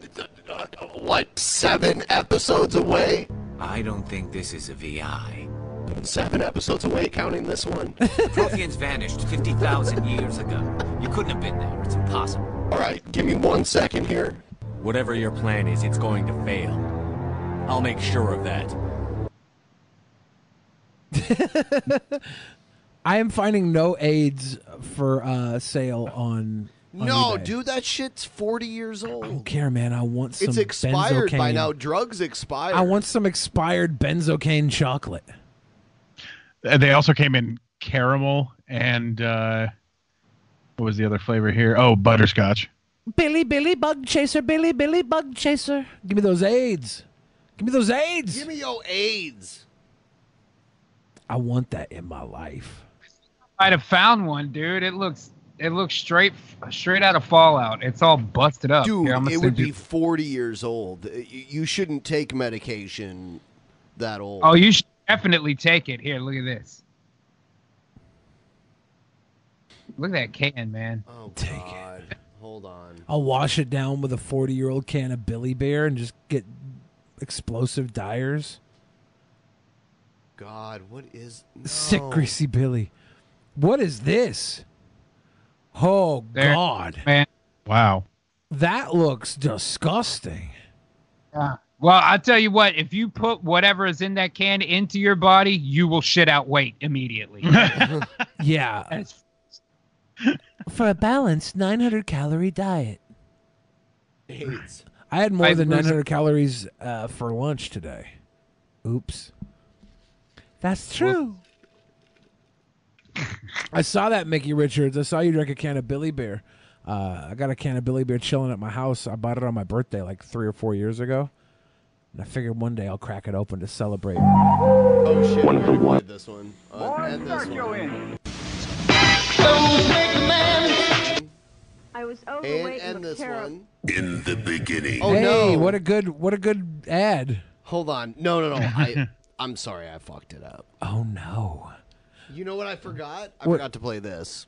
Speaker 23: uh, what, seven episodes away?
Speaker 9: I don't think this is a VI.
Speaker 23: Seven episodes away, counting this one.
Speaker 9: Protheans vanished 50,000 years ago. You couldn't have been there. It's impossible.
Speaker 23: All right, give me one second here.
Speaker 9: Whatever your plan is, it's going to fail. I'll make sure of that.
Speaker 4: I am finding no AIDS for uh, sale on on
Speaker 1: No,
Speaker 4: eBay.
Speaker 1: dude, that shit's forty years old.
Speaker 4: care, man. I want some.
Speaker 1: It's expired by
Speaker 4: benzocaine.
Speaker 1: now. Drugs expired.
Speaker 4: I want some expired benzocaine chocolate.
Speaker 6: Uh, They also came in caramel and uh, what was the other flavor here? Oh, butterscotch.
Speaker 4: Billy, Billy, bug chaser, Billy, Billy, bug chaser. Give me those AIDS. Give me those AIDS.
Speaker 1: Give me your AIDS.
Speaker 4: I want that in my life.
Speaker 5: I'd have found one, dude. It looks it looks straight straight out of Fallout. It's all busted up.
Speaker 1: Dude,
Speaker 5: Here, I'm gonna
Speaker 1: it would
Speaker 5: send you-
Speaker 1: be 40 years old. Uh, Y- You shouldn't take medication that old.
Speaker 5: Oh, you should definitely take it. Here, look at this. Look at that can, man.
Speaker 1: Oh, God. Hold on.
Speaker 4: I'll wash it down with a 40 year old can of Billy Bear and just get explosive dyers.
Speaker 1: God, what is.
Speaker 4: Sick,
Speaker 1: no.
Speaker 4: greasy Billy. What is this? Oh,
Speaker 1: There-
Speaker 4: God.
Speaker 5: Man.
Speaker 6: Wow.
Speaker 4: That looks disgusting.
Speaker 5: Yeah. Well, I'll tell you what. If you put whatever is in that can into your body, you will shit out weight immediately.
Speaker 4: Yeah. For a balanced 900 calorie diet.
Speaker 1: AIDS.
Speaker 4: I had more
Speaker 5: I
Speaker 4: than
Speaker 5: lose-
Speaker 4: 900 calories uh, for lunch today. Oops. That's true. I saw that, Mickey Richards. I saw you drink a can of Billy Bear. Uh, I got a can of Billy Bear chilling at my house. I bought it on my birthday like three or four years ago. And I figured one day I'll crack it open to celebrate.
Speaker 1: Oh, shit.
Speaker 15: One of the
Speaker 1: I
Speaker 15: one.
Speaker 1: had this one. Uh, I had this one.
Speaker 24: I was
Speaker 1: And,
Speaker 24: overweight and,
Speaker 1: and
Speaker 24: looked
Speaker 1: this
Speaker 24: terrible.
Speaker 1: one.
Speaker 13: In the beginning.
Speaker 1: Oh,
Speaker 4: hey,
Speaker 1: no.
Speaker 4: what a good what a good ad.
Speaker 1: Hold on. No, no, no. I, I'm sorry. I fucked it up.
Speaker 4: Oh no.
Speaker 1: You know what I forgot? I
Speaker 4: What?
Speaker 1: forgot to play this.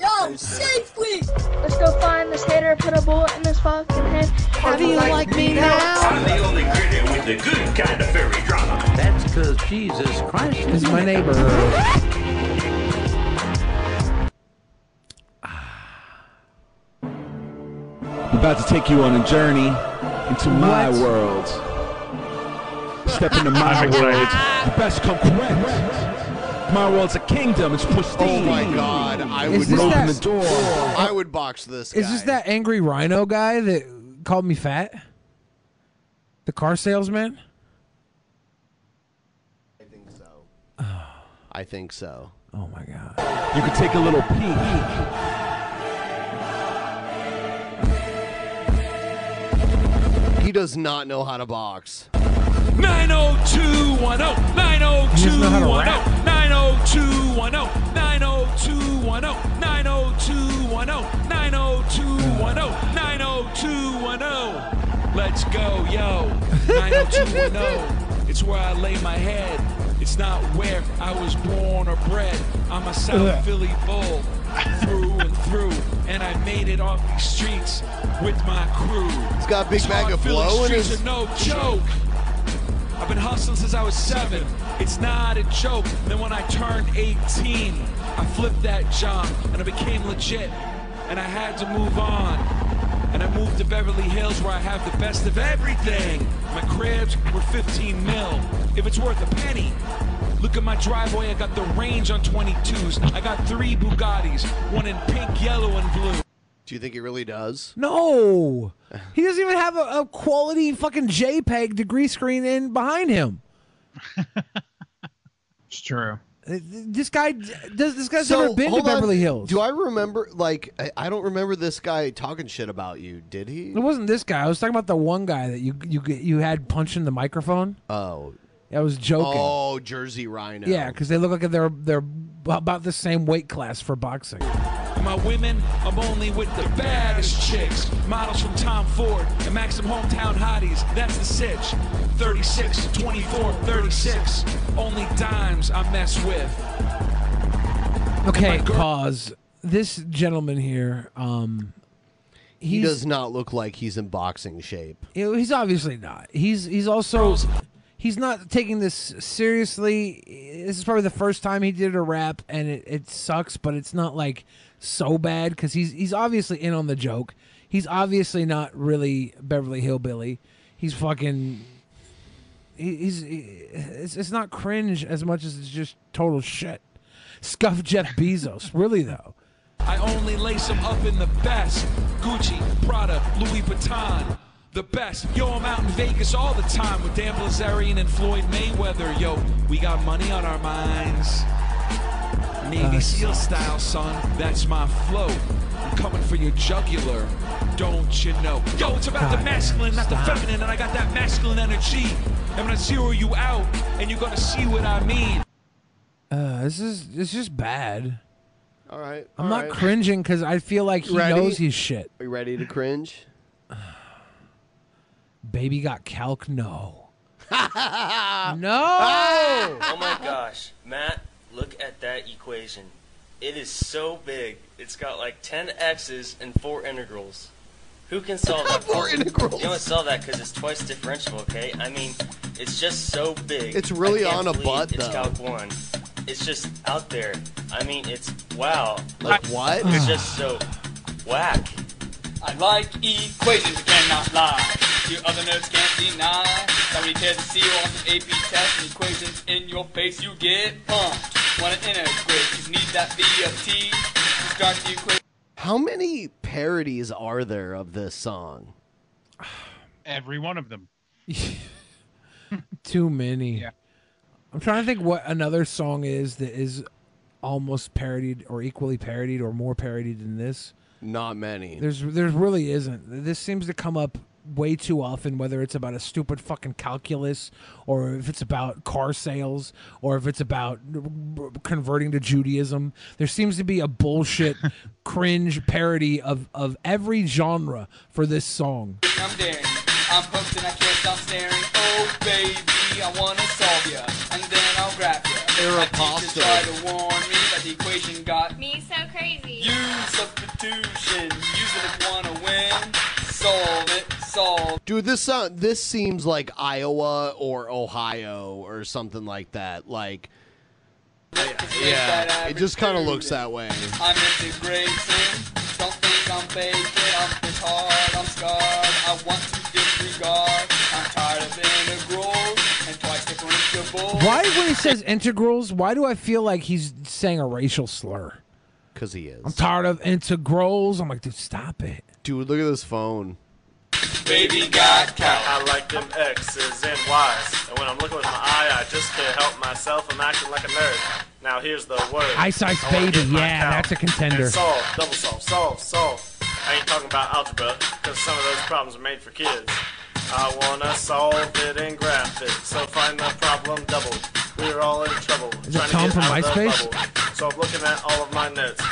Speaker 3: Yo, safely! Let's go find this hater, put a bullet in his fucking head. How do you like me now?
Speaker 18: the only critter with the good kind of fairy drama. That's because Jesus Christ
Speaker 4: is my neighbor.
Speaker 16: I'm about to take you on a journey into my
Speaker 18: What?
Speaker 16: world. Step into my
Speaker 18: I'm
Speaker 16: world.
Speaker 18: excited.
Speaker 16: You best come correct. My world's a kingdom. It's pristine.
Speaker 1: Oh, my God. I
Speaker 4: Is
Speaker 1: would
Speaker 4: this
Speaker 1: box
Speaker 4: that-
Speaker 1: the door. I would box this guy.
Speaker 4: Is this that angry rhino guy that called me fat? The car salesman?
Speaker 1: I think so.
Speaker 4: Oh, my God.
Speaker 16: You could take a little peek.
Speaker 1: He does not know how to box.
Speaker 4: Uh,
Speaker 18: 90210 90210 90210 90210 90210 90210 90210 oh. Let's go, yo. 90210. oh. It's where I lay my head. It's not where I was born or bred. I'm a South
Speaker 4: Ugh.
Speaker 18: Philly bull through and through, and I made it off these streets with my crew.
Speaker 1: He's got a big bag of
Speaker 18: Philly
Speaker 1: blow in
Speaker 18: streets
Speaker 1: his-
Speaker 18: are no joke. I've been hustling since I was seven. It's not a joke. Then when I turned 18, I flipped that job and I became legit. And I had to move on. And I moved to Beverly Hills where I have the best of everything. My cribs were 15 mil. If it's worth a penny, Look at my driveway, I got the range on 22s. I got three Bugattis, one in pink, yellow, and blue.
Speaker 1: Do you think he really does?
Speaker 4: No. He doesn't even have a, a quality fucking JPEG degree screen in behind him.
Speaker 5: It's true.
Speaker 4: Uh, This guy does. This guy's
Speaker 1: So,
Speaker 4: never been to
Speaker 1: hold on.
Speaker 4: Beverly Hills.
Speaker 1: Do I remember? Like, I, I don't remember this guy talking shit about you. Did he?
Speaker 4: It wasn't this guy. I was talking about the one guy that you you you had punching the microphone.
Speaker 1: Oh,
Speaker 4: I was joking.
Speaker 1: Oh, Jersey Rhino.
Speaker 4: Yeah, because they look like they're they're about the same weight class for boxing.
Speaker 18: And my women, I'm only with the baddest chicks. Models from Tom Ford and Maxim Hometown Hotties, that's the sitch. 36, 24, 36. Only dimes I mess with.
Speaker 4: Okay, pause. This gentleman here, um,
Speaker 1: he
Speaker 4: he's-
Speaker 1: does not look like he's in boxing shape.
Speaker 4: You know, he's obviously not. He's he's also he's not taking this seriously. This is probably the first time he did a rap, and it, it sucks, but it's not like so bad because he's he's obviously in on the joke. He's obviously not really Beverly Hillbilly. He's fucking. he- He's he- it's, it's not cringe as much as it's just total shit. Scuff Jeff Bezos, really though.
Speaker 18: I only lace them up in the best. Gucci, Prada, Louis Vuitton. The best. Yo, I'm out in Vegas all the time with Dan Blazarian and Floyd Mayweather. Yo, we got money on our minds. Navy SEAL style, son. That's my flow. I'm coming for your jugular. Don't you know? Yo, it's about the
Speaker 26: God,
Speaker 18: masculine, not the
Speaker 26: stop.
Speaker 18: feminine, and I got that masculine energy. I'm gonna zero you out, and you're gonna see what I mean.
Speaker 4: Uh, this is it's just bad.
Speaker 1: All right.
Speaker 4: I'm
Speaker 1: all
Speaker 4: not
Speaker 1: right.
Speaker 4: cringing because I feel like he
Speaker 1: Ready?
Speaker 4: knows he's shit.
Speaker 1: Are you ready to cringe?
Speaker 4: Baby got calc. No.
Speaker 27: no! Oh my gosh, Matt, look at that equation. It is so big. It's got like 10 x's and 4 integrals. Who can solve that? 4 integrals! You don't solve that because it's twice differentiable, okay? I mean, it's just so big.
Speaker 1: It's really
Speaker 27: I can't
Speaker 1: on a
Speaker 27: believe
Speaker 1: butt,
Speaker 27: It's
Speaker 1: though.
Speaker 27: Calc 1. It's just out there. I mean, it's wow.
Speaker 1: Like what?
Speaker 27: It's just so whack.
Speaker 19: I like equations, you cannot lie. You other nerds can't deny. How many tests to see you on the AP test and equations in your face, you get pumped. Wanna integrate, you need that V of T. You start the equation.
Speaker 1: How many parodies are there of this song?
Speaker 6: Every one of them.
Speaker 4: Too many. I'm trying to think what another song is that is almost parodied or equally parodied or more parodied than this.
Speaker 1: Not many.
Speaker 4: There's there really isn't. This seems to come up way too often whether it's about a stupid fucking calculus or if it's about car sales or if it's about converting to Judaism. There seems to be a bullshit cringe parody of of every genre for this song.
Speaker 19: I'm daring. I'm hooked and I can't stop staring. Oh baby, I wanna solve ya, and then I'll grab ya. My teachers
Speaker 1: Aeropostale.
Speaker 19: try to warn me, but the equation got
Speaker 28: Me so crazy.
Speaker 19: you. Substitution, use it if you wanna win. Solve it, solve.
Speaker 1: Dude, this sound this seems like Iowa or Ohio or something like that. Like, yeah, it just kind of looks that way.
Speaker 19: I'm integrating. Don't think I'm faking. I'm this hard. I'm scarred. I want to disregard. I'm tired of integrals and twice differentiable.
Speaker 4: Why, when he says integrals, why do I feel like he's saying a racial slur?
Speaker 1: Because he is.
Speaker 4: I'm tired of integrals. I'm like, dude, stop it.
Speaker 1: Dude, look at this phone.
Speaker 27: Baby got cow. I like them X's and Y's. And when I'm looking with my eye, I just can't help myself. I'm acting like a nerd. Now here's the word.
Speaker 4: Ice Ice
Speaker 27: I wanna
Speaker 4: Baby.
Speaker 27: get my
Speaker 4: Yeah,
Speaker 27: cow.
Speaker 4: that's a contender.
Speaker 27: And solve, double solve, solve, solve. I ain't talking about algebra, because some of those problems are made for kids. I wanna solve it and graph it, so find the problem double. We're all in trouble.
Speaker 4: Is it
Speaker 27: trying
Speaker 4: Tom
Speaker 27: to get
Speaker 4: from
Speaker 27: out of the
Speaker 4: MySpace?
Speaker 27: bubble. So I'm looking at all of my notes.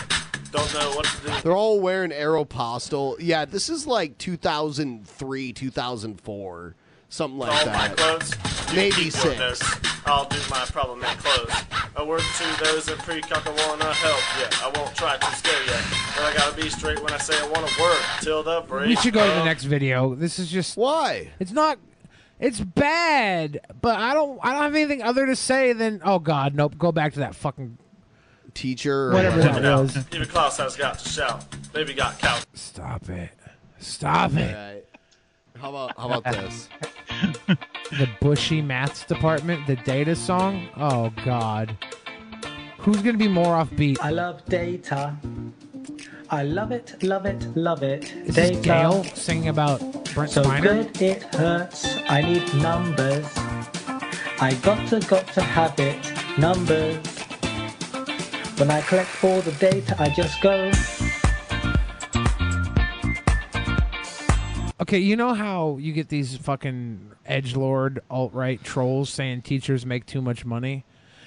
Speaker 27: Don't know what to do.
Speaker 1: They're all wearing Aeropostale. Yeah, this is like 2003, 2004, something like
Speaker 27: all Oh my
Speaker 1: that.
Speaker 27: clothes. You
Speaker 1: Maybe
Speaker 27: keep
Speaker 1: six.
Speaker 27: Your notes. I'll do my problem in clothes. A word to those that pre-cock I wanna help ya. I won't try to scare ya, but I gotta be straight when I say I wanna work till the break. Oh,
Speaker 4: We should go to
Speaker 27: of
Speaker 4: the next video. This is just
Speaker 1: why
Speaker 4: it's not. It's bad, but I don't. I don't have anything other to say than oh god, nope. Go back to that fucking
Speaker 1: teacher.
Speaker 4: or Whatever that
Speaker 27: Even
Speaker 4: was.
Speaker 27: Even Klaus has got to shout. Baby got cow.
Speaker 4: Stop it. Stop it.
Speaker 1: Alright. How about how about this?
Speaker 4: The bushy maths department, the data song. Oh god, who's gonna be more offbeat?
Speaker 29: I love data. I love it, love it, love it.
Speaker 4: Is this Gail singing about Brent
Speaker 29: so
Speaker 4: Spiner?
Speaker 29: good it hurts. I need numbers. I gotta gotta have it. Numbers. When I collect all the data, I just go.
Speaker 4: Okay, you know how you get these fucking edge lord alt right trolls saying teachers make too much money.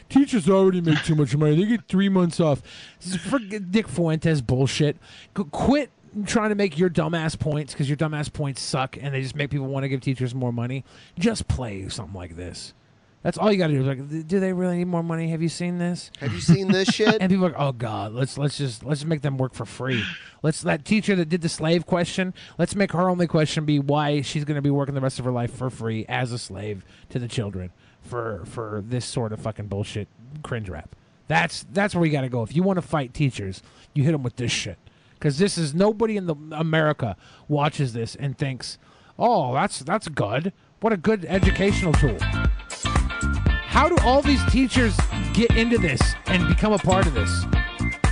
Speaker 4: Teachers already make too much money. They get three months off. This is friggin' Dick Fuentes bullshit. Qu- quit trying to make your dumbass points because your dumbass points suck, and they just make people want to give teachers more money. Just play something like this. That's all you got to do. Like, "Th- do they really need more money? Have you seen this?
Speaker 1: Have you seen this shit?
Speaker 4: and people are like, oh god, let's let's just let's just make them work for free. Let's that teacher that did the slave question. Let's make her only question be why she's going to be working the rest of her life for free as a slave to the children for for this sort of fucking bullshit cringe rap. That's that's where we got to go. If you want to fight teachers, you hit them with this shit. Because this is nobody in the America watches this and thinks, oh, that's that's good. What a good educational tool. How do all these teachers get into this and become a part of this?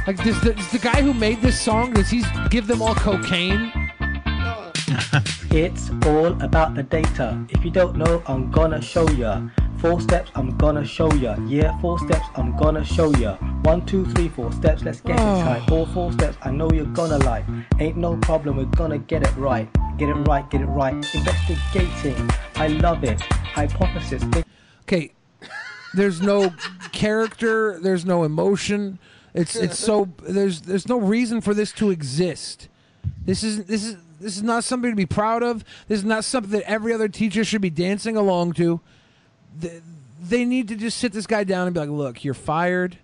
Speaker 4: Like, does the, does the guy who made this song does he give them all cocaine?
Speaker 29: It's all about the data. If you don't know, I'm gonna show ya. Four steps, I'm gonna show ya. Yeah, four steps, I'm gonna show ya. One, two, three, four steps, let's get it tight. All four steps, I know you're gonna like. Ain't no problem, we're gonna get it right. Get it right, get it right. Investigating, I love it. Hypothesis, think
Speaker 4: Okay, there's no character. There's no emotion. It's it's so there's there's no reason for this to exist. This is this is this is not something to be proud of. This is not something that every other teacher should be dancing along to. They, they need to just sit this guy down and be like, "Look, you're fired.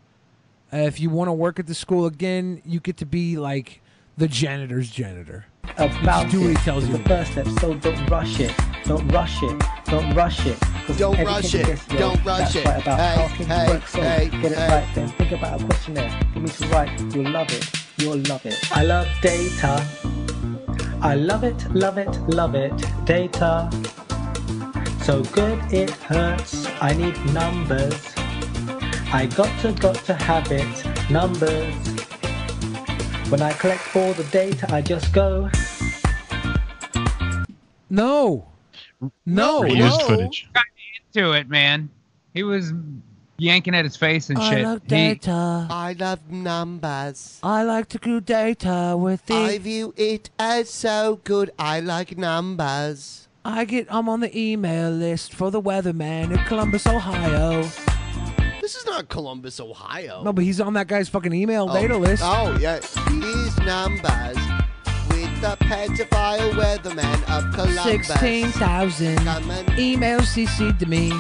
Speaker 4: Uh, if you want to work at the school again, you get to be like the janitor's janitor.
Speaker 29: about
Speaker 4: Just do what he
Speaker 29: it.
Speaker 4: tells
Speaker 29: It's
Speaker 4: you."
Speaker 29: the first step, so don't rush it. Don't rush it. Don't rush it. 'Cause
Speaker 1: Don't
Speaker 29: everything
Speaker 1: rush it.
Speaker 29: gets yo.
Speaker 1: Don't rush
Speaker 29: That's
Speaker 1: it.
Speaker 29: Right about
Speaker 1: Hey,
Speaker 29: how things
Speaker 1: hey,
Speaker 29: work. So
Speaker 1: hey,
Speaker 29: get it
Speaker 1: hey.
Speaker 29: right then. Think about a questionnaire. Give me to write. You'll love it. You'll love it. I love data. I love it, love it, love it. Data. So good it hurts. I need numbers. I got to, got to have it. Numbers. When I collect all the data, I just go.
Speaker 4: No. No.
Speaker 5: Reused
Speaker 4: no.
Speaker 5: footage. to it, man. He was yanking at his face and shit. He-
Speaker 1: I love numbers.
Speaker 4: I like to do data with
Speaker 1: the. I view it as so good. I like numbers.
Speaker 4: I get um, I'm on the email list for the weatherman in Columbus, Ohio.
Speaker 1: This is not Columbus, Ohio.
Speaker 4: No, but he's on that guy's fucking email data list.
Speaker 1: Oh yeah, he's numbers with the pedophile weatherman of Columbus.
Speaker 4: Sixteen thousand emails CC'd to me,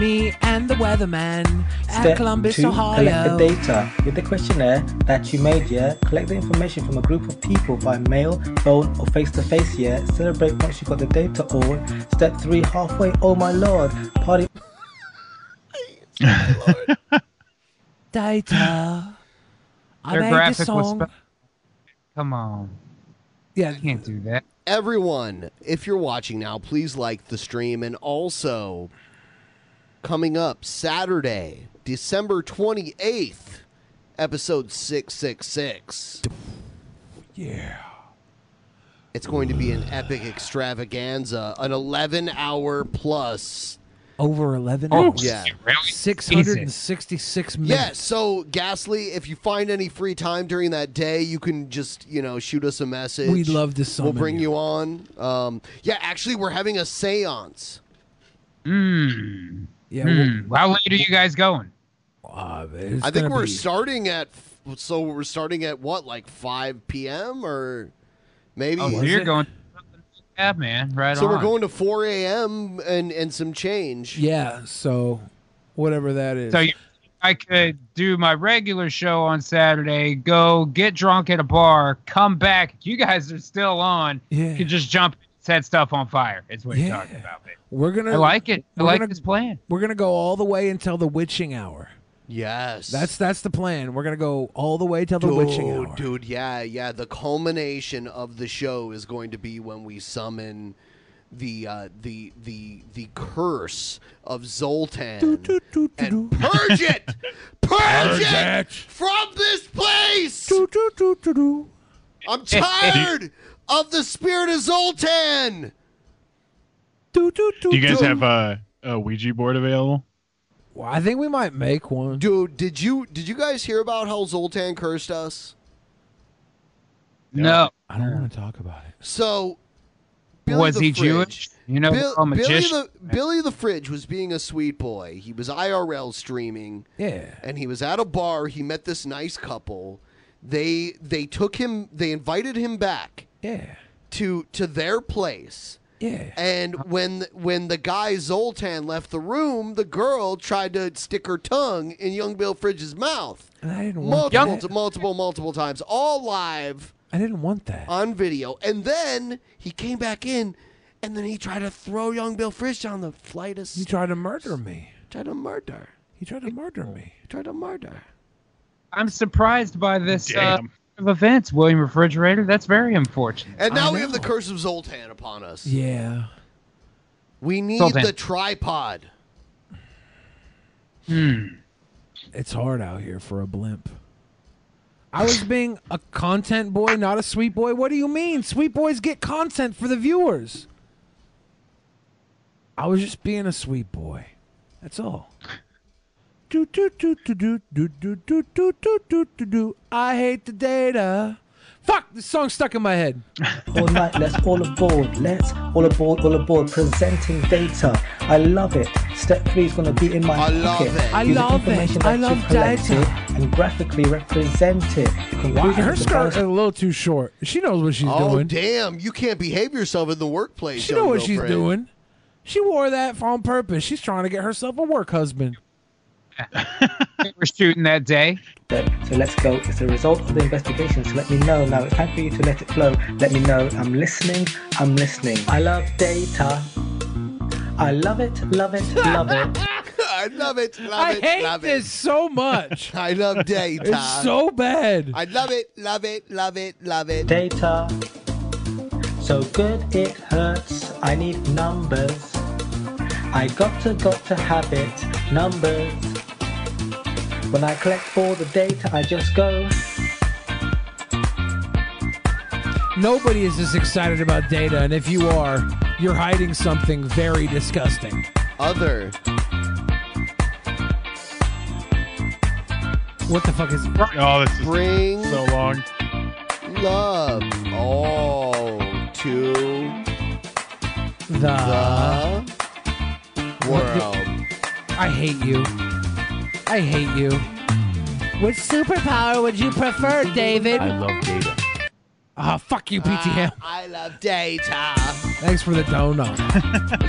Speaker 4: me and the weatherman at
Speaker 29: Step
Speaker 4: Columbus,
Speaker 29: two,
Speaker 4: Ohio.
Speaker 29: Collect the data with the questionnaire that you made, yeah. Collect the information from a group of people by mail, phone, or face to face, yeah. Celebrate once you got the data all. Step three, halfway, oh my lord. Party.
Speaker 4: data. I
Speaker 5: Their
Speaker 4: made
Speaker 5: graphic
Speaker 4: this
Speaker 5: was
Speaker 4: song.
Speaker 5: spe- Come on.
Speaker 4: Yeah,
Speaker 5: can't do that.
Speaker 1: Everyone, if you're watching now, please like the stream and also coming up Saturday, December 28th, episode 666.
Speaker 4: Yeah.
Speaker 1: It's going to be an epic extravaganza, an 11 hour plus.
Speaker 4: Over eleven.
Speaker 1: Oh,
Speaker 4: hours.
Speaker 1: yeah.
Speaker 4: Six hundred and sixty-six minutes.
Speaker 1: Yeah, so Ghastly, if you find any free time during that day, you can just, you know, shoot us a message.
Speaker 4: We'd love to
Speaker 1: We'll
Speaker 4: summon
Speaker 1: bring you, on. Um, yeah, actually, we're having a seance.
Speaker 5: Mm.
Speaker 4: Yeah.
Speaker 5: Mm. How late are you guys going?
Speaker 4: It's
Speaker 1: I think
Speaker 5: gonna
Speaker 1: we're
Speaker 5: be-
Speaker 1: starting at, so we're starting at what, like 5 p.m. or maybe?
Speaker 5: Oh, so you're going. Yeah, man. Right
Speaker 1: so
Speaker 5: on.
Speaker 1: we're going to 4 a.m. and, and some change.
Speaker 4: Yeah. So, whatever that is.
Speaker 5: So you, I could do my regular show on Saturday, go get drunk at a bar, come back. You guys are still on.
Speaker 4: Yeah.
Speaker 5: You could just jump, set stuff on fire. It's what you're talking about. man.
Speaker 4: We're gonna.
Speaker 5: I like it. I
Speaker 4: we're
Speaker 5: like
Speaker 4: gonna-
Speaker 5: this plan.
Speaker 4: We're gonna go all the way until the witching hour.
Speaker 1: Yes.
Speaker 4: That's that's the plan. We're gonna go all the way till the
Speaker 1: dude,
Speaker 4: witching hour.
Speaker 1: Dude, yeah, yeah. The culmination of the show is going to be when we summon the uh, the the the curse of Zoltan and purge it, purge it from this place. I'm tired of the spirit of Zoltan.
Speaker 6: Do you guys have uh, a Ouija board available?
Speaker 4: Well, I think we might make one.
Speaker 1: Dude, did you did you guys hear about how Zoltan cursed us?
Speaker 5: No.
Speaker 4: I don't want to talk about it.
Speaker 1: So, Billy
Speaker 5: was
Speaker 1: the
Speaker 5: he
Speaker 1: Fridge-
Speaker 5: Jewish? You know,
Speaker 1: Bill-
Speaker 5: a
Speaker 1: Billy,
Speaker 5: magician.
Speaker 1: the, Billy the Fridge was being a sweet boy. He was IRL streaming.
Speaker 4: Yeah.
Speaker 1: And he was at a bar. He met this nice couple. They they took him. They invited him back.
Speaker 4: Yeah.
Speaker 1: To to their place.
Speaker 4: Yeah.
Speaker 1: And when when the guy Zoltan left the room, the girl tried to stick her tongue in young Bill Fridge's mouth.
Speaker 4: And I didn't want
Speaker 1: Multiple,
Speaker 4: that.
Speaker 1: multiple, multiple times, all live
Speaker 4: I didn't want that.
Speaker 1: on video. And then he came back in, and then he tried to throw young Bill Frisch on the flight of
Speaker 4: He tried to murder me.
Speaker 1: Tried to murder.
Speaker 4: He tried to murder me.
Speaker 1: tried to murder.
Speaker 5: I'm surprised by this uh,
Speaker 1: Damn.
Speaker 5: of events, William Refrigerator. That's very unfortunate.
Speaker 1: And now we have the curse of Zoltan upon us.
Speaker 4: Yeah.
Speaker 1: We need
Speaker 5: Zoltan.
Speaker 1: the tripod.
Speaker 4: Hmm. It's hard out here for a blimp. I was being a content boy, not a sweet boy. What do you mean? Sweet boys get content for the viewers. I was just being a sweet boy. That's all. Do do do do do do do do do do do do do. I hate the data. Fuck, this song stuck in my head.
Speaker 29: all night. Let's all aboard. Let's all aboard. All aboard. Presenting data. I love it. Step three is going to be in my
Speaker 1: I love
Speaker 29: pocket.
Speaker 1: it. I
Speaker 29: Using
Speaker 1: love it.
Speaker 29: information
Speaker 1: I
Speaker 29: that
Speaker 1: love
Speaker 29: you've collected And graphically represent it.
Speaker 4: Wow,
Speaker 29: Conclusion
Speaker 4: her
Speaker 29: of the
Speaker 4: skirt's a little too short. She knows what she's
Speaker 1: oh
Speaker 4: doing.
Speaker 1: damn! You can't behave yourself in the workplace.
Speaker 4: She
Speaker 1: young
Speaker 4: know what
Speaker 1: girl
Speaker 4: she's
Speaker 1: friend.
Speaker 4: doing. She wore that for on purpose. She's trying to get herself a work husband.
Speaker 5: We're shooting that day.
Speaker 29: So let's go. It's a result of the investigation. So let me know now. It's time for you to let it flow. Let me know. I'm listening. I'm listening. I love data. I love it. Love it. Love it.
Speaker 1: I love it. Love
Speaker 4: I
Speaker 1: it.
Speaker 4: hate
Speaker 1: love
Speaker 4: this so much.
Speaker 1: I love data.
Speaker 4: It's so bad.
Speaker 1: it. I love it. Love it. Love it. Love it.
Speaker 29: Data. So good it hurts. I need numbers. I got to got to have it. Numbers. When I collect all the data, I just go.
Speaker 4: Nobody is this excited about data, and if you are, you're hiding something very disgusting.
Speaker 1: Other.
Speaker 4: What the fuck is?
Speaker 6: Oh, this is
Speaker 1: Bring
Speaker 6: so long.
Speaker 1: Love all to
Speaker 4: The,
Speaker 1: world.
Speaker 4: I hate you. I hate you. Which superpower would you prefer, David?
Speaker 22: I love data.
Speaker 4: Ah, fuck you, PT Ham.
Speaker 1: I love data.
Speaker 4: Thanks for the donut.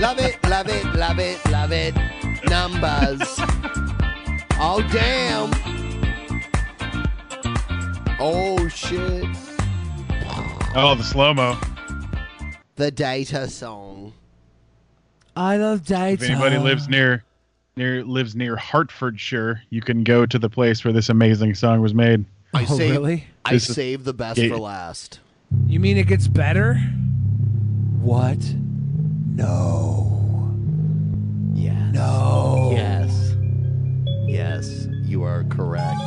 Speaker 1: love it. Love it. Love it. Love it. Numbers. oh damn. Oh shit.
Speaker 6: Oh, the slow mo.
Speaker 1: The data song.
Speaker 4: I love data.
Speaker 6: If anybody
Speaker 8: uh,
Speaker 6: lives near near lives near Hertfordshire, you can go to the place where this amazing song was made.
Speaker 1: I
Speaker 4: Oh,
Speaker 1: save,
Speaker 4: really?
Speaker 1: I
Speaker 6: This is-
Speaker 1: save the best
Speaker 6: Yeah.
Speaker 1: for last.
Speaker 4: You mean it gets better? What?
Speaker 1: Yes. No. Yes. Yes, you are correct.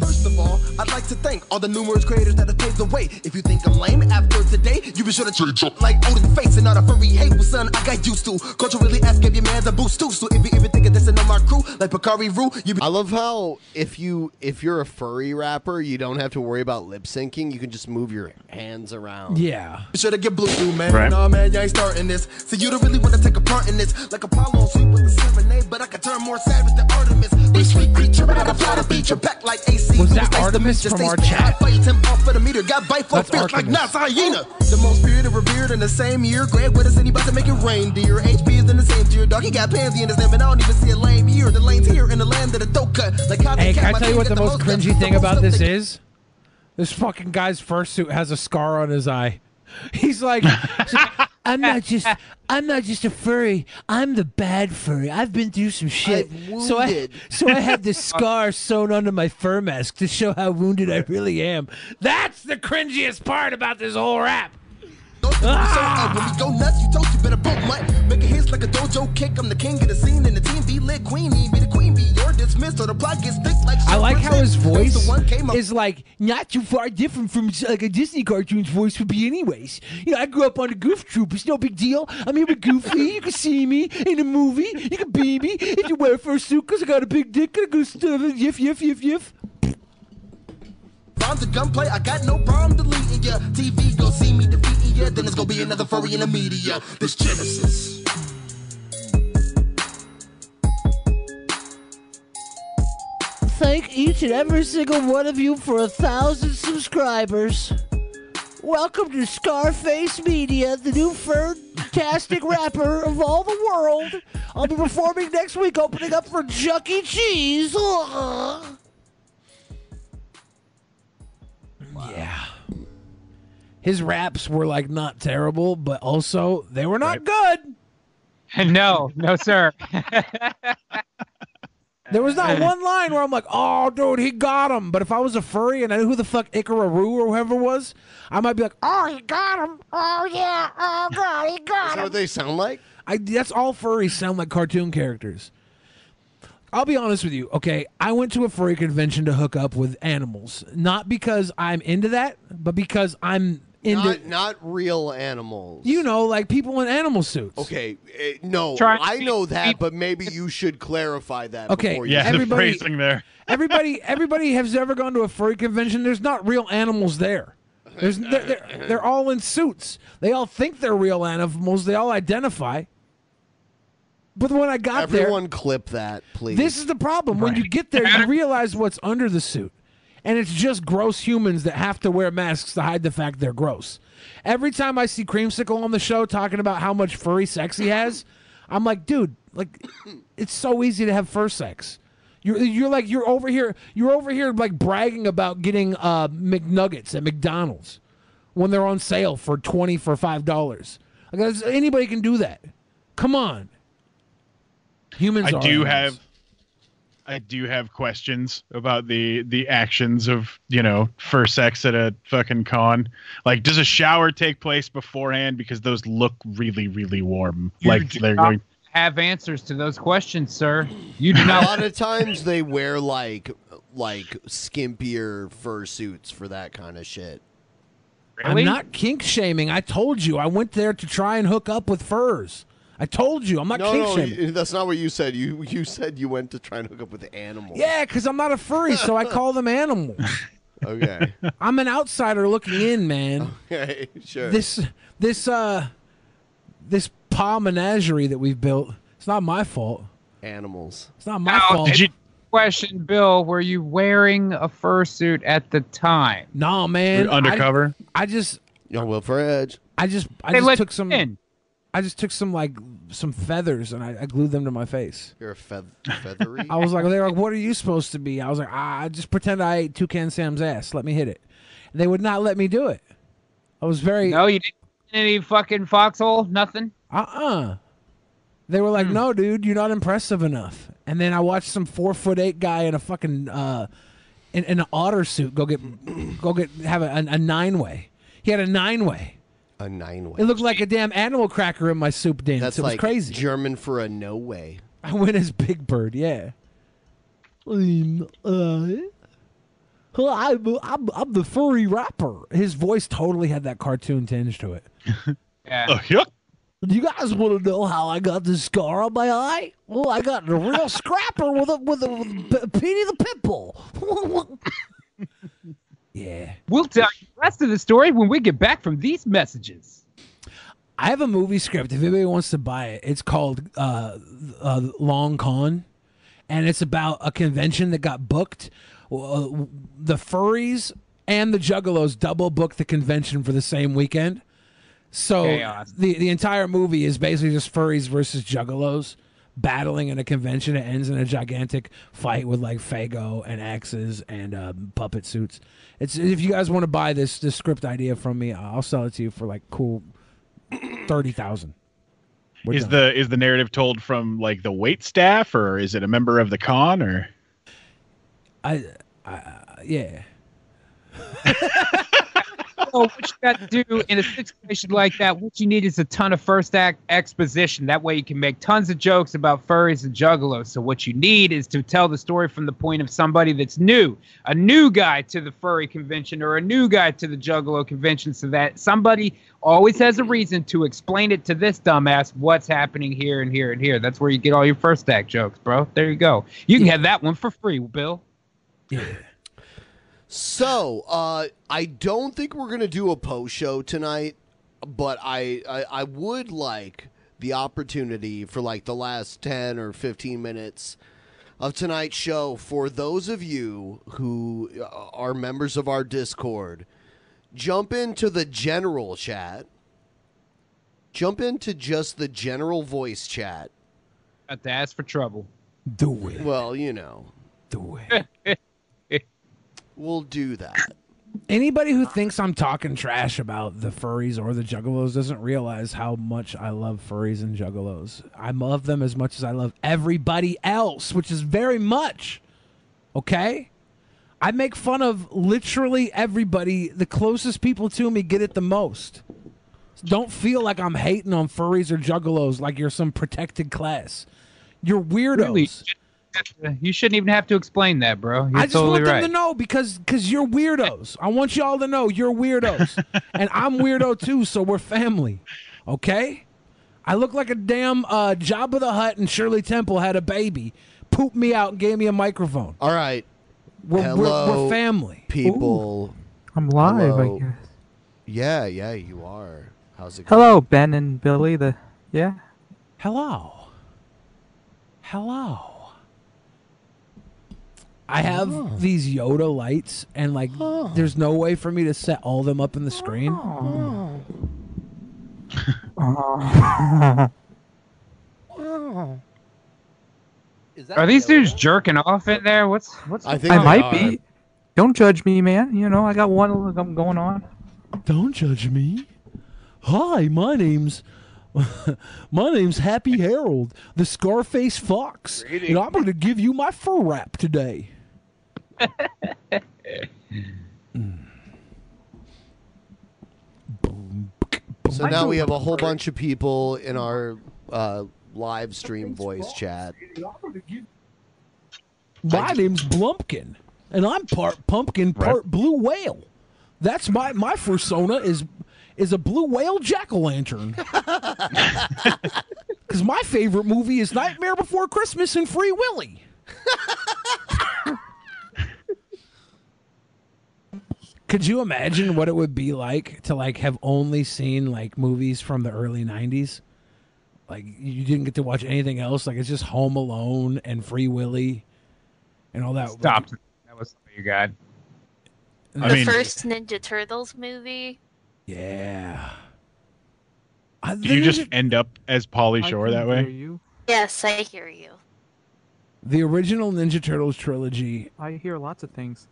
Speaker 21: First of all, I'd like to thank all the numerous creators that have paved the way. If you think I'm lame after today, you be sure to change up like Odin face and not a furry hateful son. I got used to culturally ask if your man's a boost too. So if you even think of this in my crew, like Bakari Rue, you be
Speaker 1: I love how if you if you're a furry rapper, you don't have to worry about lip syncing. You can just move your hands around.
Speaker 4: Yeah.
Speaker 21: You should have get blue through, man.
Speaker 1: Right.
Speaker 21: Nah, man, you ain't starting this. So you don't really want to take a part in this. Like Apollo, sweet with the serenade, but I could turn more savage than Artemis. Be sweet creature, but I can fly to beat your back like AC.
Speaker 4: Was
Speaker 21: It
Speaker 4: that
Speaker 21: nice to
Speaker 4: Artemis
Speaker 21: meet you,
Speaker 4: from
Speaker 21: stay
Speaker 4: our
Speaker 21: spit
Speaker 4: chat?
Speaker 21: hot, Bite him off at a meter, got bite flow
Speaker 4: That's
Speaker 21: fierce like
Speaker 4: Artemis.
Speaker 21: Nas Hyena. The most spirited revered in the same year. Greg with us and he about to make it rain, dear. HB is in the same tier. Dog, he got pansy in his name, and I don't even see a lame year. The lane's here in the land of the dope cut. Like cotton
Speaker 4: Hey,
Speaker 21: cat,
Speaker 4: can I
Speaker 21: my
Speaker 4: tell you
Speaker 21: team
Speaker 4: what
Speaker 21: got
Speaker 4: the most
Speaker 21: up-
Speaker 4: cringy thing
Speaker 21: the
Speaker 4: about
Speaker 21: most
Speaker 4: this
Speaker 21: up-
Speaker 4: is? This fucking guy's fursuit has a scar on his eye. He's like, I'm not just, I'm not just a furry. I'm the bad furry. I've been through some shit. so I,
Speaker 1: wounded."
Speaker 4: so I had this scar sewn onto my fur mask to show how wounded I really am. That's the cringiest part about this whole rap. Ah!
Speaker 21: So, uh, when we go nuts, you toast, you better boot mutt. Making hits like a dojo kick. I'm the king of the scene, and the team be lit. Queen, need be the queen, be you're dismissed, or the plot gets thick like
Speaker 4: I like how his
Speaker 21: Who's
Speaker 4: voice
Speaker 21: the one came up-
Speaker 4: is like not too far different from like a Disney cartoon's voice would be, anyways. You know, I grew up on the Goof Troop. It's no big deal. I'm here with Goofy. you can see me in a movie. You can be me if you wear a fursuit because I got a big dick and a good stuff. Yiff, yiff, yiff, yiff.
Speaker 21: Bomb to gunplay, I got no problem deleting ya. TV gon' see me defeating ya, then it's gonna be another furry in the media. This Genesis.
Speaker 20: Thank each and every single one of you for a thousand subscribers. Welcome to Scarface Media, the new fantastic rapper of all the world. I'll be performing next week, opening up for Chuck E. Cheese.
Speaker 4: Oh,
Speaker 20: Ugh.
Speaker 4: Yeah. His raps were like not terrible, but also they were not good.
Speaker 5: No, no, sir.
Speaker 4: There was not one line where I'm like, oh, dude, he got him. But if I was a furry and I knew who the fuck Ikaru or whoever was, I might be like, oh, he got him. Oh, yeah. Oh, God, he got him.
Speaker 1: what they sound like?
Speaker 4: I, that's all furries sound like cartoon characters. I'll be honest with you, okay? I went to a furry convention to hook up with animals, not because I'm into that, but because I'm into
Speaker 1: Not, not real animals.
Speaker 4: you know, like people in animal suits.
Speaker 1: Okay, eh, no,
Speaker 4: Try-
Speaker 1: I know that, but maybe you should clarify that.
Speaker 4: Okay,
Speaker 1: before
Speaker 4: yeah,
Speaker 1: you
Speaker 4: the Everybody- phrasing
Speaker 6: there.
Speaker 4: everybody everybody has ever gone to a furry convention there's not real animals there there's they're, they're, they're all in suits they all think they're real animals they all identify but when i got
Speaker 1: Everyone,
Speaker 4: there
Speaker 1: clip that, please.
Speaker 4: this is the problem when you get there you realize what's under the suit and it's just gross humans that have to wear masks to hide the fact they're gross every time i see creamsicle on the show talking about how much furry sex he has i'm like dude like it's so easy to have fur sex you're, you're like you're over here you're over here like bragging about getting uh McNuggets at McDonald's when they're on sale for twenty for five dollars. Like that's- anybody can do that. Come on, humans.
Speaker 6: I
Speaker 4: are
Speaker 6: do
Speaker 4: animals.
Speaker 6: have I do have questions about the the actions of, you know, fur sex at a fucking con. Like does a shower take place beforehand because those look really really warm. like they're
Speaker 5: not
Speaker 6: going
Speaker 5: have answers to those questions, sir. You do
Speaker 1: a
Speaker 5: not.
Speaker 1: lot of times they wear like like skimpier fur suits for that kind of shit.
Speaker 4: I'm not kink shaming. I told you I went there to try and hook up with furs. I told you I'm not
Speaker 1: no,
Speaker 4: kink
Speaker 1: no,
Speaker 4: shaming.
Speaker 1: you- that's not what you said. You you said you went to try and hook up with animals.
Speaker 4: Yeah, because I'm not a furry, so I call them animals.
Speaker 1: Okay.
Speaker 4: I'm an outsider looking in, man.
Speaker 1: okay. Sure.
Speaker 4: this this uh this paw menagerie that we've built it's not my fault
Speaker 1: animals
Speaker 4: it's not my
Speaker 5: Now,
Speaker 4: fault
Speaker 5: it's a question, Bill, were you wearing a fursuit at the time?
Speaker 4: No, man.
Speaker 6: undercover?
Speaker 4: I, I just
Speaker 1: young Will Fridge.
Speaker 4: i just i
Speaker 5: They
Speaker 4: just
Speaker 5: let
Speaker 4: took some
Speaker 5: you in.
Speaker 4: i just took some like some feathers and i, I glued them to my face
Speaker 1: You're a feath- feathery.
Speaker 4: i was like they were like what are you supposed to be i was like ah, just pretend i ate toucan sam's ass let me hit it and they would not let me do it i was very
Speaker 5: No, you didn't. Any fucking foxhole? Nothing. Hmm.
Speaker 4: uh-uh they were like no dude you're not impressive enough and then i watched some four foot eight guy in a fucking uh in, in an otter suit go get go get have a, a, a nine way he had a nine way
Speaker 1: a nine way
Speaker 4: it looked like a damn animal cracker in my soup dance
Speaker 1: That's
Speaker 4: it was
Speaker 1: like
Speaker 4: crazy
Speaker 1: German for a no way.
Speaker 4: i went as big bird yeah Um, uh, well, I'm, I'm, I'm the furry rapper his voice totally had that cartoon tinge to it
Speaker 5: Yeah.
Speaker 4: Do you guys want to know how I got this scar on my eye? Well, I got in a real scrapper with a with a, with a P- Petey the pit bull. yeah.
Speaker 5: We'll tell you the rest of the story when we get back from these messages.
Speaker 4: I have a movie script. If anybody wants to buy it, it's called uh, uh, Long Con, and it's about a convention that got booked. Uh, the furries and the juggalos double booked the convention for the same weekend. So
Speaker 5: Chaos.
Speaker 4: the the entire movie is basically just furries versus juggalos battling in a convention. It ends in a gigantic fight with like Fago and axes and um, puppet suits. It's if you guys want to buy this this script idea from me, I'll sell it to you for like cool thirty thousand.
Speaker 6: is the is the narrative told from like the wait staff or is it a member of the con or
Speaker 4: I, I yeah.
Speaker 5: So what you got to do in a situation like that, what you need is a ton of first act exposition. That way you can make tons of jokes about furries and juggalos. So what you need is to tell the story from the point of somebody that's new, a new guy to the furry convention or a new guy to the juggalo convention, so that somebody always has a reason to explain it to this dumbass what's happening here and here and here. That's where you get all your first act jokes, bro. There you go. You can have that one for free, Bill.
Speaker 1: So, uh, I don't think we're gonna do a post show tonight, but I, I I would like the opportunity for like the last ten or fifteen minutes of tonight's show for those of you who uh, are members of our Discord, jump into the general chat. Jump into just the general voice chat.
Speaker 5: Got to ask for trouble.
Speaker 4: Do it.
Speaker 1: Well, you know.
Speaker 4: Do
Speaker 5: it.
Speaker 1: we'll do that.
Speaker 4: Anybody who thinks I'm talking trash about the furries or the juggalos doesn't realize how much I love furries and juggalos. I love them as much as I love everybody else, which is very much. Okay? I make fun of literally everybody. The closest people to me get it the most. Don't feel like I'm hating on furries or juggalos like you're some protected class. You're weirdos.
Speaker 5: You shouldn't even have to explain that, bro. You're
Speaker 4: I just
Speaker 5: totally
Speaker 4: want them
Speaker 5: right.
Speaker 4: to know because because you're weirdos. I want y'all to know you're weirdos, and I'm weirdo too. So we're family, okay? I look like a damn uh, Jabba the Hutt and Shirley Temple had a baby, pooped me out, and gave me a microphone.
Speaker 1: All right,
Speaker 4: we're, we're,
Speaker 1: Hello,
Speaker 4: we're family.
Speaker 1: people.
Speaker 22: I'm live,
Speaker 1: Hello.
Speaker 22: I guess.
Speaker 1: Yeah, yeah, you are. How's it
Speaker 22: Hello, Ben and Billy. The yeah.
Speaker 4: Hello. Hello. I have these Yoda lights, and like, there's no way for me to set all them up in the screen.
Speaker 5: Are these dudes jerking off in there? What's what's?
Speaker 22: I, might be. Don't judge me, man. You know, I got one look I'm going on.
Speaker 4: Don't judge me. Hi, my name's my name's Happy Harold, the Scarface Fox, and I'm going to give you my fur wrap today.
Speaker 1: So now we have a whole bunch of people in our uh, live stream voice chat.
Speaker 4: My name's Blumpkin, and I'm part pumpkin, part blue whale. That's my my persona is is a blue whale jack o' lantern. Because my favorite movie is Nightmare Before Christmas and Free Willy. Could you imagine what it would be like to like have only seen like movies from the early '90s? Like you didn't get to watch anything else. Like it's just Home Alone and Free Willy, and all that.
Speaker 5: Stop. That was you got.
Speaker 4: I
Speaker 2: the
Speaker 4: mean-
Speaker 2: first Ninja Turtles movie.
Speaker 4: Yeah.
Speaker 6: Do you just end up as Polly Shore that way?
Speaker 2: Yes, I hear you.
Speaker 4: The original Ninja Turtles trilogy
Speaker 22: I hear lots of things.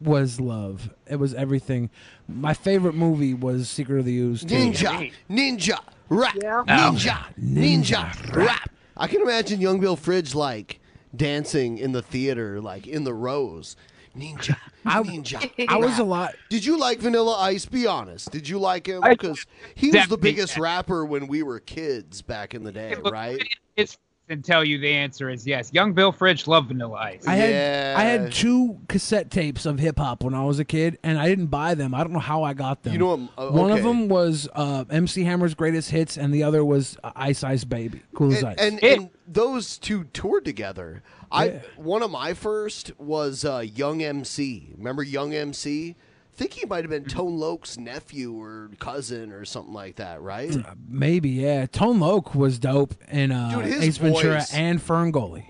Speaker 4: was love. It was everything. My favorite movie was Secret of the Ooze. too.
Speaker 1: Ninja, ninja, rap,
Speaker 4: Ow.
Speaker 1: ninja, ninja, rap. I can imagine young Bill Fridge like dancing in the theater, like in the rows. Ninja, ninja.
Speaker 4: I was a
Speaker 1: rap.
Speaker 4: lot.
Speaker 1: Did you like Vanilla Ice? Be honest. Did you like him?
Speaker 5: I-
Speaker 1: Because he was the
Speaker 5: Definitely,
Speaker 1: biggest rapper when we were kids back in the day, right?
Speaker 5: It's and tell you the answer is yes. Young Bill Fridge loved Vanilla Ice.
Speaker 4: I had I had two cassette tapes of hip hop when I was a kid, and I didn't buy them. I don't know how I got them.
Speaker 1: You know what, uh,
Speaker 4: One of
Speaker 1: okay.
Speaker 4: them was uh, MC Hammer's Greatest Hits, and the other was uh, Ice Ice Baby. Cool as
Speaker 1: and,
Speaker 4: ice.
Speaker 1: and, and those two toured together. I one of my first was uh, Young MC. Remember Young MC? I think he might have been Tone Loke's nephew or cousin or something like that, right?
Speaker 4: Maybe yeah. Tone Loc was dope in uh,
Speaker 1: Dude, his
Speaker 4: Ace Ventura
Speaker 1: voice.
Speaker 4: and Ferngully.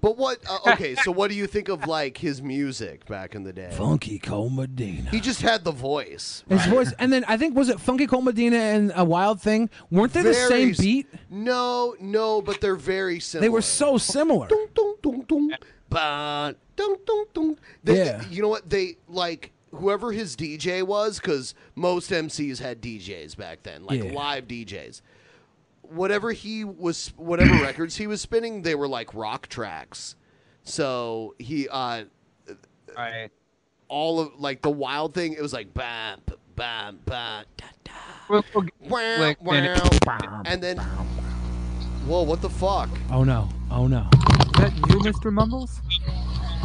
Speaker 1: But what? Uh, okay, so what do you think of like his music back in the day?
Speaker 4: Funky Cole Medina.
Speaker 1: He just had the voice.
Speaker 4: His voice, and then I think was it Funky Cole Medina and a Wild Thing? Weren't they the
Speaker 1: Very
Speaker 4: same
Speaker 1: s-
Speaker 4: beat?
Speaker 1: No, no, but they're very similar.
Speaker 4: They were so similar.
Speaker 1: Ba- dun, dun, dun. They-
Speaker 4: Yeah.
Speaker 1: You know what? They like whoever his DJ was, because most MCs had DJs back then, like
Speaker 4: Yeah.
Speaker 1: live DJs. Whatever he was, whatever records he was spinning, they were like rock tracks. So he, uh, all of like the wild thing, it was like bam, bam, bam, da, da. Wow,
Speaker 5: like, and
Speaker 1: wow. and then, whoa, what the fuck?
Speaker 4: Oh no! Oh no!
Speaker 22: Is that you, Mr. Mumbles?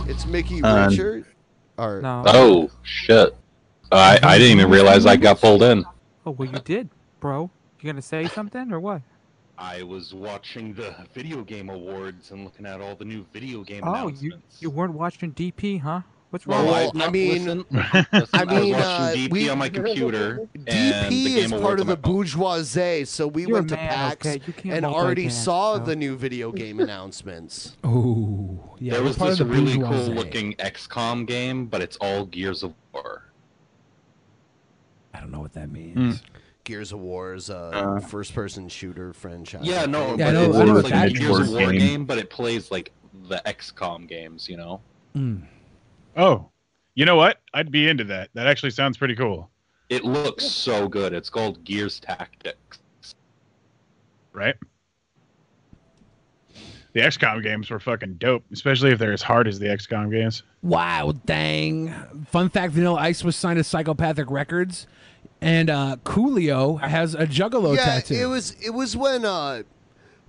Speaker 1: It's Mickey
Speaker 8: Um,
Speaker 1: Richard.
Speaker 22: No.
Speaker 8: Oh shit! I I didn't even realize I got pulled in.
Speaker 22: Oh well, you did, bro. You gonna say something or what?
Speaker 8: I was watching the video game awards and looking at all the new video game
Speaker 22: Oh, you you weren't watching DP, huh? What's wrong?
Speaker 8: Well,
Speaker 22: with
Speaker 8: I've not
Speaker 22: you?
Speaker 8: listened. Listen, I mean, was watching DP on my computer. and the
Speaker 1: DP
Speaker 8: game
Speaker 1: is part
Speaker 8: awards on
Speaker 1: of
Speaker 8: my
Speaker 1: the bourgeoisie, so we
Speaker 8: You're
Speaker 1: went
Speaker 8: a
Speaker 1: to
Speaker 8: man,
Speaker 1: PAX
Speaker 8: okay? You can't
Speaker 1: and already
Speaker 8: multitask,
Speaker 1: saw
Speaker 8: so.
Speaker 1: the new video game announcements.
Speaker 4: Ooh, yeah.
Speaker 8: there
Speaker 4: we're
Speaker 8: was
Speaker 4: part
Speaker 8: this
Speaker 4: of the
Speaker 8: really cool
Speaker 4: bourgeoisie.
Speaker 8: looking XCOM game, but it's all Gears of War.
Speaker 4: I don't know what that means.
Speaker 1: Gears of War is a
Speaker 8: Mm. Uh.
Speaker 1: first-person shooter franchise.
Speaker 8: Yeah, no,
Speaker 4: Yeah, I
Speaker 8: but
Speaker 4: know-
Speaker 8: it's,
Speaker 4: I know
Speaker 8: it's
Speaker 4: what
Speaker 8: like a
Speaker 4: that
Speaker 8: Gears
Speaker 4: is.
Speaker 8: of War
Speaker 4: Game.
Speaker 8: game. but it plays like the XCOM games, you know?
Speaker 4: Mm.
Speaker 6: Oh, you know what? I'd be into that. That actually sounds pretty cool.
Speaker 8: It looks so good. It's called Gears Tactics.
Speaker 6: Right? The XCOM games were fucking dope, especially if they're as hard as the XCOM games.
Speaker 4: Wow, dang. Fun fact Vanilla Ice was signed to Psychopathic Records, and uh, Coolio has a Juggalo
Speaker 1: yeah,
Speaker 4: tattoo.
Speaker 1: it was it was when uh,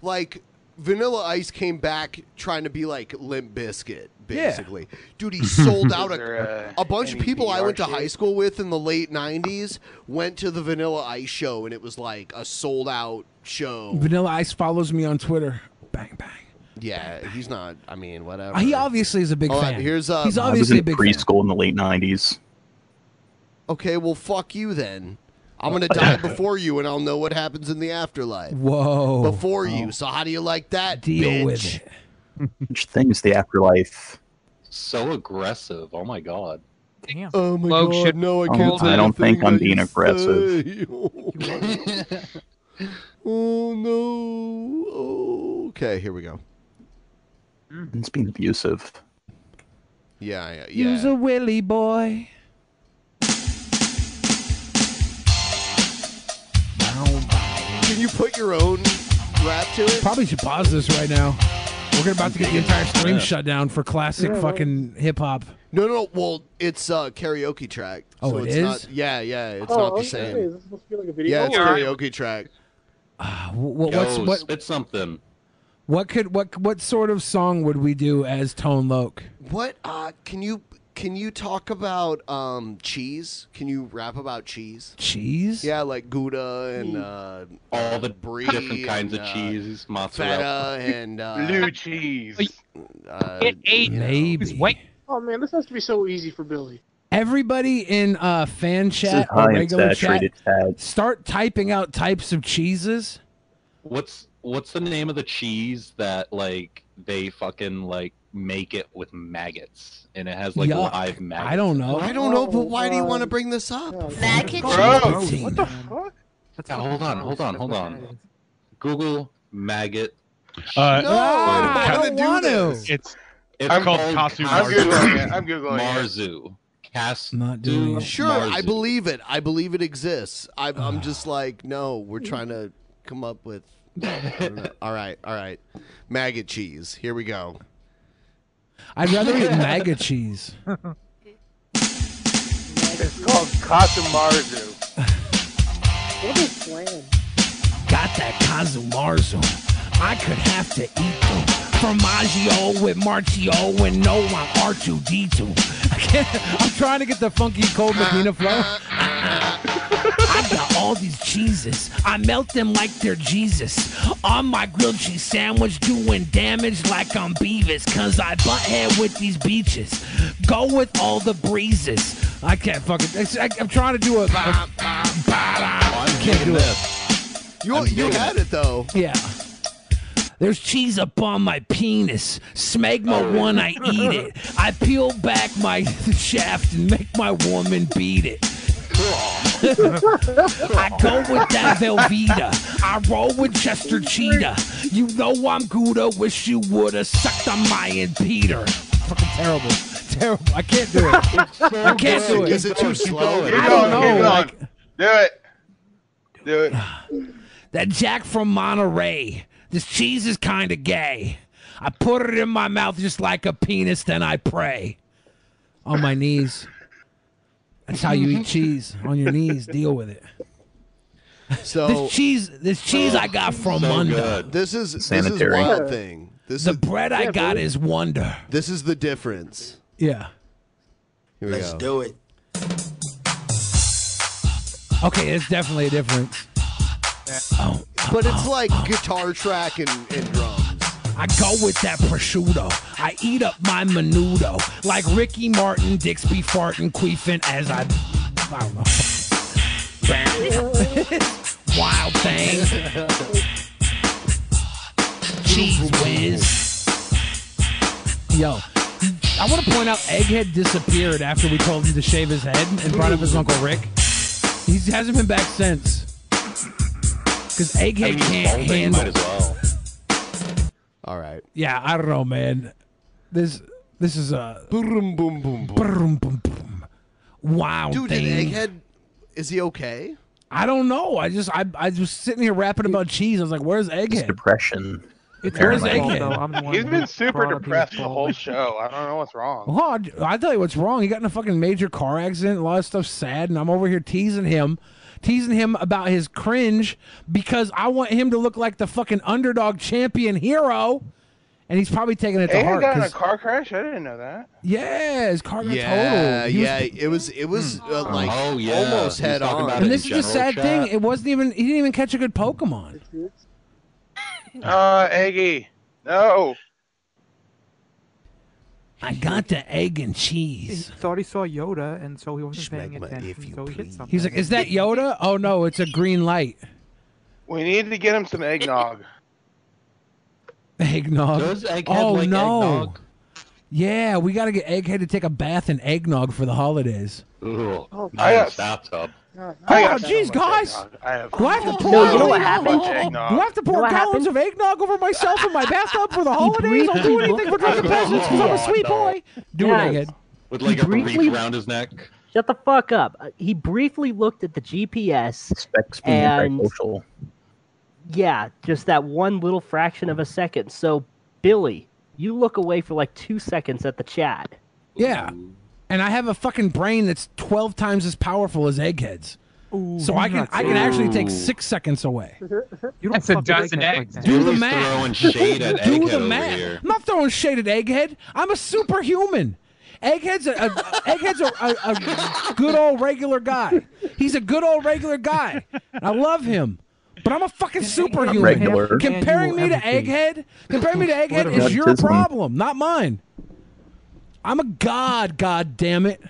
Speaker 1: like Vanilla Ice came back trying to be like Limp Biscuit, basically. Dude, he sold out
Speaker 12: Is there,
Speaker 1: a,
Speaker 12: uh,
Speaker 1: a bunch of
Speaker 12: any
Speaker 1: people I
Speaker 12: VR
Speaker 1: went to
Speaker 12: shit?
Speaker 1: high school with in the late 90s went to the Vanilla Ice show, and it was like a sold out show.
Speaker 4: Vanilla Ice follows me on Twitter. Bang bang.
Speaker 1: Yeah, he's not. I mean, whatever.
Speaker 4: He obviously is a big
Speaker 1: Oh,
Speaker 4: fan.
Speaker 1: Here's uh,
Speaker 4: he's
Speaker 11: I
Speaker 4: obviously a
Speaker 11: was in
Speaker 4: big fan.
Speaker 11: preschool in the late '90s.
Speaker 1: Okay, well, fuck you then. I'm gonna die before you, and I'll know what happens in the afterlife.
Speaker 4: Whoa.
Speaker 1: Before you. So how do you like that? bitch?
Speaker 4: it.
Speaker 11: Which thing is the afterlife?
Speaker 8: So aggressive. Oh my god.
Speaker 22: Damn.
Speaker 1: Oh
Speaker 12: Um,
Speaker 1: my
Speaker 8: Bloke
Speaker 1: god,
Speaker 8: should-
Speaker 1: no, I
Speaker 11: Oh,
Speaker 1: can't.
Speaker 11: I
Speaker 1: do
Speaker 11: don't
Speaker 1: the thing
Speaker 11: think I'm
Speaker 1: that you
Speaker 11: being aggressive.
Speaker 1: say. oh no. Okay, here we go.
Speaker 11: Mm. It's being abusive.
Speaker 1: Yeah, yeah, yeah.
Speaker 4: Use a willy boy.
Speaker 1: Can you put your own rap to it?
Speaker 4: Probably should pause this right now. We're about to get the entire stream shut down for classic
Speaker 1: Yeah.
Speaker 4: fucking hip hop.
Speaker 1: No, no, no. Well, it's uh, karaoke track.
Speaker 4: Oh,
Speaker 1: so
Speaker 4: it
Speaker 1: it's
Speaker 4: is?
Speaker 1: Not, yeah, yeah. It's
Speaker 8: Oh,
Speaker 1: not the
Speaker 8: okay.
Speaker 1: same.
Speaker 8: This must be like a
Speaker 1: Yeah,
Speaker 8: video.
Speaker 1: it's
Speaker 8: Alright.
Speaker 1: karaoke track.
Speaker 4: What, what's
Speaker 8: Yo,
Speaker 4: what?
Speaker 8: spit something.
Speaker 4: What could what what sort of song would we do as Tone Loc?
Speaker 1: What uh can you can you talk about um cheese? Can you rap about cheese?
Speaker 4: Cheese?
Speaker 1: Yeah, like Gouda and uh
Speaker 8: Mm. All the
Speaker 1: brie
Speaker 8: different kinds
Speaker 1: and,
Speaker 8: of
Speaker 1: uh,
Speaker 8: cheese,
Speaker 1: Feta
Speaker 8: mozzarella,
Speaker 1: and uh
Speaker 8: Blue
Speaker 1: cheese. Uh,
Speaker 4: Maybe.
Speaker 12: Oh man, this has to be so easy for Billy.
Speaker 4: Everybody in uh, fan
Speaker 11: This is
Speaker 4: chat or
Speaker 11: high in
Speaker 4: regular
Speaker 11: saturated
Speaker 4: chat,
Speaker 11: fat.
Speaker 4: start typing out types of cheeses.
Speaker 8: What's what's the name of the cheese that like they fucking like make it with maggots and it has like
Speaker 4: Yuck.
Speaker 8: live maggots?
Speaker 4: I don't know.
Speaker 1: I don't know,
Speaker 4: Oh,
Speaker 1: but why do you want to bring this up?
Speaker 2: Maggot
Speaker 8: Gross.
Speaker 2: cheese.
Speaker 8: What
Speaker 4: the
Speaker 12: fuck?
Speaker 8: Now, hold on, hold on, hold on. Google maggot.
Speaker 6: Uh,
Speaker 12: No, I don't
Speaker 6: don't wanna do
Speaker 4: wanna.
Speaker 6: this. It's-
Speaker 8: it's
Speaker 6: I'm-
Speaker 8: called
Speaker 6: I'm
Speaker 8: Kasu
Speaker 6: Googling it,
Speaker 8: Marzu.
Speaker 6: I'm Googling it.
Speaker 8: Marzu. Cas-
Speaker 4: Not
Speaker 8: doing
Speaker 1: Sure, I believe it. I believe it exists. I,
Speaker 4: Ah.
Speaker 1: I'm just like, no, we're trying to come up with. I don't know. all right, all right. Maggot cheese. Here we go.
Speaker 4: I'd rather eat MAGA cheese.
Speaker 12: It's called Kasumarzu. what is slam?
Speaker 4: Got that Kazumarzu. I could have to eat them. Formaggio with Marchio and no, I'm R2D2. I can't, I'm trying to get the funky cold Medina flow. I got all these cheeses. I melt them like they're Jesus. On my grilled cheese sandwich, doing damage like I'm Beavis. Cause I butt head with these beaches. Go with all the breezes. I can't fucking. I, I'm trying to do a. I can't do it.
Speaker 1: You, you had it though.
Speaker 4: Yeah. There's cheese up on my penis. Smegma
Speaker 1: Oh.
Speaker 4: one, I eat it. I peel back my shaft and make my woman beat it. I go with that Velveeta. I roll with Chester Cheetah. You know I'm Gouda. Wish you woulda sucked on my and Peter. Fucking terrible. Terrible. I can't do it. I can't do it.
Speaker 1: Is it too slow?
Speaker 4: I don't know. Like,
Speaker 12: Do it. Do it.
Speaker 4: That Jack from Monterey. This cheese is kind of gay. I put it in my mouth just like a penis, then I pray. On my knees. That's how you eat cheese. On your knees. Deal with it.
Speaker 1: So
Speaker 4: This cheese, this cheese I got from
Speaker 1: so
Speaker 4: Wonder.
Speaker 1: good. This is
Speaker 4: Sanitary.
Speaker 1: this is wild thing. This
Speaker 4: The
Speaker 1: is,
Speaker 4: bread I Yeah, got dude. is wonder.
Speaker 1: This is the difference.
Speaker 4: Yeah.
Speaker 1: Here we
Speaker 4: Let's
Speaker 1: go.
Speaker 4: do it. Okay, it's definitely a Oh, uh-huh. difference.
Speaker 1: But it's like guitar track and, and drums.
Speaker 4: I go with that prosciutto. I eat up my menudo. Like Ricky Martin, dicks be farting, queefing as I. I don't know. Wild thing. Cheese whiz. Yo, I want to point out Egghead disappeared after we told him to shave his head and brought up his Uncle Rick. He hasn't been back since. Because Egghead
Speaker 8: I mean,
Speaker 4: can't
Speaker 8: balding
Speaker 4: handle
Speaker 8: might as well.
Speaker 1: All right.
Speaker 4: yeah, I don't know, man. This this is a
Speaker 1: boom boom boom
Speaker 4: boom
Speaker 1: boom
Speaker 4: boom Wow,
Speaker 1: Dude,
Speaker 4: thing.
Speaker 1: did Egghead is he okay?
Speaker 4: I don't know. I just I I was sitting here rapping about cheese. I was like, "Where's Egghead?"
Speaker 11: Depression.
Speaker 4: Where's
Speaker 11: apparently.
Speaker 4: Egghead?
Speaker 12: He's been super depressed the whole show. I don't know what's wrong.
Speaker 4: Well, I'll, I'll tell you what's wrong. He got in a fucking major car accident. A lot of stuff sad, and I'm over here teasing him, teasing him about his cringe because I want him to look like the fucking underdog champion hero. And he's probably taking it to
Speaker 12: Aiden
Speaker 4: heart.
Speaker 12: got in a
Speaker 4: 'cause-
Speaker 12: car crash. I didn't know that.
Speaker 4: yeah, his car got
Speaker 1: Yeah,
Speaker 4: totaled. He was- Hmm.
Speaker 1: yeah. it was it was uh, like
Speaker 8: Oh, yeah.
Speaker 1: almost
Speaker 8: He was
Speaker 1: head
Speaker 8: talking
Speaker 1: on.
Speaker 8: about
Speaker 4: and this is the sad thing. It wasn't even. He didn't even catch a good Pokemon.
Speaker 12: Uh, Aggie. No.
Speaker 4: I got the egg and cheese.
Speaker 22: He thought he saw Yoda, and so he wasn't paying attention, so he hit something.
Speaker 4: He's like, "Is that Yoda? Oh no, it's a green light."
Speaker 12: We need to get him some eggnog.
Speaker 4: Eggnog.
Speaker 12: Does Egghead
Speaker 4: oh
Speaker 12: like
Speaker 4: no.
Speaker 12: eggnog?
Speaker 4: Yeah, we gotta get Egghead to take a bath in eggnog for the holidays.
Speaker 12: Oh, I got-
Speaker 8: bathtub.
Speaker 12: I got
Speaker 4: Oh,
Speaker 12: so much
Speaker 4: jeez, guys.
Speaker 12: eggnog. I have.
Speaker 4: Do I have to pour?
Speaker 12: so much
Speaker 4: Do I
Speaker 12: eggnog.
Speaker 4: have to pour gallons of eggnog over myself in my bathtub for the holidays?
Speaker 8: breathed
Speaker 4: I'll do
Speaker 8: through
Speaker 4: anything for
Speaker 8: both
Speaker 4: drinking
Speaker 8: of his
Speaker 4: peasants because I'm a
Speaker 8: teeth.
Speaker 4: sweet
Speaker 8: No.
Speaker 4: boy.
Speaker 8: Yes.
Speaker 4: Do it, Egghead.
Speaker 8: With like
Speaker 23: He
Speaker 8: a
Speaker 23: briefly-
Speaker 8: wreath around his neck.
Speaker 23: Shut the fuck up. Uh, He briefly looked at the GPS
Speaker 11: being very
Speaker 23: and
Speaker 11: social.
Speaker 23: yeah, just that one little fraction of a second. So, Billy, you look away for like two seconds at the chat.
Speaker 4: Yeah. And I have a fucking brain that's twelve times as powerful as Egghead's. so I can
Speaker 22: not
Speaker 4: I can actually take
Speaker 22: Ooh.
Speaker 4: six seconds away.
Speaker 22: You
Speaker 5: That's a dozen eggs.
Speaker 4: Do the
Speaker 5: Billy's
Speaker 4: math.
Speaker 5: throwing shade at
Speaker 4: Do
Speaker 5: Egghead
Speaker 4: the
Speaker 5: over
Speaker 4: math.
Speaker 5: here.
Speaker 4: I'm not throwing shade at Egghead. I'm a superhuman. Egghead's a, a Egghead's a, a, a good old regular guy. He's a good old regular guy. And I love him. But I'm a fucking superhuman.
Speaker 11: Regular.
Speaker 4: Comparing me to
Speaker 11: Annual
Speaker 4: Egghead, comparing me to Egghead
Speaker 11: Literally.
Speaker 4: is your
Speaker 11: Nepotism.
Speaker 4: problem, not mine. I'm a god, god damn it.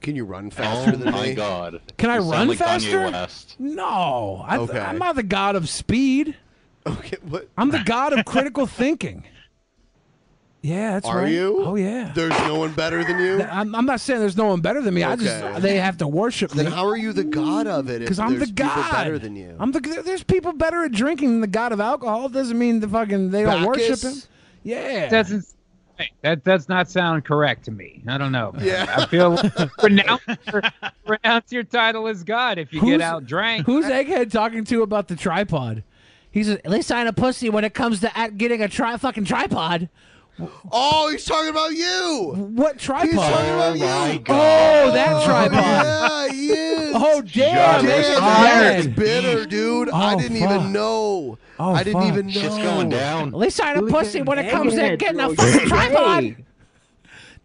Speaker 1: Can you run
Speaker 5: Oh
Speaker 1: faster than
Speaker 4: my
Speaker 1: me?
Speaker 8: God.
Speaker 4: Can I run faster? No, I
Speaker 1: Okay.
Speaker 4: am not the god of speed.
Speaker 1: Okay, what?
Speaker 4: I'm the god of critical thinking. Yeah, that's
Speaker 1: Are
Speaker 4: right.
Speaker 1: you?
Speaker 4: Oh yeah.
Speaker 1: There's no one better than you.
Speaker 4: I'm, I'm not saying there's no one better than me. I
Speaker 1: Okay.
Speaker 4: just they have to worship
Speaker 1: Then
Speaker 4: me.
Speaker 1: how are you the god of it? if
Speaker 4: Because I'm the
Speaker 1: there's people
Speaker 4: god.
Speaker 1: better than you.
Speaker 4: I'm the. There's people better at drinking than the god of alcohol. Doesn't mean the fucking they don't worship
Speaker 1: Bacchus?
Speaker 4: him. Yeah.
Speaker 5: Doesn't hey, that does not sound correct to me. I don't know.
Speaker 4: Yeah.
Speaker 5: I feel pronounce, your, pronounce your title as God if you get out drank.
Speaker 4: Who's Egghead talking to about the tripod? He says, "At least I ain't a pussy when it comes to at getting a tri- fucking tripod."
Speaker 1: Oh, he's talking about you.
Speaker 4: What tripod?
Speaker 1: He's talking about you.
Speaker 4: Oh, that tripod.
Speaker 1: Yeah, he is.
Speaker 4: Oh damn!
Speaker 1: Damn,
Speaker 4: that's
Speaker 1: that's
Speaker 4: bad.
Speaker 1: bitter, dude. I
Speaker 4: Oh,
Speaker 1: didn't
Speaker 4: fuck.
Speaker 1: even know.
Speaker 4: Oh,
Speaker 1: I didn't
Speaker 4: fuck.
Speaker 1: even know.
Speaker 4: Shit's going down. At least I had a
Speaker 1: Dude,
Speaker 4: pussy when it comes to
Speaker 1: egghead
Speaker 4: getting a
Speaker 1: throws
Speaker 4: fucking
Speaker 1: your
Speaker 4: tripod.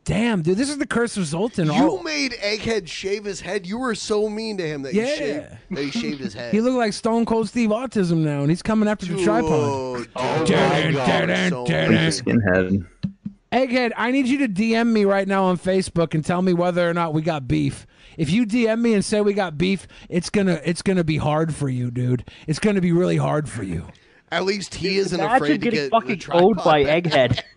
Speaker 4: Damn, dude, this is the curse of Zoltan.
Speaker 1: You
Speaker 4: Oh,
Speaker 1: made Egghead shave his head. You were so mean to him that,
Speaker 4: Yeah.
Speaker 1: he, shaved, that he shaved his head.
Speaker 4: he looked like Stone Cold Steve Autism now, and he's coming after the tripod.
Speaker 1: Dude, Oh
Speaker 4: Dun,
Speaker 1: God,
Speaker 4: dun,
Speaker 1: it's
Speaker 4: dun,
Speaker 1: so
Speaker 4: dun,
Speaker 1: mean.
Speaker 4: dun.
Speaker 11: Skinhead.
Speaker 4: Egghead, I need you to DM me right now on Facebook and tell me whether or not we got beef. If you DM me and say we got beef, it's gonna it's gonna be hard for you, dude. It's gonna be really hard for you.
Speaker 1: At least he isn't
Speaker 23: Imagine
Speaker 1: afraid to
Speaker 23: getting
Speaker 1: get
Speaker 23: fucking
Speaker 1: the tripod
Speaker 23: owned by
Speaker 1: back.
Speaker 23: Egghead.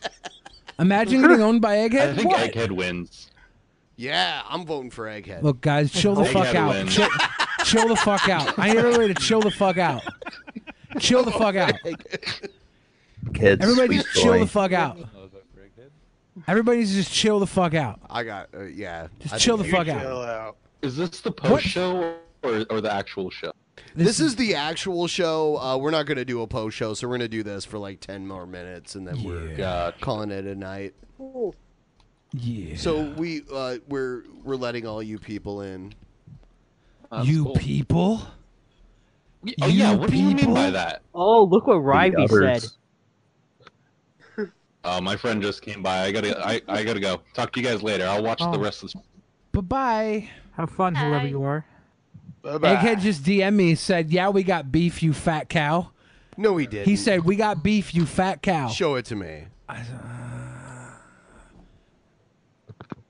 Speaker 4: Imagine getting owned by Egghead.
Speaker 8: I think
Speaker 4: What?
Speaker 8: Egghead wins.
Speaker 1: Yeah, I'm voting for Egghead.
Speaker 4: Look, guys, chill the
Speaker 8: Egghead
Speaker 4: fuck out.
Speaker 8: wins.
Speaker 4: Chill, chill the fuck out. I need everybody to chill the fuck out. Chill the fuck out.
Speaker 11: Kids.
Speaker 4: Everybody
Speaker 11: please
Speaker 4: just chill
Speaker 11: join.
Speaker 4: the fuck out. Everybody needs to just chill the fuck out.
Speaker 1: I got uh, yeah.
Speaker 4: Just
Speaker 1: I
Speaker 4: chill
Speaker 1: think
Speaker 4: the
Speaker 1: I-
Speaker 4: fuck out. Chill
Speaker 8: Is this the post show or, or the actual show?
Speaker 1: This is the actual show. Uh, we're not gonna do a post show, so we're gonna do this for like ten more minutes, and then we're calling it a night.
Speaker 4: Yeah.
Speaker 1: So we uh, we're we're letting all you people in.
Speaker 4: you people?
Speaker 8: Oh, yeah, what do you mean by that?
Speaker 23: Oh, look what Rivey
Speaker 8: others.
Speaker 23: said.
Speaker 8: Uh, my friend just came by. I gotta, I, I gotta go. Talk to you guys later. I'll watch the
Speaker 22: Oh.
Speaker 8: rest of this.
Speaker 4: Bye bye.
Speaker 22: Have fun, whoever you are.
Speaker 4: Egghead just DM me and said, "Yeah, we got beef, you fat cow."
Speaker 1: No, he didn't.
Speaker 4: He said, "We got beef, you fat cow."
Speaker 1: Show it to me.
Speaker 4: Uh,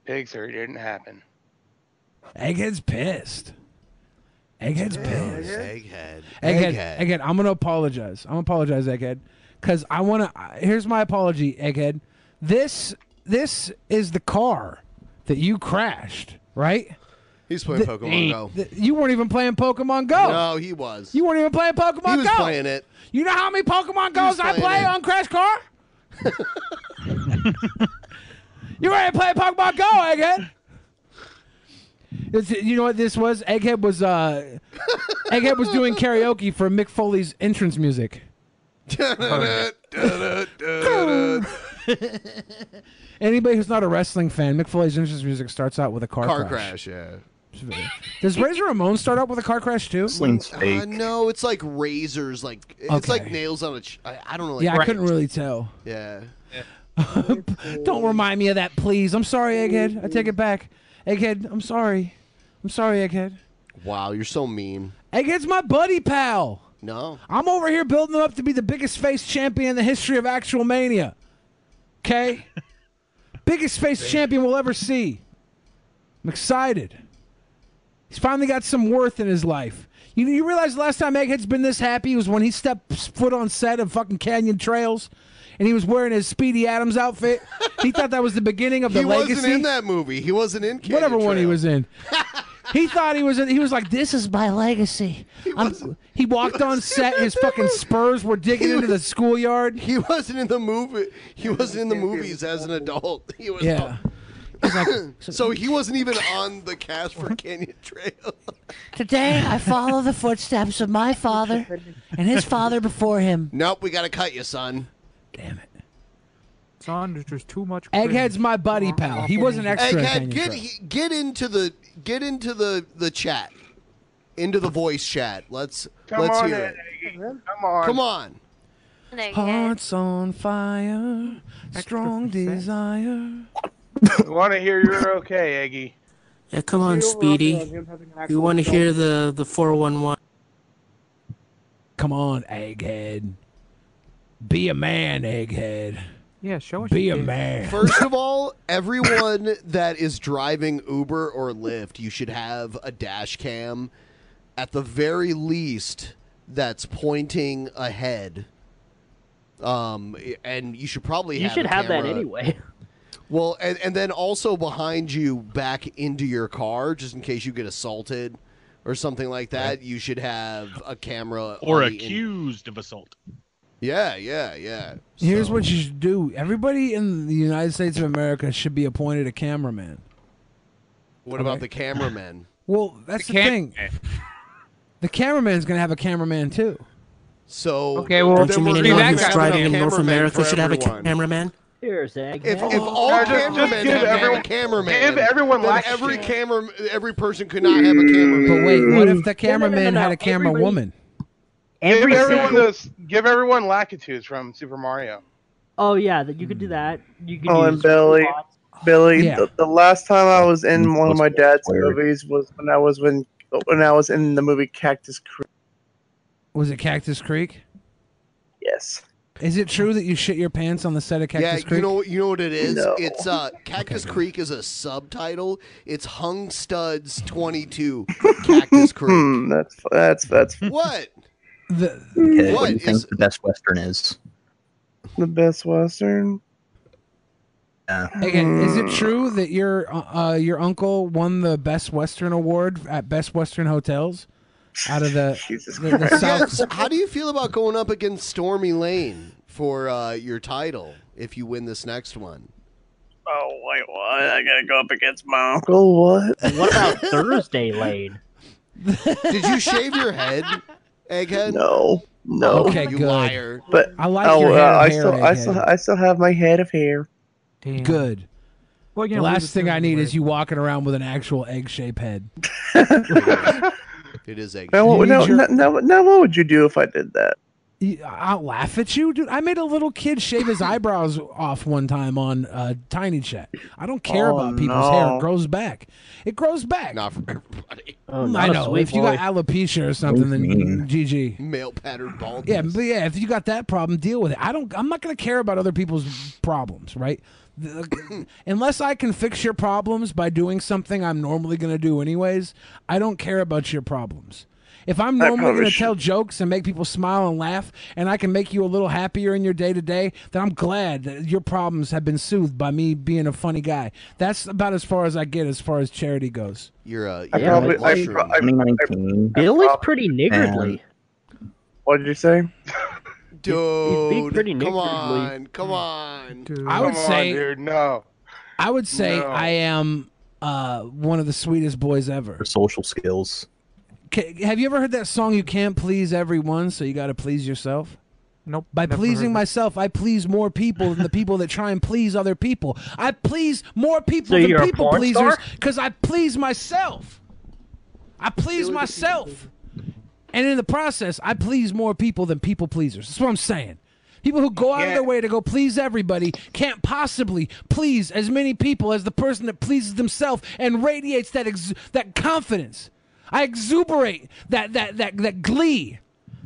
Speaker 12: Pig surgery didn't happen.
Speaker 4: Egghead's pissed. Egghead's pissed.
Speaker 1: Egghead.
Speaker 4: Egghead, Egghead. I'm gonna apologize. I'm gonna apologize, Egghead, because I wanna. I- Here's my apology, Egghead. This this is the car that you crashed, right?
Speaker 1: He's playing
Speaker 4: The-
Speaker 1: Pokemon Go.
Speaker 4: the- you weren't even playing Pokemon Go.
Speaker 1: No, he was.
Speaker 4: You weren't even playing Pokemon
Speaker 1: He was
Speaker 4: Go.
Speaker 1: playing it.
Speaker 4: You know how many Pokemon
Speaker 1: He was
Speaker 4: Go's I
Speaker 1: playing
Speaker 4: play
Speaker 1: it.
Speaker 4: on Crash Car? you ready to play Pokemon Go, Egghead? It's- you know what this was? Egghead was uh, Egghead was doing karaoke for Mick Foley's entrance music. Anybody who's not a wrestling fan, Mick Foley's entrance music starts out with a car,
Speaker 1: Car
Speaker 4: crash.
Speaker 1: crash. Yeah.
Speaker 4: Does Razor Ramon start out with a car crash too?
Speaker 1: Uh, no, it's like razors, like it's like
Speaker 4: Okay.
Speaker 1: nails on a. Ch- I, I don't know. Like
Speaker 4: Yeah, I couldn't really tell.
Speaker 1: Yeah.
Speaker 4: Don't remind me of that, please. I'm sorry, Egghead. I take it back. Egghead, I'm sorry. I'm sorry, Egghead.
Speaker 1: Wow, you're so mean.
Speaker 4: Egghead's my buddy, pal.
Speaker 1: No.
Speaker 4: I'm over here building him up to be the biggest face champion in the history of actual mania. Okay? biggest face champion we'll ever see. I'm excited. He's finally got some worth in his life. You, you realize the last time Egghead's been this happy was when he stepped foot on set of fucking Canyon Trails and he was wearing his Speedy Adams outfit. he thought that was the beginning of the
Speaker 1: he
Speaker 4: legacy.
Speaker 1: wasn't in that movie. He wasn't in Canyon
Speaker 4: Whatever one he
Speaker 1: Trail.
Speaker 4: was in. He thought he was. In, he was like, "This is my legacy." He, he walked on set. His fucking spurs were digging into the schoolyard.
Speaker 1: He wasn't in the movie. He wasn't in the movies as an adult. He was.
Speaker 4: Yeah.
Speaker 1: so he wasn't even on the cast for Canyon Trail.
Speaker 20: Today, I follow the footsteps of my father and his father before him.
Speaker 1: Nope, we gotta cut you, son.
Speaker 22: Son, there's just too much.
Speaker 4: Egghead's my buddy, pal. He was an extra. in
Speaker 1: Egghead,
Speaker 4: Canyon
Speaker 1: get
Speaker 4: Trail.
Speaker 1: he- get into the get into the the chat, into the voice chat. Let's
Speaker 12: Come
Speaker 1: let's
Speaker 12: on
Speaker 1: hear
Speaker 12: in,
Speaker 1: it.
Speaker 12: Iggy. Come on.
Speaker 1: Come on.
Speaker 4: Hearts on fire, strong desire.
Speaker 12: We want to hear you're okay, Eggy.
Speaker 14: Yeah, come on, Speedy. We want to hear the the 411.
Speaker 4: Come on, Egghead. Be a man, Egghead.
Speaker 22: Yeah, show us.
Speaker 4: Be
Speaker 22: your
Speaker 4: a
Speaker 22: dick.
Speaker 4: man.
Speaker 1: First of all, everyone that is driving Uber or Lyft, you should have a dash cam at the very least that's pointing ahead. Um, and you should probably
Speaker 23: You
Speaker 1: have
Speaker 23: should
Speaker 1: a
Speaker 23: have that
Speaker 1: camera-
Speaker 23: anyway.
Speaker 1: Well, and, and then also behind you, back into your car, just in case you get assaulted or something like that. You should have a camera
Speaker 6: or
Speaker 1: on the in-
Speaker 6: accused of assault.
Speaker 1: yeah, yeah, yeah.
Speaker 4: Here's what you should do. Everybody in the United States of America should be appointed a cameraman.
Speaker 1: What about the cameramen?
Speaker 4: Well, that's the, thing. The cameraman's gonna have a cameraman too.
Speaker 1: So
Speaker 4: Okay, well-
Speaker 14: don't
Speaker 4: Then
Speaker 14: you mean
Speaker 4: we're
Speaker 14: anyone
Speaker 4: gonna
Speaker 14: who's
Speaker 4: have
Speaker 14: driving
Speaker 4: a
Speaker 14: in North
Speaker 4: cameraman
Speaker 14: America
Speaker 4: for
Speaker 14: should have a
Speaker 4: everyone.
Speaker 14: cameraman?
Speaker 23: Here's Egg.
Speaker 1: If, if all
Speaker 12: No, just- just
Speaker 1: cameramen
Speaker 12: give
Speaker 1: have
Speaker 12: everyone-
Speaker 1: a cameraman,
Speaker 12: give everyone
Speaker 1: then
Speaker 12: last
Speaker 1: every
Speaker 12: chance.
Speaker 1: camera, every person could not have a cameraman.
Speaker 4: But wait, what if the
Speaker 1: No, no, no, no,
Speaker 4: cameraman had
Speaker 1: no.
Speaker 4: a camera woman?
Speaker 12: Give
Speaker 23: Every
Speaker 12: everyone
Speaker 23: single-
Speaker 12: those. Give everyone Lakitus from Super Mario.
Speaker 23: Oh yeah, that you could do that. You could
Speaker 15: Oh,
Speaker 23: use
Speaker 15: and Billy, Billy.
Speaker 23: Yeah.
Speaker 15: The, the last time I was in one of my dad's
Speaker 4: weird.
Speaker 15: movies was when I was when when I was in the movie Cactus Creek.
Speaker 4: Was it Cactus Creek?
Speaker 15: Yes.
Speaker 4: Is it true that you shit your pants on the set of Cactus
Speaker 1: yeah,
Speaker 4: Creek?
Speaker 1: you know, you know what it is. It's uh, Cactus Creek is a subtitle. It's Hung Studs Twenty Two. Cactus Creek.
Speaker 15: Hmm, that's that's that's
Speaker 1: what?
Speaker 11: Okay,
Speaker 1: What
Speaker 11: what do you
Speaker 1: is-
Speaker 11: think the best Western is?
Speaker 15: the best western.
Speaker 11: Yeah.
Speaker 4: Again, is
Speaker 1: uh,
Speaker 4: it true that your uh, your uncle won the Best Western award at Best Western hotels out of the the, the
Speaker 1: Yes.
Speaker 4: South?
Speaker 1: How do you feel about going up against Stormy Lane for uh, your title if you win this next one?
Speaker 15: Oh wait, what? I gotta go up against my uncle. What?
Speaker 23: What about Thursday Lane?
Speaker 1: Did you shave your head, Egghead?
Speaker 15: No, no.
Speaker 1: Okay, You good. liar.
Speaker 15: But
Speaker 1: I like
Speaker 15: oh,
Speaker 1: your head
Speaker 15: uh,
Speaker 1: of
Speaker 15: I
Speaker 1: hair,
Speaker 15: still, I
Speaker 1: Egghead.
Speaker 15: still, I still have my head of hair.
Speaker 4: Good.
Speaker 22: Well, you
Speaker 4: the
Speaker 22: know, we
Speaker 4: last
Speaker 22: just
Speaker 4: thing
Speaker 22: do
Speaker 4: I
Speaker 22: it
Speaker 4: need
Speaker 22: anyway.
Speaker 4: is you walking around with an actual egg shaped head.
Speaker 1: It is egg.
Speaker 15: Now,
Speaker 4: You
Speaker 15: what,
Speaker 4: need
Speaker 15: now,
Speaker 4: your-
Speaker 15: now, now, now, what would you do if I did that?
Speaker 4: You- I'll laugh at you, dude. I made a little kid shave his eyebrows off one time on uh, Tiny Chat. I don't care
Speaker 15: Oh,
Speaker 4: about people's hair.
Speaker 15: no.
Speaker 4: It grows back. It grows back.
Speaker 1: Not for everybody. Oh,
Speaker 4: I know. If you got alopecia or something, then GG.
Speaker 1: Male pattern baldness.
Speaker 4: Yeah, but yeah, if you got that problem, deal with it. I don't. I'm not going to care about other people's problems, right? The- Unless I can fix your problems by doing something I'm normally going to do anyways, I don't care about your problems. If I'm
Speaker 15: That
Speaker 4: normally going
Speaker 15: covers
Speaker 4: to tell jokes and make people smile and laugh, and I can make you a little happier in your day to day, then I'm glad that your problems have been soothed by me being a funny guy. That's about as far as I get as far as charity goes.
Speaker 1: You're a.
Speaker 15: I probably, I, pro- I, Billy's
Speaker 23: pretty niggardly.
Speaker 15: What did you say?
Speaker 1: Dude,
Speaker 23: pretty
Speaker 1: come
Speaker 23: niggardly.
Speaker 1: on, come on.
Speaker 4: I would
Speaker 12: Come on,
Speaker 4: say,
Speaker 12: dude, no.
Speaker 4: I would say
Speaker 12: No.
Speaker 4: I am uh, one of the sweetest boys ever.
Speaker 11: Social skills.
Speaker 4: Ca have you ever heard that song? You can't please everyone, so you got to please yourself.
Speaker 22: Nope.
Speaker 4: By
Speaker 22: never
Speaker 4: pleasing
Speaker 22: heard
Speaker 4: myself, I please more people than the people that try and please other people. I please more people
Speaker 23: So
Speaker 4: than
Speaker 23: you're a
Speaker 4: people
Speaker 23: porn
Speaker 4: pleasers
Speaker 23: star?
Speaker 4: because I please myself. I please myself. And in the process, I please more people than people pleasers. That's what I'm saying. People who go out of their way to go please everybody can't possibly please as many people as the person that pleases themselves and radiates that ex- that confidence. I exuberate that that that that glee.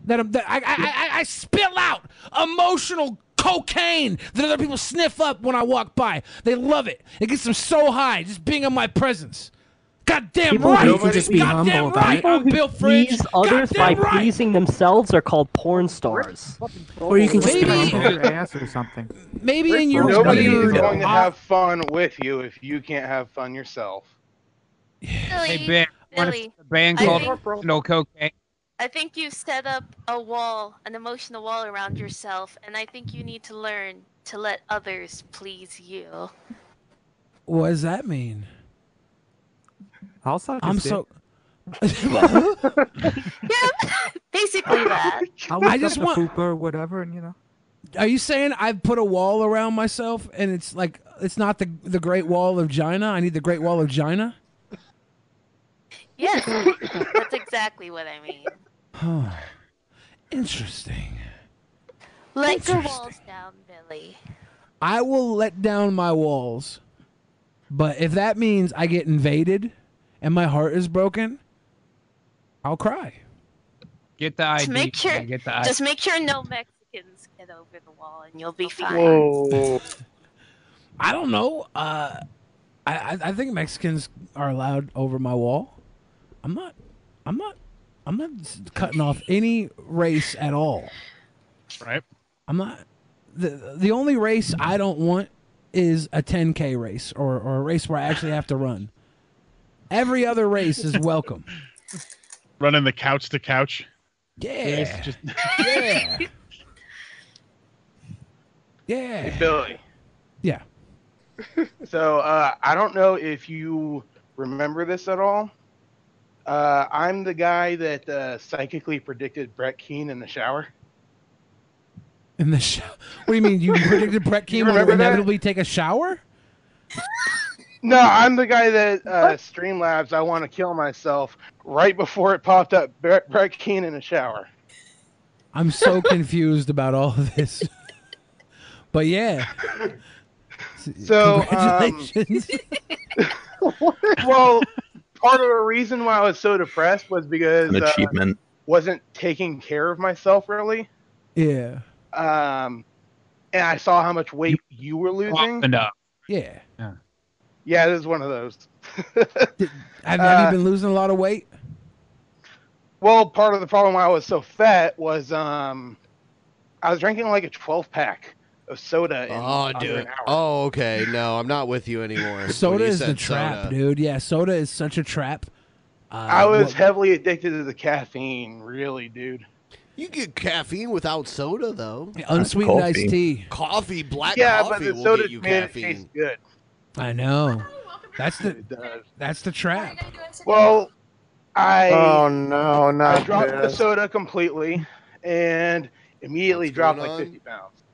Speaker 4: That, that I, I, I, I spill out emotional cocaine that other people sniff up when I walk by. They love it. It gets them so high just being in my presence. God damn
Speaker 14: People
Speaker 4: right.
Speaker 14: who can just be
Speaker 4: God damn
Speaker 14: humble about
Speaker 4: right.
Speaker 14: it.
Speaker 4: I'm Bill Fridge.
Speaker 23: Please others by
Speaker 4: Oh, Goddamn right.
Speaker 23: pleasing themselves are called porn stars.
Speaker 22: Or you can just
Speaker 4: Maybe-
Speaker 22: pound on their ass or something.
Speaker 4: Maybe in your
Speaker 12: Nobody is
Speaker 4: weird,
Speaker 12: going to
Speaker 4: off-
Speaker 12: have fun with you if you can't have fun yourself.
Speaker 5: Hey, Ben. what if
Speaker 2: Billy,
Speaker 5: a band
Speaker 2: I
Speaker 5: called
Speaker 2: think-
Speaker 5: Emotional Cocaine.
Speaker 2: I think you set up a wall, an emotional wall around yourself, and I think you need to learn to let others please you.
Speaker 4: What does that mean?
Speaker 22: I'll suck his
Speaker 4: I'm
Speaker 22: dick.
Speaker 4: so.
Speaker 2: Basically that.
Speaker 22: I'll
Speaker 4: I
Speaker 22: suck
Speaker 4: just
Speaker 22: the
Speaker 4: want-
Speaker 22: poop or whatever, and you know.
Speaker 4: Are you saying I've put a wall around myself and it's like it's not the the Great Wall of China? I need the Great Wall of China.
Speaker 2: Yes, that's exactly what I mean.
Speaker 4: Huh. Interesting.
Speaker 2: Let your walls down, Billy.
Speaker 4: I will let down my walls, but if that means I get invaded and my heart is broken, I'll cry.
Speaker 5: Get the ID.
Speaker 2: Just make sure,
Speaker 5: man, Get the ID.
Speaker 2: just make sure no Mexicans get over the wall, and you'll be fine.
Speaker 4: I don't know. Uh, I, I I think Mexicans are allowed over my wall. I'm not. I'm not. I'm not s- cutting off any race at all.
Speaker 6: Right.
Speaker 4: I'm not. The the only race I don't want is a 10k race or or a race where I actually have to run. Every other race is welcome.
Speaker 6: Running the couch to couch.
Speaker 4: Yeah.
Speaker 6: Just,
Speaker 4: yeah. Yeah.
Speaker 12: Hey, Billy.
Speaker 4: Yeah.
Speaker 12: so uh, I don't know if you remember this at all. Uh, I'm the guy that uh, psychically predicted Brett Keane in the shower.
Speaker 4: In the show. What do you mean? You predicted Brett Keane would
Speaker 12: remember that?
Speaker 4: inevitably take a shower?
Speaker 12: No, I'm the guy that uh, Streamlabs. I want to kill myself right before it popped up. Brett, Brett Keane in the shower.
Speaker 4: I'm so confused about all of this. But yeah.
Speaker 12: So, um,
Speaker 4: congratulations.
Speaker 12: well, part of the reason why I was so depressed was because
Speaker 11: An
Speaker 12: uh,
Speaker 11: achievement.
Speaker 12: wasn't taking care of myself really.
Speaker 4: yeah.
Speaker 12: Um, and I saw how much weight you were losing.
Speaker 6: Enough.
Speaker 4: Yeah.
Speaker 12: Yeah, this is one of those.
Speaker 4: Have, have
Speaker 12: Uh,
Speaker 4: you been losing a lot of weight?
Speaker 12: Well, part of the problem why I was so fat was um, I was drinking like a 12 pack of soda in
Speaker 1: Oh,
Speaker 12: under
Speaker 1: dude.
Speaker 12: an hour.
Speaker 1: Oh, okay. No, I'm not with you anymore.
Speaker 4: Soda
Speaker 1: When you
Speaker 4: is the
Speaker 1: said
Speaker 4: trap,
Speaker 1: soda.
Speaker 4: dude. Yeah, soda is such a trap. Uh,
Speaker 12: I was
Speaker 4: what-
Speaker 12: heavily addicted to the caffeine, really, dude.
Speaker 1: You get caffeine without soda, though.
Speaker 4: unsweetened iced Coffee. tea.
Speaker 1: Coffee, black
Speaker 12: yeah, but
Speaker 1: coffee
Speaker 12: the
Speaker 1: will
Speaker 12: soda
Speaker 1: get you
Speaker 12: made it
Speaker 1: caffeine.
Speaker 12: taste good.
Speaker 4: I know. That's the
Speaker 12: does.
Speaker 4: that's the trap.
Speaker 12: Well, I
Speaker 4: Oh,
Speaker 12: no,
Speaker 4: not
Speaker 12: I dropped the
Speaker 4: this.
Speaker 12: soda completely and immediately dropped like
Speaker 1: on?
Speaker 12: 50 pounds.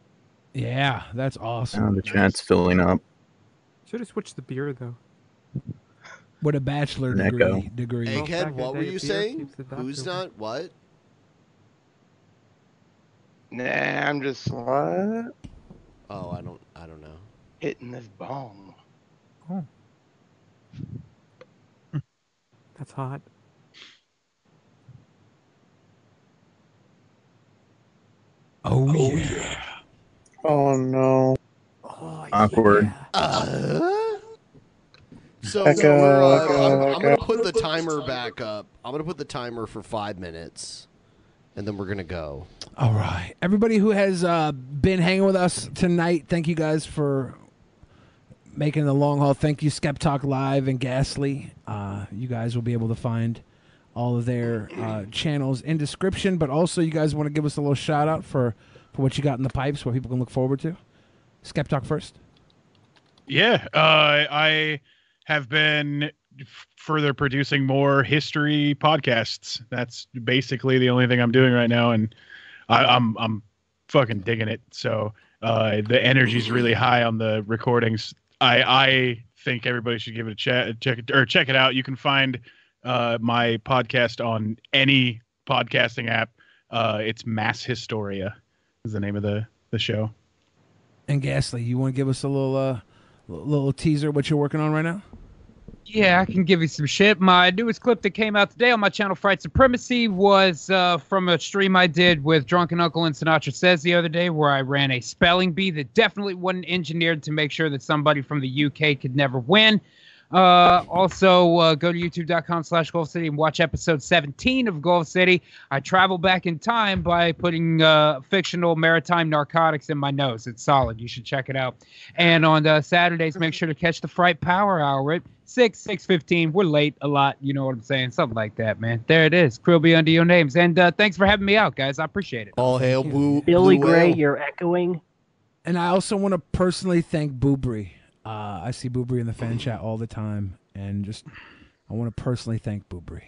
Speaker 4: Yeah, that's awesome.
Speaker 11: Now the chat's filling up.
Speaker 22: Should have switched the beer though.
Speaker 4: What a bachelor
Speaker 11: An
Speaker 4: degree.
Speaker 11: echo.
Speaker 4: degree.
Speaker 1: Egghead,
Speaker 22: Back
Speaker 1: what
Speaker 22: that
Speaker 1: were
Speaker 22: day
Speaker 1: you
Speaker 22: of beer
Speaker 1: saying?
Speaker 22: keeps the doctor
Speaker 1: Who's
Speaker 22: away.
Speaker 1: not what?
Speaker 12: Nah, I'm just what?
Speaker 1: Oh, I don't. I don't know.
Speaker 12: hitting this bong.
Speaker 22: That's hot.
Speaker 4: Oh, yeah.
Speaker 24: Oh no.
Speaker 11: Awkward.
Speaker 1: Uh, so
Speaker 24: Echo,
Speaker 1: no, we're, uh,
Speaker 24: echo,
Speaker 1: I'm, I'm gonna
Speaker 24: echo.
Speaker 1: put the timer back up. I'm gonna put the timer for five minutes, and then we're gonna go.
Speaker 4: All right. Everybody who has uh, been hanging with us tonight, thank you guys for making the long haul. Thank you, Skep Talk Live and Ghastly. Uh, you guys will be able to find all of their uh, channels in description, but also you guys want to give us a little shout out for, for what you got in the pipes, what people can look forward to. Skep Talk first.
Speaker 6: Yeah, uh, I have been f- further producing more history podcasts. That's basically the only thing I'm doing right now, and I, I'm I'm fucking digging it. So uh, the energy's really high on the recordings. I I think everybody should give it a chat, check it or check it out. You can find uh, my podcast on any podcasting app. Uh, it's Mass Hysteria is the name of the the show.
Speaker 4: And Ghastly, you want to give us a little uh, l- little teaser what you're working on right now?
Speaker 5: Yeah, I can give you some shit. My newest clip that came out today on my channel, Fright Supremacy, was uh, from a stream I did with Drunken Uncle and Sinatra Says the other day, where I ran a spelling bee that definitely wasn't engineered to make sure that somebody from the UK could never win. Uh, also, uh, go to youtube.com slash Gulf City and watch episode 17 of Gulf City. I travel back in time by putting uh, fictional maritime narcotics in my nose. It's solid. You should check it out. And on uh, Saturdays, make sure to catch the Fright Power Hour at 6, 6.15. We're late a lot. You know what I'm saying? Something like that, man. There it is. Krill be under your names. And uh, thanks for having me out, guys. I appreciate it.
Speaker 4: Oh,
Speaker 1: All hail Blue,
Speaker 23: Billy Gray, you're echoing.
Speaker 4: And I also want to personally thank Boobry. Uh, I see Boobry in the fan chat all the time, and just I want to personally thank Boobry.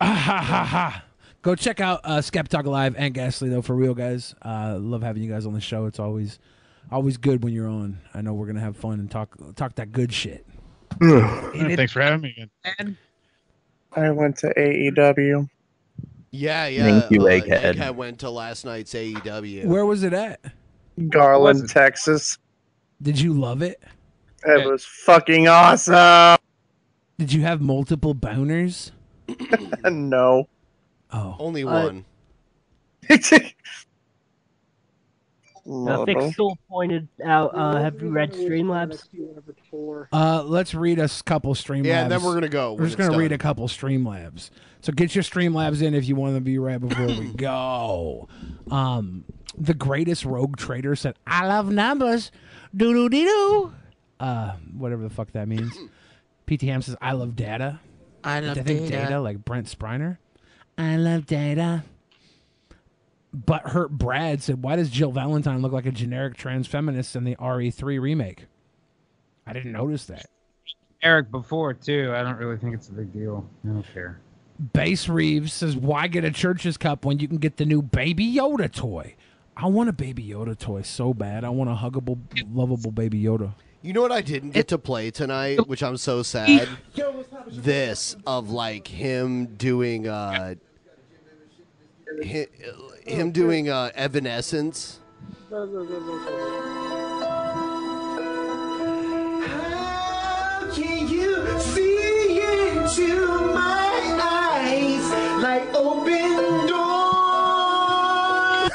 Speaker 4: Ah, ha, ha, ha. Go check out uh, Skep Talk Live and Ghastly though for real, guys. Uh, love having you guys on the show. It's always always good when you're on. I know we're gonna have fun and talk talk that good shit.
Speaker 6: Thanks for having me again.
Speaker 24: I went to E AEW.
Speaker 1: Yeah, yeah.
Speaker 24: Thank you,
Speaker 1: uh,
Speaker 24: Egghead.
Speaker 1: Egghead went to last night's E AEW.
Speaker 4: Where was it at?
Speaker 24: Garland, Texas.
Speaker 4: Did you love it?
Speaker 24: It was fucking awesome.
Speaker 4: Did you have multiple boners?
Speaker 24: no.
Speaker 4: Oh.
Speaker 1: Only
Speaker 24: I-
Speaker 1: one.
Speaker 23: Uh,
Speaker 21: Uh-huh.
Speaker 23: Vic Soul pointed out. Uh, have you read Streamlabs?
Speaker 4: Uh, let's read a couple streamlabs.
Speaker 1: Yeah, and then we're gonna go
Speaker 4: We're just
Speaker 1: when it's
Speaker 4: gonna read
Speaker 1: done.
Speaker 4: a couple streamlabs. So get your streamlabs in if you want to be right before we go. Um, the greatest rogue trader said, "I love numbers." Doo doo dee doo. Uh, whatever the fuck that means. PT Ham says, "I love data."
Speaker 14: I
Speaker 4: Which
Speaker 14: love
Speaker 4: I think
Speaker 14: data.
Speaker 4: like Brent Spriner. I love data. But Hurt Brad said, "Why does Jill Valentine look like a generic trans feminist in the RE3 remake?" I didn't notice that.
Speaker 5: Eric before, too. I don't really think it's a big deal. I don't care.
Speaker 4: Base Reeves says, "Why get a church's cup when you can get the new Baby Yoda toy?" I want a Baby Yoda toy so bad. I want a huggable, lovable Baby Yoda.
Speaker 1: You know what I didn't get to play tonight, which I'm so sad. This of like him doing uh him, him doing uh Evanescence.
Speaker 21: Can you see into my eyes like open doors?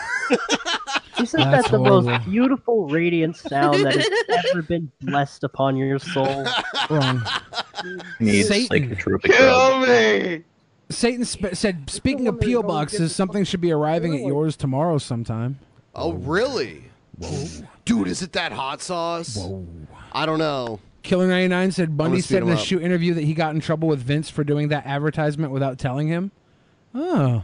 Speaker 23: Isn't that
Speaker 21: That's
Speaker 23: the most
Speaker 21: horrible.
Speaker 23: beautiful radiant sound that has ever been blessed upon your soul?
Speaker 21: Um,
Speaker 11: Needs
Speaker 4: Satan.
Speaker 11: psychotropic
Speaker 4: Kill
Speaker 11: drugs.
Speaker 4: me. Satan sp- said, "Speaking of PO boxes, something should be arriving at yours tomorrow sometime."
Speaker 1: Oh really? Dude, is it that hot sauce? Whoa. I don't know.
Speaker 4: Killer ninety nine said, "Bundy
Speaker 1: gonna speed
Speaker 4: said in
Speaker 1: him
Speaker 4: a
Speaker 1: up.
Speaker 4: shoot interview that he got in trouble with Vince for doing that advertisement without telling him." Oh.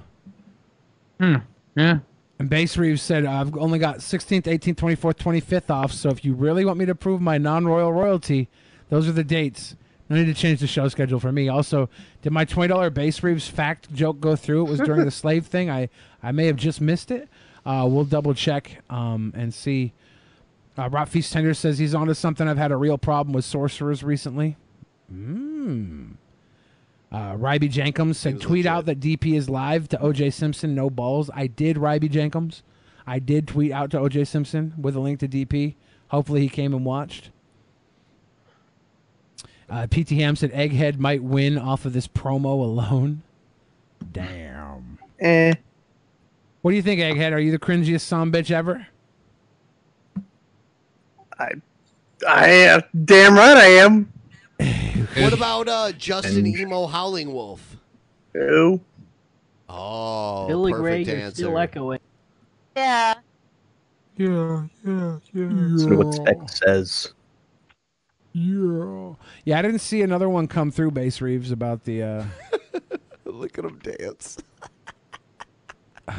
Speaker 5: Hmm. Yeah.
Speaker 4: And Base Reeves said, I've only got 16th, 18th, 24th, 25th off. So if you really want me to prove my non royal royalty, those are the dates. No need to change the show schedule for me. Also, did my $20 Base Reeves fact joke go through? It was during the slave thing. I, I may have just missed it. Uh, we'll double check um, and see. Uh, Rob Feast Tender says he's onto something. I've had a real problem with sorcerers recently.
Speaker 5: Hmm.
Speaker 4: Mmm. Uh, Ryby Jenkins said, tweet out that DP is live to OJ Simpson, no balls. I did, Ryby Jenkins. I did tweet out to OJ Simpson with a link to DP. Hopefully he came and watched. Uh, PT Ham said, Egghead might win off of this promo alone. Damn.
Speaker 24: Eh.
Speaker 4: What do you think, Egghead? Are you the cringiest son bitch ever?
Speaker 24: I am damn right I am.
Speaker 1: What about uh Justin
Speaker 24: And-
Speaker 1: Emo Howling Wolf?
Speaker 24: Ew.
Speaker 1: Oh,
Speaker 23: Billy Gray,
Speaker 1: perfect
Speaker 23: you're
Speaker 1: answer.
Speaker 23: still echoing.
Speaker 2: Yeah.
Speaker 4: Yeah, yeah, yeah.
Speaker 11: Listen to what Spec says.
Speaker 4: Yeah. Yeah, I didn't see another one come through, Base Reeves, about the. Uh...
Speaker 1: Look at him dance.
Speaker 4: I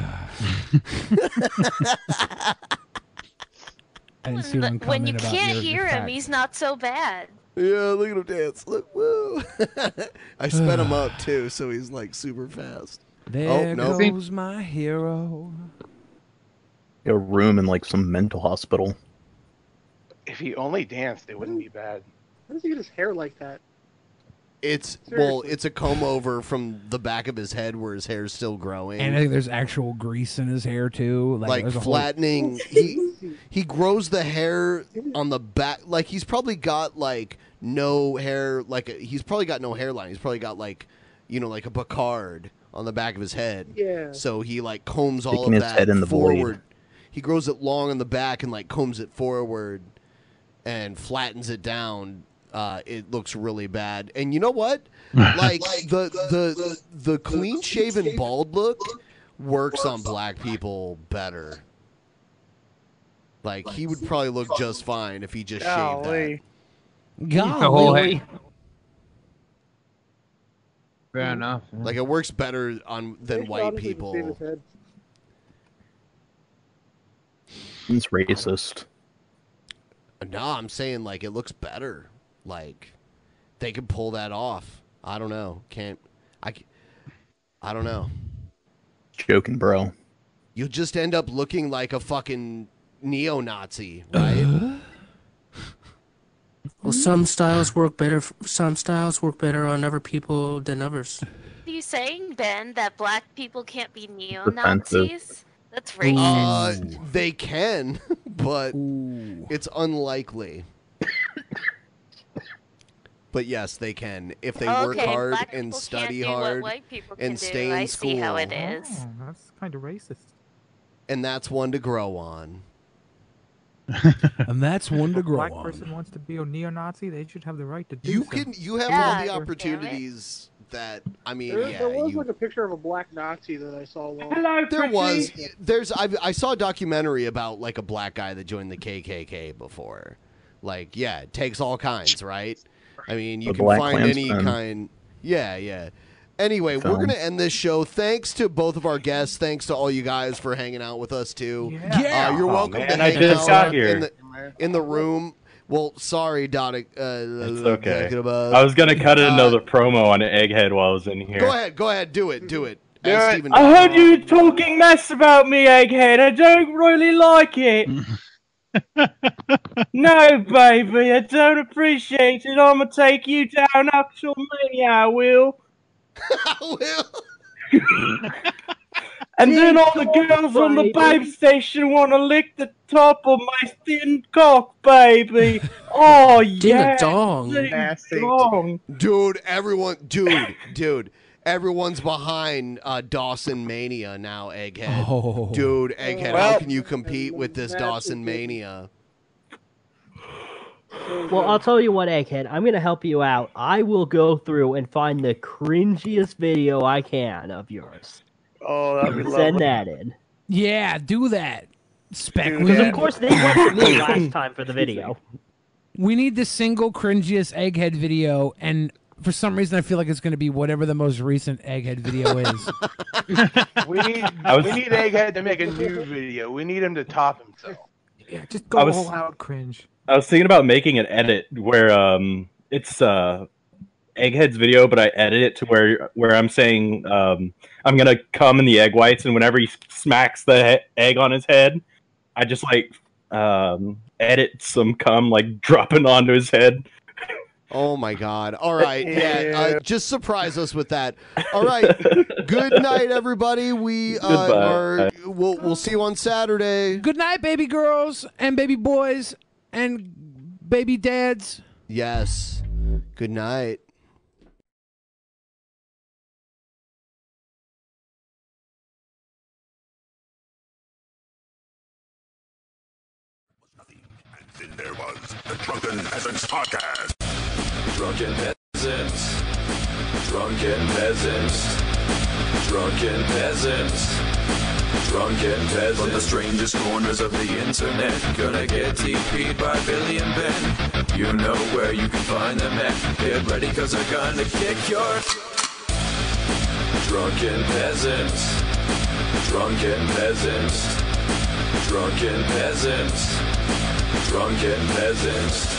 Speaker 4: didn't see one
Speaker 2: When you
Speaker 4: comment about
Speaker 2: can't
Speaker 4: your- your
Speaker 2: hear him,
Speaker 4: fact.
Speaker 2: he's not so bad.
Speaker 1: Yeah, Oh, look at him dance. Look, woo. I sped him up too, so he's like super fast.
Speaker 4: There
Speaker 1: oh no.
Speaker 4: goes my hero.
Speaker 11: A room in like some mental hospital.
Speaker 12: If he only danced, it wouldn't be bad.
Speaker 24: How does he get his hair like that?
Speaker 1: It's well,
Speaker 4: Seriously.
Speaker 1: it's a comb over from the back of his head where his hair's still growing.
Speaker 4: And I think there's actual grease in his hair too. Like,
Speaker 1: like
Speaker 4: there's a whole-
Speaker 1: flattening. he he grows the hair on the back. Like he's probably got like no hair. Like he's probably got no hairline. He's probably got like you know like a Picard on the back of his head.
Speaker 27: Yeah.
Speaker 1: So he like combs all
Speaker 20: Sticking his
Speaker 1: of that
Speaker 20: head in the void.
Speaker 1: forward. He grows it long on the back and like combs it forward and flattens it down. Uh, it looks really bad. And you know what? Like the the the, clean shaven bald look works on black people better. Like he would probably look just fine if he just shaved that.
Speaker 27: Golly.
Speaker 4: The whole head.
Speaker 30: Fair enough.
Speaker 1: Like it works better on than white people.
Speaker 20: It's racist.
Speaker 1: No, I'm saying like it looks better. Like they could pull that off. I don't know. Can't I? c- I don't know.
Speaker 20: Joking, bro.
Speaker 1: You'll just end up looking like a fucking neo-Nazi, right?
Speaker 31: Well, some styles work better. f- Some styles work better on other people than others.
Speaker 32: Are you saying, Ben, that black people can't be neo
Speaker 31: Offensive.
Speaker 32: Nazis? That's
Speaker 1: Uh,
Speaker 32: racist.
Speaker 1: they can, but it's unlikely. but yes, they can if they work
Speaker 32: Okay,
Speaker 1: hard
Speaker 32: black
Speaker 1: and
Speaker 32: people can't
Speaker 1: study
Speaker 32: do what
Speaker 1: hard
Speaker 32: white people can
Speaker 1: and
Speaker 32: do.
Speaker 1: stay in
Speaker 32: I
Speaker 1: school.
Speaker 32: see how it is.
Speaker 8: Oh, that's kind of racist.
Speaker 1: And that's one to grow on.
Speaker 4: and that's one to grow
Speaker 8: Black
Speaker 4: on.
Speaker 8: person wants to be a neo-Nazi. They should have the right to do.
Speaker 1: You
Speaker 8: so.
Speaker 1: can you have all the opportunities that I mean,
Speaker 8: There-
Speaker 1: yeah,
Speaker 8: there was,
Speaker 1: you
Speaker 8: like,
Speaker 12: There's a picture of a black Nazi that I saw. Long
Speaker 1: there was there's I I saw a documentary about like a black guy that joined the KKK before. Like yeah, it takes all kinds, right? I mean, you
Speaker 20: The
Speaker 1: can
Speaker 20: Black
Speaker 1: find
Speaker 20: Klansman.
Speaker 1: any kind. Yeah, yeah. Anyway, we're
Speaker 20: Film.
Speaker 1: gonna end this show. Thanks to both of our guests. Thanks to all you guys for hanging out with us too.
Speaker 27: Yeah. Yeah.
Speaker 1: Uh, you're
Speaker 27: Aw,
Speaker 1: welcome
Speaker 27: Oh, man,
Speaker 1: to
Speaker 27: I
Speaker 1: hang
Speaker 27: just
Speaker 1: out
Speaker 27: got
Speaker 1: in
Speaker 27: here.
Speaker 1: the in the room. Well, sorry, Donic. Uh,
Speaker 27: It's okay.
Speaker 1: About-
Speaker 27: I was gonna cut
Speaker 1: Uh,
Speaker 27: another promo on Egghead while I was in here.
Speaker 1: Go ahead, go ahead, do it, do it. As Steven
Speaker 16: I
Speaker 1: does.
Speaker 16: heard you talking mess about me, Egghead. I don't really like it. no, baby, I don't appreciate it. I'ma take you down actual me, I will.
Speaker 1: I will.
Speaker 16: And then all the girls on the babe station want to lick the top of my thin cock, baby. Oh, yeah. thin dong.
Speaker 1: Dude, everyone, dude, dude, everyone's behind uh, Dawson Mania now, Egghead.
Speaker 4: Oh.
Speaker 1: Dude, Egghead, how
Speaker 23: Well-
Speaker 1: can you compete with this Dawson Mania?
Speaker 23: Well, I'll tell you what, Egghead, I'm gonna help you out. I will go through and find the cringiest video I can of yours.
Speaker 4: Oh,
Speaker 23: that'd be Send lovely. that in.
Speaker 4: Yeah, do that. Spec.
Speaker 23: Because of course they watched me last time for the video.
Speaker 4: We need the single cringiest egghead video, and for some reason, I feel like it's going to be whatever the most recent egghead video is.
Speaker 12: we need
Speaker 4: I was-
Speaker 12: we need Egghead to make a new video. We need him to top himself.
Speaker 8: Yeah, just
Speaker 12: go
Speaker 8: go
Speaker 12: I was- all
Speaker 8: all out cringe.
Speaker 27: I was thinking about making an edit where um it's uh Egghead's video, but I edit it to where where I'm saying um I'm gonna come in the egg whites, and whenever he s- smacks the he- egg on his head, I just like um edit some cum like dropping onto his head.
Speaker 1: Oh my god. All right, yeah, uh, just surprise us with that. All right, good night, everybody. We uh,
Speaker 27: Goodbye.
Speaker 1: are, we'll, we'll see you on Saturday.
Speaker 4: Good night, baby girls and baby boys and baby dads.
Speaker 1: Yes, good night.
Speaker 3: Then there was the Drunken Peasants Podcast. Drunken Peasants. Drunken Peasants. Drunken Peasants. Drunken Peasants. From the strangest corners of the internet. Gonna get TP'd by Billy and Ben. You know where you can find them at. Get ready, cause they're gonna kick your. Drunken Peasants. Drunken Peasants. Drunken Peasants. Drunken Peasants.